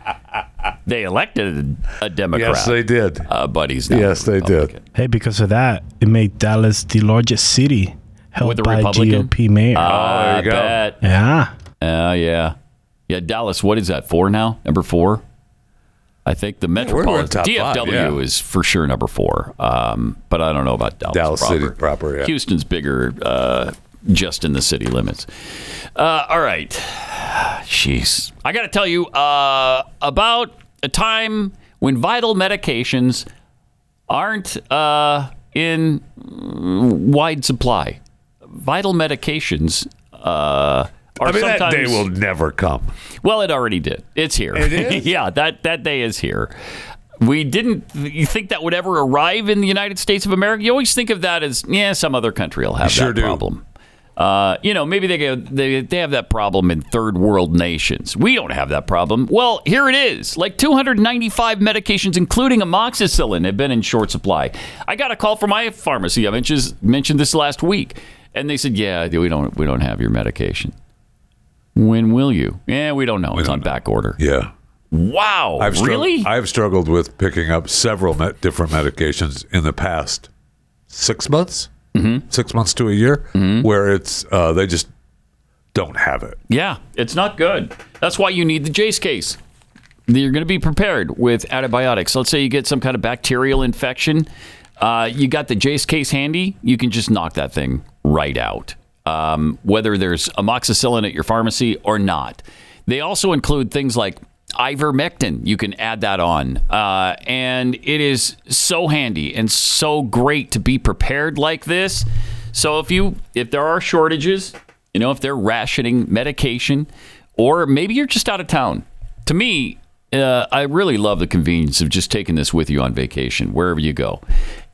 Speaker 2: They elected a Democrat.
Speaker 3: Yes, they did.
Speaker 2: Uh, but he's not.
Speaker 3: Yes, they did.
Speaker 13: Hey, because of that, it made Dallas the largest city held
Speaker 2: With a
Speaker 13: by
Speaker 2: Republican?
Speaker 13: GOP mayor.
Speaker 3: Oh,
Speaker 2: I Ah, bet.
Speaker 13: Yeah.
Speaker 2: Uh, yeah. Yeah, Dallas, what is that, four now? Number four? I think the
Speaker 3: we're- we're
Speaker 2: metropolitan
Speaker 3: top five,
Speaker 2: DFW
Speaker 3: yeah.
Speaker 2: is for sure number four. Um, but I don't know about Dallas.
Speaker 3: Dallas
Speaker 2: proper.
Speaker 3: City proper, yeah.
Speaker 2: Houston's bigger uh, just in the city limits. Uh, all right. Jeez. I got to tell you uh, about a time when vital medications aren't uh, in mm, wide supply. Vital medications uh, are
Speaker 3: I mean,
Speaker 2: sometimes.
Speaker 3: that day will never come.
Speaker 2: Well, it already did. It's here.
Speaker 3: It is?
Speaker 2: yeah, that, that day is here. We didn't you think that would ever arrive in the United States of America. You always think of that as, yeah, some other country will have that problem. Uh, you know, maybe they, go- they they have that problem in third world nations. We don't have that problem. Well, here it is. Like 295 medications, including amoxicillin, have been in short supply. I got a call from my pharmacy. I mentioned mentioned this last week, and they said, "Yeah, we don't we don't have your medication." When will you? Yeah, we don't know. it's on back order.
Speaker 3: Yeah.
Speaker 2: Wow.
Speaker 3: I've strugg-
Speaker 2: Oh, really?
Speaker 3: I've struggled with picking up several me- different medications in the past six months, mm-hmm. six months to a year,
Speaker 2: Mm-hmm.
Speaker 3: where it's uh, they just don't have it.
Speaker 2: Yeah, it's not good. That's why you need the Jace case. You're going to be prepared with antibiotics. Let's say you get some kind of bacterial infection. Uh, you got the Jace case handy. You can just knock that thing right out, um, whether there's amoxicillin at your pharmacy or not. They also include things like ivermectin. You can add that on. Uh, and it is so handy and so great to be prepared like this. So if you if there are shortages, you know, if they're rationing medication, or maybe you're just out of town. To me, uh, I really love the convenience of just taking this with you on vacation, wherever you go.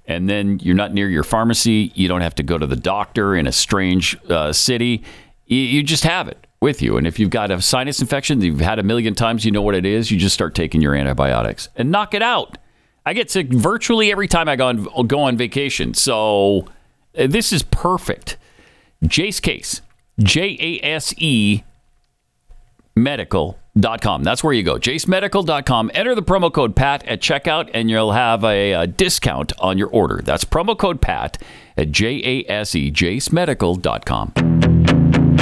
Speaker 2: And then you're not near your pharmacy. You don't have to go to the doctor in a strange uh, city. You, you just have it with you. And if you've got a sinus infection that you've had a million times, you know what it is. You just start taking your antibiotics and knock it out. I get sick virtually every time I go on, go on vacation. So uh, this is perfect. Jace Case, J A S E medical.com. That's where you go. JaceMedical.com. Enter the promo code PAT at checkout and you'll have a, uh discount on your order. That's promo code PAT at J A S E, JaceMedical.com.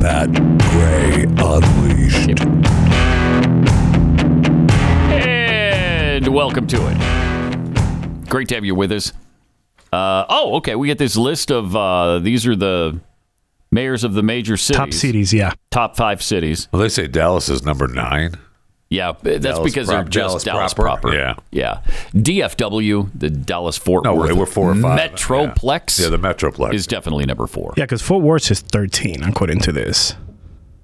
Speaker 3: Pat Gray Unleashed.
Speaker 2: And welcome to it. Great to have you with us. Uh, oh, okay. We get this list of uh, these are the mayors of the major cities.
Speaker 13: Top cities, yeah.
Speaker 2: Top five cities.
Speaker 3: Well, they say Dallas is number nine.
Speaker 2: Yeah, that's
Speaker 3: Dallas
Speaker 2: because
Speaker 3: prop-
Speaker 2: they're just Dallas,
Speaker 3: Dallas
Speaker 2: proper.
Speaker 3: proper. Yeah.
Speaker 2: yeah. DFW, the Dallas Fort
Speaker 3: No,
Speaker 2: Worth.
Speaker 3: way, we're four or five.
Speaker 2: Metroplex
Speaker 3: Yeah, the Metroplex.
Speaker 2: is definitely number four.
Speaker 13: Yeah, because Fort Worth is 13, according to this.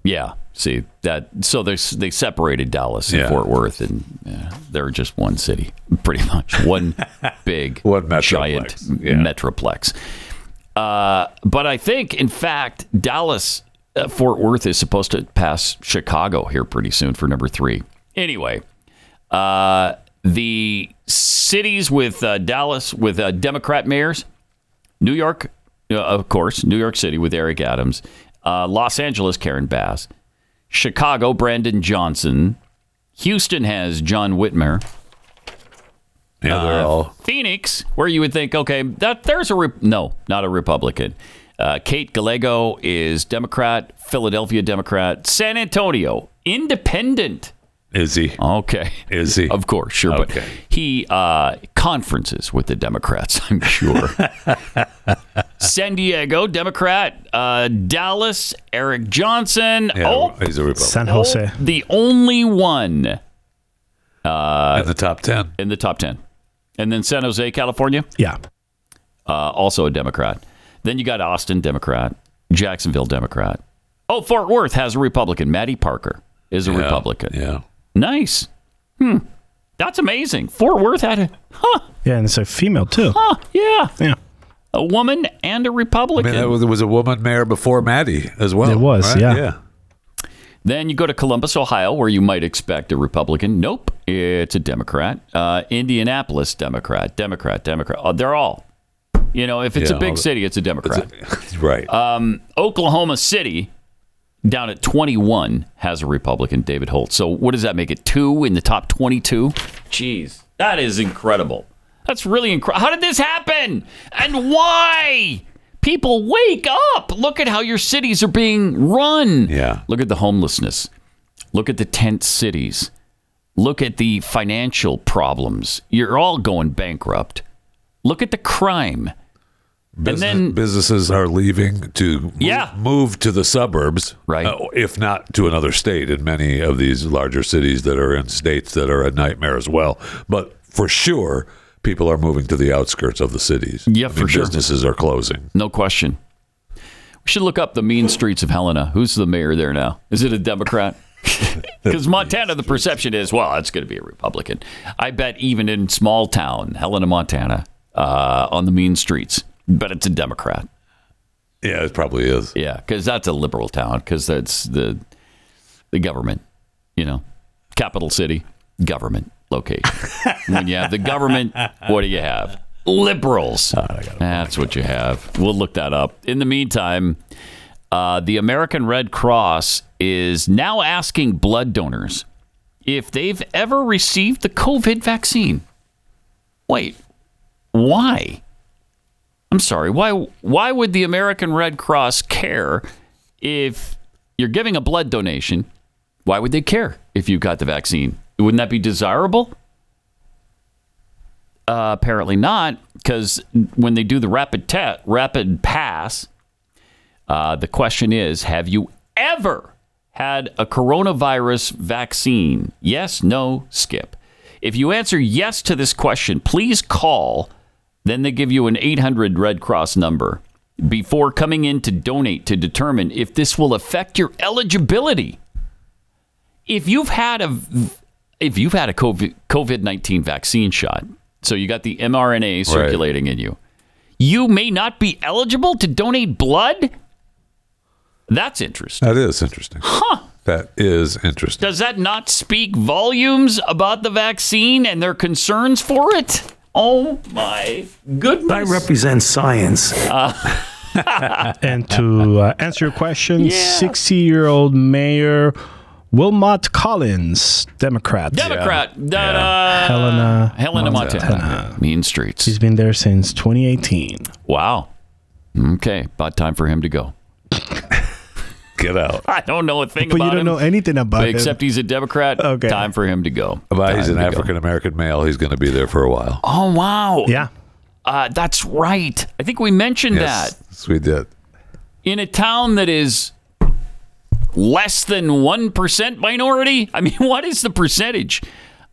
Speaker 2: Yeah. See that? So they they separated Dallas and
Speaker 13: Yeah.
Speaker 2: Fort Worth, and yeah, they're just one city, pretty much one big, giant metroplex. Uh, but I think, in fact, Dallas uh, Fort Worth is supposed to pass Chicago here pretty soon for number three. Anyway, uh, the cities with uh, Dallas with uh, Democrat mayors, New York, uh, of course, New York City with Eric Adams, uh, Los Angeles, Karen Bass, Chicago, Brandon Johnson, Houston has John Whitmer.
Speaker 3: Yeah, they're
Speaker 2: Uh,
Speaker 3: all
Speaker 2: Phoenix, where you would think, okay, that there's a re- no, not a Republican. Uh, Kate Gallego is Democrat, Philadelphia Democrat, San Antonio Independent.
Speaker 3: Is he?
Speaker 2: Okay.
Speaker 3: Is he?
Speaker 2: Of course, sure, but he uh, conferences with the Democrats, I'm sure. San Diego Democrat, uh, Dallas Eric Johnson. oh,
Speaker 3: he's a Republican.
Speaker 13: San Jose.
Speaker 2: the only one uh, in the top 10. In the top 10. And then San Jose, California.
Speaker 13: Yeah.
Speaker 2: Uh, also a Democrat. Then you got Austin, Democrat. Jacksonville, Democrat. Oh, Fort Worth has a Republican. Maddie Parker is a Republican.
Speaker 3: Yeah.
Speaker 2: Nice. Hmm. That's amazing. Fort Worth had a, huh,
Speaker 13: Yeah, and it's a female, too.
Speaker 2: huh, yeah.
Speaker 13: Oh. Yeah.
Speaker 2: A woman and a
Speaker 3: I
Speaker 2: Republican.
Speaker 3: mean, that was, there was a woman mayor before Maddie as well.
Speaker 13: There was, yeah.
Speaker 2: Then you go to Columbus, Ohio, where you might expect a Republican. Nope, it's a Democrat. Uh, Indianapolis, Democrat, Democrat, Democrat. Uh, they're all. You know, if it's
Speaker 3: Yeah,
Speaker 2: a big
Speaker 3: all the-
Speaker 2: city, it's a Democrat.
Speaker 3: Right.
Speaker 2: Um, Oklahoma City, down at 21, has a Republican, David Holt. So what does that make it? Two in the top 22? Jeez, that is incredible. That's really incredible. How did this happen? And why? People, wake up. Look at how your cities are being run. Yeah. Look at the homelessness. Look at the tent cities. Look at the financial problems. You're all going bankrupt. Look at the crime.
Speaker 3: Business, businesses are leaving to move, yeah. move to the suburbs, right? if not to another state, in many of these larger cities that are in states that are a nightmare as well. But for sure, people are moving to the outskirts of the cities.
Speaker 2: Yeah,
Speaker 3: I
Speaker 2: for
Speaker 3: mean,
Speaker 2: sure.
Speaker 3: Businesses are closing.
Speaker 2: No question. We should look up the mean streets of Helena. Who's the mayor there now? Is it a Democrat? Because Montana, the perception is, well, it's going to be a Republican. I bet even in small town Helena, Montana, uh, on the mean streets, but it's a Democrat.
Speaker 3: Yeah, it probably is.
Speaker 2: Yeah, because that's a liberal town. Because that's the the government, you know, capital city, government location. when you have the government, what do you have? Liberals. That's what you have. We'll look that up. In the meantime, Uh, the American Red Cross is now asking blood donors if they've ever received the COVID vaccine. Wait, why? I'm sorry. Why? Why would the American Red Cross care if you're giving a blood donation? Why would they care if you got the vaccine? Wouldn't that be desirable? Uh, apparently not, because when they do the rapid test, rapid pass, uh, the question is: Have you ever had a coronavirus vaccine? Yes, no, skip. If you answer yes to this question, please call. Then they give you an 800 Red Cross number before coming in to donate to determine if this will affect your eligibility. If you've had a if you've had a COVID nineteen vaccine shot, so you got the mRNA circulating in you, you may not be eligible to donate blood. That's interesting.
Speaker 3: That is interesting. Huh. That is interesting.
Speaker 2: Does that not speak volumes about the vaccine and their concerns for it? Oh my goodness!
Speaker 19: I represent science. Uh,
Speaker 13: and to uh, answer your question, 60 year old mayor Wilmot Collins, Democrat.
Speaker 2: Democrat. Da- da-
Speaker 13: Helena.
Speaker 2: Helena Montana. Mean Streets.
Speaker 13: She's been there since 2018.
Speaker 2: Wow. Okay, about time for him to go.
Speaker 3: Get out.
Speaker 2: I don't know a thing
Speaker 13: But
Speaker 2: about
Speaker 13: you don't
Speaker 2: him,
Speaker 13: know anything about it.
Speaker 2: except he's a Democrat. Okay. Time for him to go.
Speaker 3: But he's
Speaker 2: Time
Speaker 3: an
Speaker 2: to go.
Speaker 3: African American male. He's going to be there for a while.
Speaker 2: Oh wow.
Speaker 13: Yeah.
Speaker 2: Uh, that's right. I think we mentioned
Speaker 3: Yes.
Speaker 2: that
Speaker 3: Yes, we did.
Speaker 2: in a town that is less than one percent minority. I mean, what is the percentage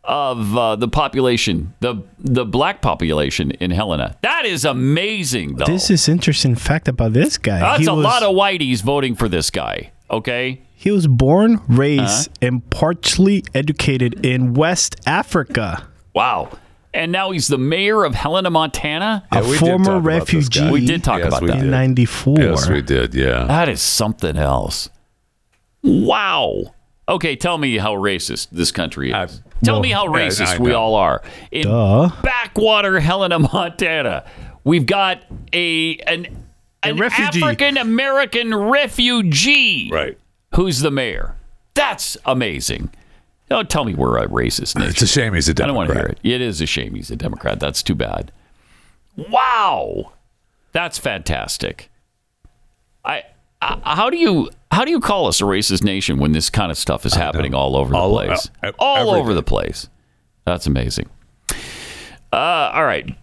Speaker 2: of uh, the population, the the black population in Helena? That is amazing, though.
Speaker 13: This is interesting fact about this guy.
Speaker 2: That's
Speaker 13: he
Speaker 2: a
Speaker 13: was,
Speaker 2: lot of whiteys voting for this guy. Okay.
Speaker 13: He was born, raised,
Speaker 2: Uh-huh.
Speaker 13: and partially educated in West Africa.
Speaker 2: Wow. And now he's the mayor of Helena, Montana.
Speaker 13: a former refugee.
Speaker 2: We did talk about that.
Speaker 13: in '94.
Speaker 3: Yes, we did. Yeah.
Speaker 2: That is something else. Wow. Okay, tell me how racist this country is. tell me how
Speaker 3: well, yeah,
Speaker 2: racist
Speaker 3: I
Speaker 2: we
Speaker 3: know.
Speaker 2: all are. In backwater Helena, Montana, we've got a an, an African American refugee. Right. Who's the mayor? That's amazing. Don't tell me we're a racist nation. It's
Speaker 3: a shame he's a
Speaker 2: Democrat. I don't want to hear it. It is a shame he's a Democrat. That's too bad. Wow. That's fantastic. I, I how do you how do you call us a racist nation when this kind of stuff is happening all over the place? all over the place. That's amazing. Uh, all right.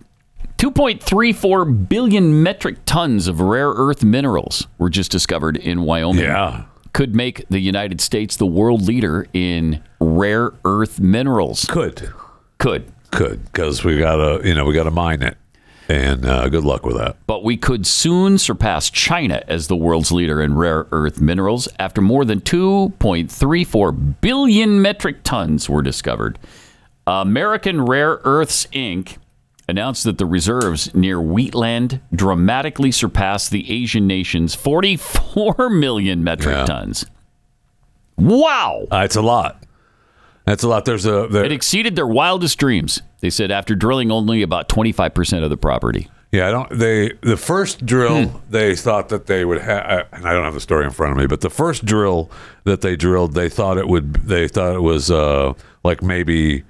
Speaker 2: 2.34 billion metric tons of rare earth minerals were just discovered in Wyoming. Yeah. Could make the United States the world leader in rare earth minerals.
Speaker 3: Could.
Speaker 2: Could.
Speaker 3: Could because we gotta you know we gotta mine it, and uh, good luck with that.
Speaker 2: But we could soon surpass China as the world's leader in rare earth minerals after more than 2.34 billion metric tons were discovered. American Rare Earths Inc. announced that the reserves near Wheatland dramatically surpassed the Asian nation's 44 million metric tons. Wow,
Speaker 3: uh, it's a lot. That's a lot. There's a there,
Speaker 2: It exceeded their wildest dreams, they said, after drilling only about 25% of the property.
Speaker 3: Yeah, I don't. They the first drill
Speaker 2: Hmm.
Speaker 3: they thought that they would have, and I don't have the story in front of me, but the first drill that they drilled, they thought it would. They thought it was uh, like maybe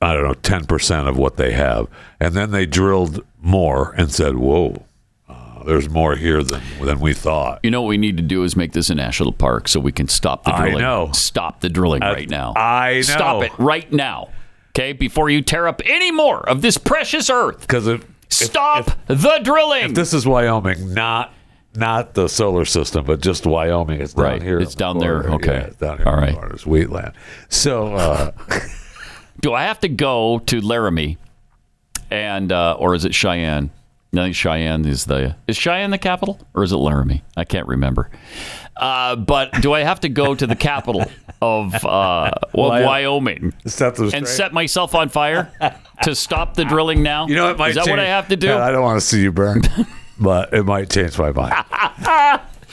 Speaker 3: I don't know ten percent of what they have, and then they drilled more and said, "Whoa, uh, there's more here than than we thought."
Speaker 2: You know what we need to do is make this a national park so we can stop the
Speaker 3: I
Speaker 2: drilling.
Speaker 3: know.
Speaker 2: Stop the drilling
Speaker 3: I-
Speaker 2: right now.
Speaker 3: I know.
Speaker 2: Stop it right now. Okay, before you tear up any more of this precious earth.
Speaker 3: Because if
Speaker 2: stop the drilling.
Speaker 3: This is Wyoming, not not the solar system, but just Wyoming. It's down
Speaker 2: Right.
Speaker 3: here.
Speaker 2: It's down there. Okay.
Speaker 3: it's down here. All right, it's wheatland. So. Uh,
Speaker 2: do I have to go to Laramie, and uh, or is it Cheyenne? No, I think Cheyenne is the is Cheyenne the capital or is it Laramie? I can't remember. Uh, but do I have to go to the capital of uh, of
Speaker 3: Wyo-
Speaker 2: Wyoming and set myself on fire to stop the drilling now? You know,
Speaker 3: it might
Speaker 2: is that what
Speaker 3: change-
Speaker 2: I have to do?
Speaker 3: God, I don't want to see you burn, but it might change my mind.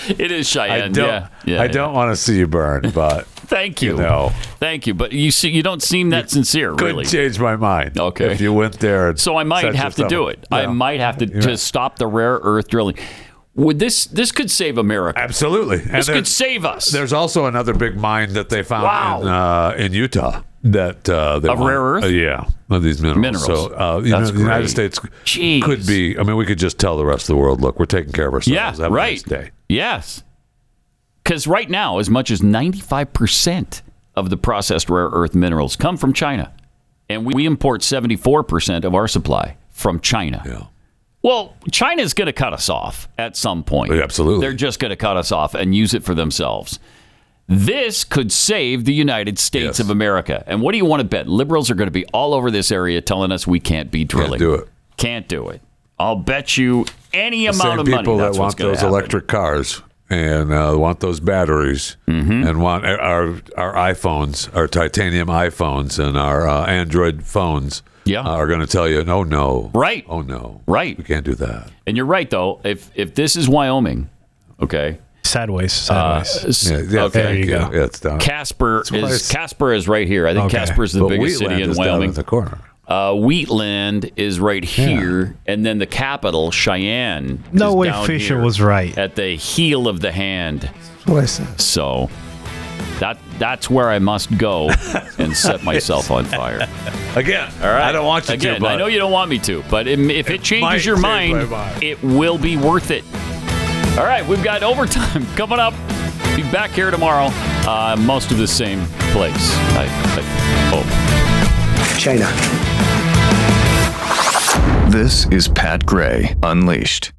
Speaker 2: it is Cheyenne.
Speaker 3: I don't.
Speaker 2: yeah. yeah,
Speaker 3: I
Speaker 2: yeah.
Speaker 3: don't want to see you burn, but
Speaker 2: Thank you.
Speaker 3: know.
Speaker 2: Thank you. But you see, you don't seem that sincere,
Speaker 3: could
Speaker 2: really.
Speaker 3: change my mind. Okay, if you went there, and
Speaker 2: So I might
Speaker 3: set
Speaker 2: have to
Speaker 3: yourself-
Speaker 2: do it. I
Speaker 3: Yeah.
Speaker 2: might have to
Speaker 3: You
Speaker 2: to stop the rare earth drilling. Would this this could save America?
Speaker 3: Absolutely.
Speaker 2: This
Speaker 3: there-
Speaker 2: could save us.
Speaker 3: There's also another big mine that they found
Speaker 2: Wow.
Speaker 3: in, uh, in Utah that uh, they
Speaker 2: Of
Speaker 3: want-
Speaker 2: rare earth?
Speaker 3: uh, yeah, of these minerals.
Speaker 2: Minerals.
Speaker 3: So uh, you know,
Speaker 2: That's
Speaker 3: the United
Speaker 2: great.
Speaker 3: States could be. I mean, we could just tell the rest of the world, look, we're taking care of ourselves.
Speaker 2: Yeah,
Speaker 3: Have a
Speaker 2: right.
Speaker 3: nice day.
Speaker 2: Yes. Because right now, as much as 95% of the processed rare earth minerals come from China. And we, we import 74% of our supply from China. Yeah. Well, China's going to cut us off at some
Speaker 3: Oh,
Speaker 2: point. Absolutely. They're just going to cut us off and use it for themselves. This could save the United States of America. And what do you want to bet? Liberals are going to be all over this area telling us we can't be drilling. Can't do it. Can't do it. I'll bet you any
Speaker 3: The
Speaker 2: amount
Speaker 3: same
Speaker 2: of money.
Speaker 3: people
Speaker 2: that's
Speaker 3: that
Speaker 2: what's
Speaker 3: want
Speaker 2: gonna
Speaker 3: those
Speaker 2: happen.
Speaker 3: electric cars and uh, want those batteries
Speaker 2: Mm-hmm.
Speaker 3: and want uh, our our iPhones, our titanium iPhones, and our uh, Android phones. Yeah. are going to tell you, no, no,
Speaker 2: Right.
Speaker 3: oh no,
Speaker 2: right,
Speaker 3: we can't do that.
Speaker 2: And you're right though. If if this is Wyoming, okay. Uh,
Speaker 13: Sideways. Sideways.
Speaker 3: Yeah, yeah,
Speaker 2: okay.
Speaker 3: thank you. Yeah, it's down.
Speaker 2: Casper
Speaker 3: That's what I
Speaker 2: is
Speaker 3: s-
Speaker 2: Casper is right here. I think
Speaker 3: Okay.
Speaker 2: Casper is the
Speaker 3: But
Speaker 2: biggest
Speaker 3: Wheatland
Speaker 2: city in
Speaker 3: is down
Speaker 2: Wyoming.
Speaker 3: at the corner.
Speaker 2: Uh, Wheatland is right here, and then the capital Cheyenne.
Speaker 13: No
Speaker 2: is
Speaker 13: way
Speaker 2: down
Speaker 13: Fisher
Speaker 2: here
Speaker 13: was right.
Speaker 2: at the heel of the hand.
Speaker 13: Listen.
Speaker 2: So that that's where I must go and set myself on fire
Speaker 3: again.
Speaker 2: All right,
Speaker 3: I don't want you
Speaker 2: again,
Speaker 3: to. But
Speaker 2: I know you don't want me to, but it- if it,
Speaker 3: might
Speaker 2: changes your
Speaker 3: change
Speaker 2: mind,
Speaker 3: my mind.
Speaker 2: it will be worth it. All right, we've got overtime coming up. Be back here tomorrow. Uh, most of the same place. I, I oh. hope.
Speaker 12: China. This is Pat Gray Unleashed.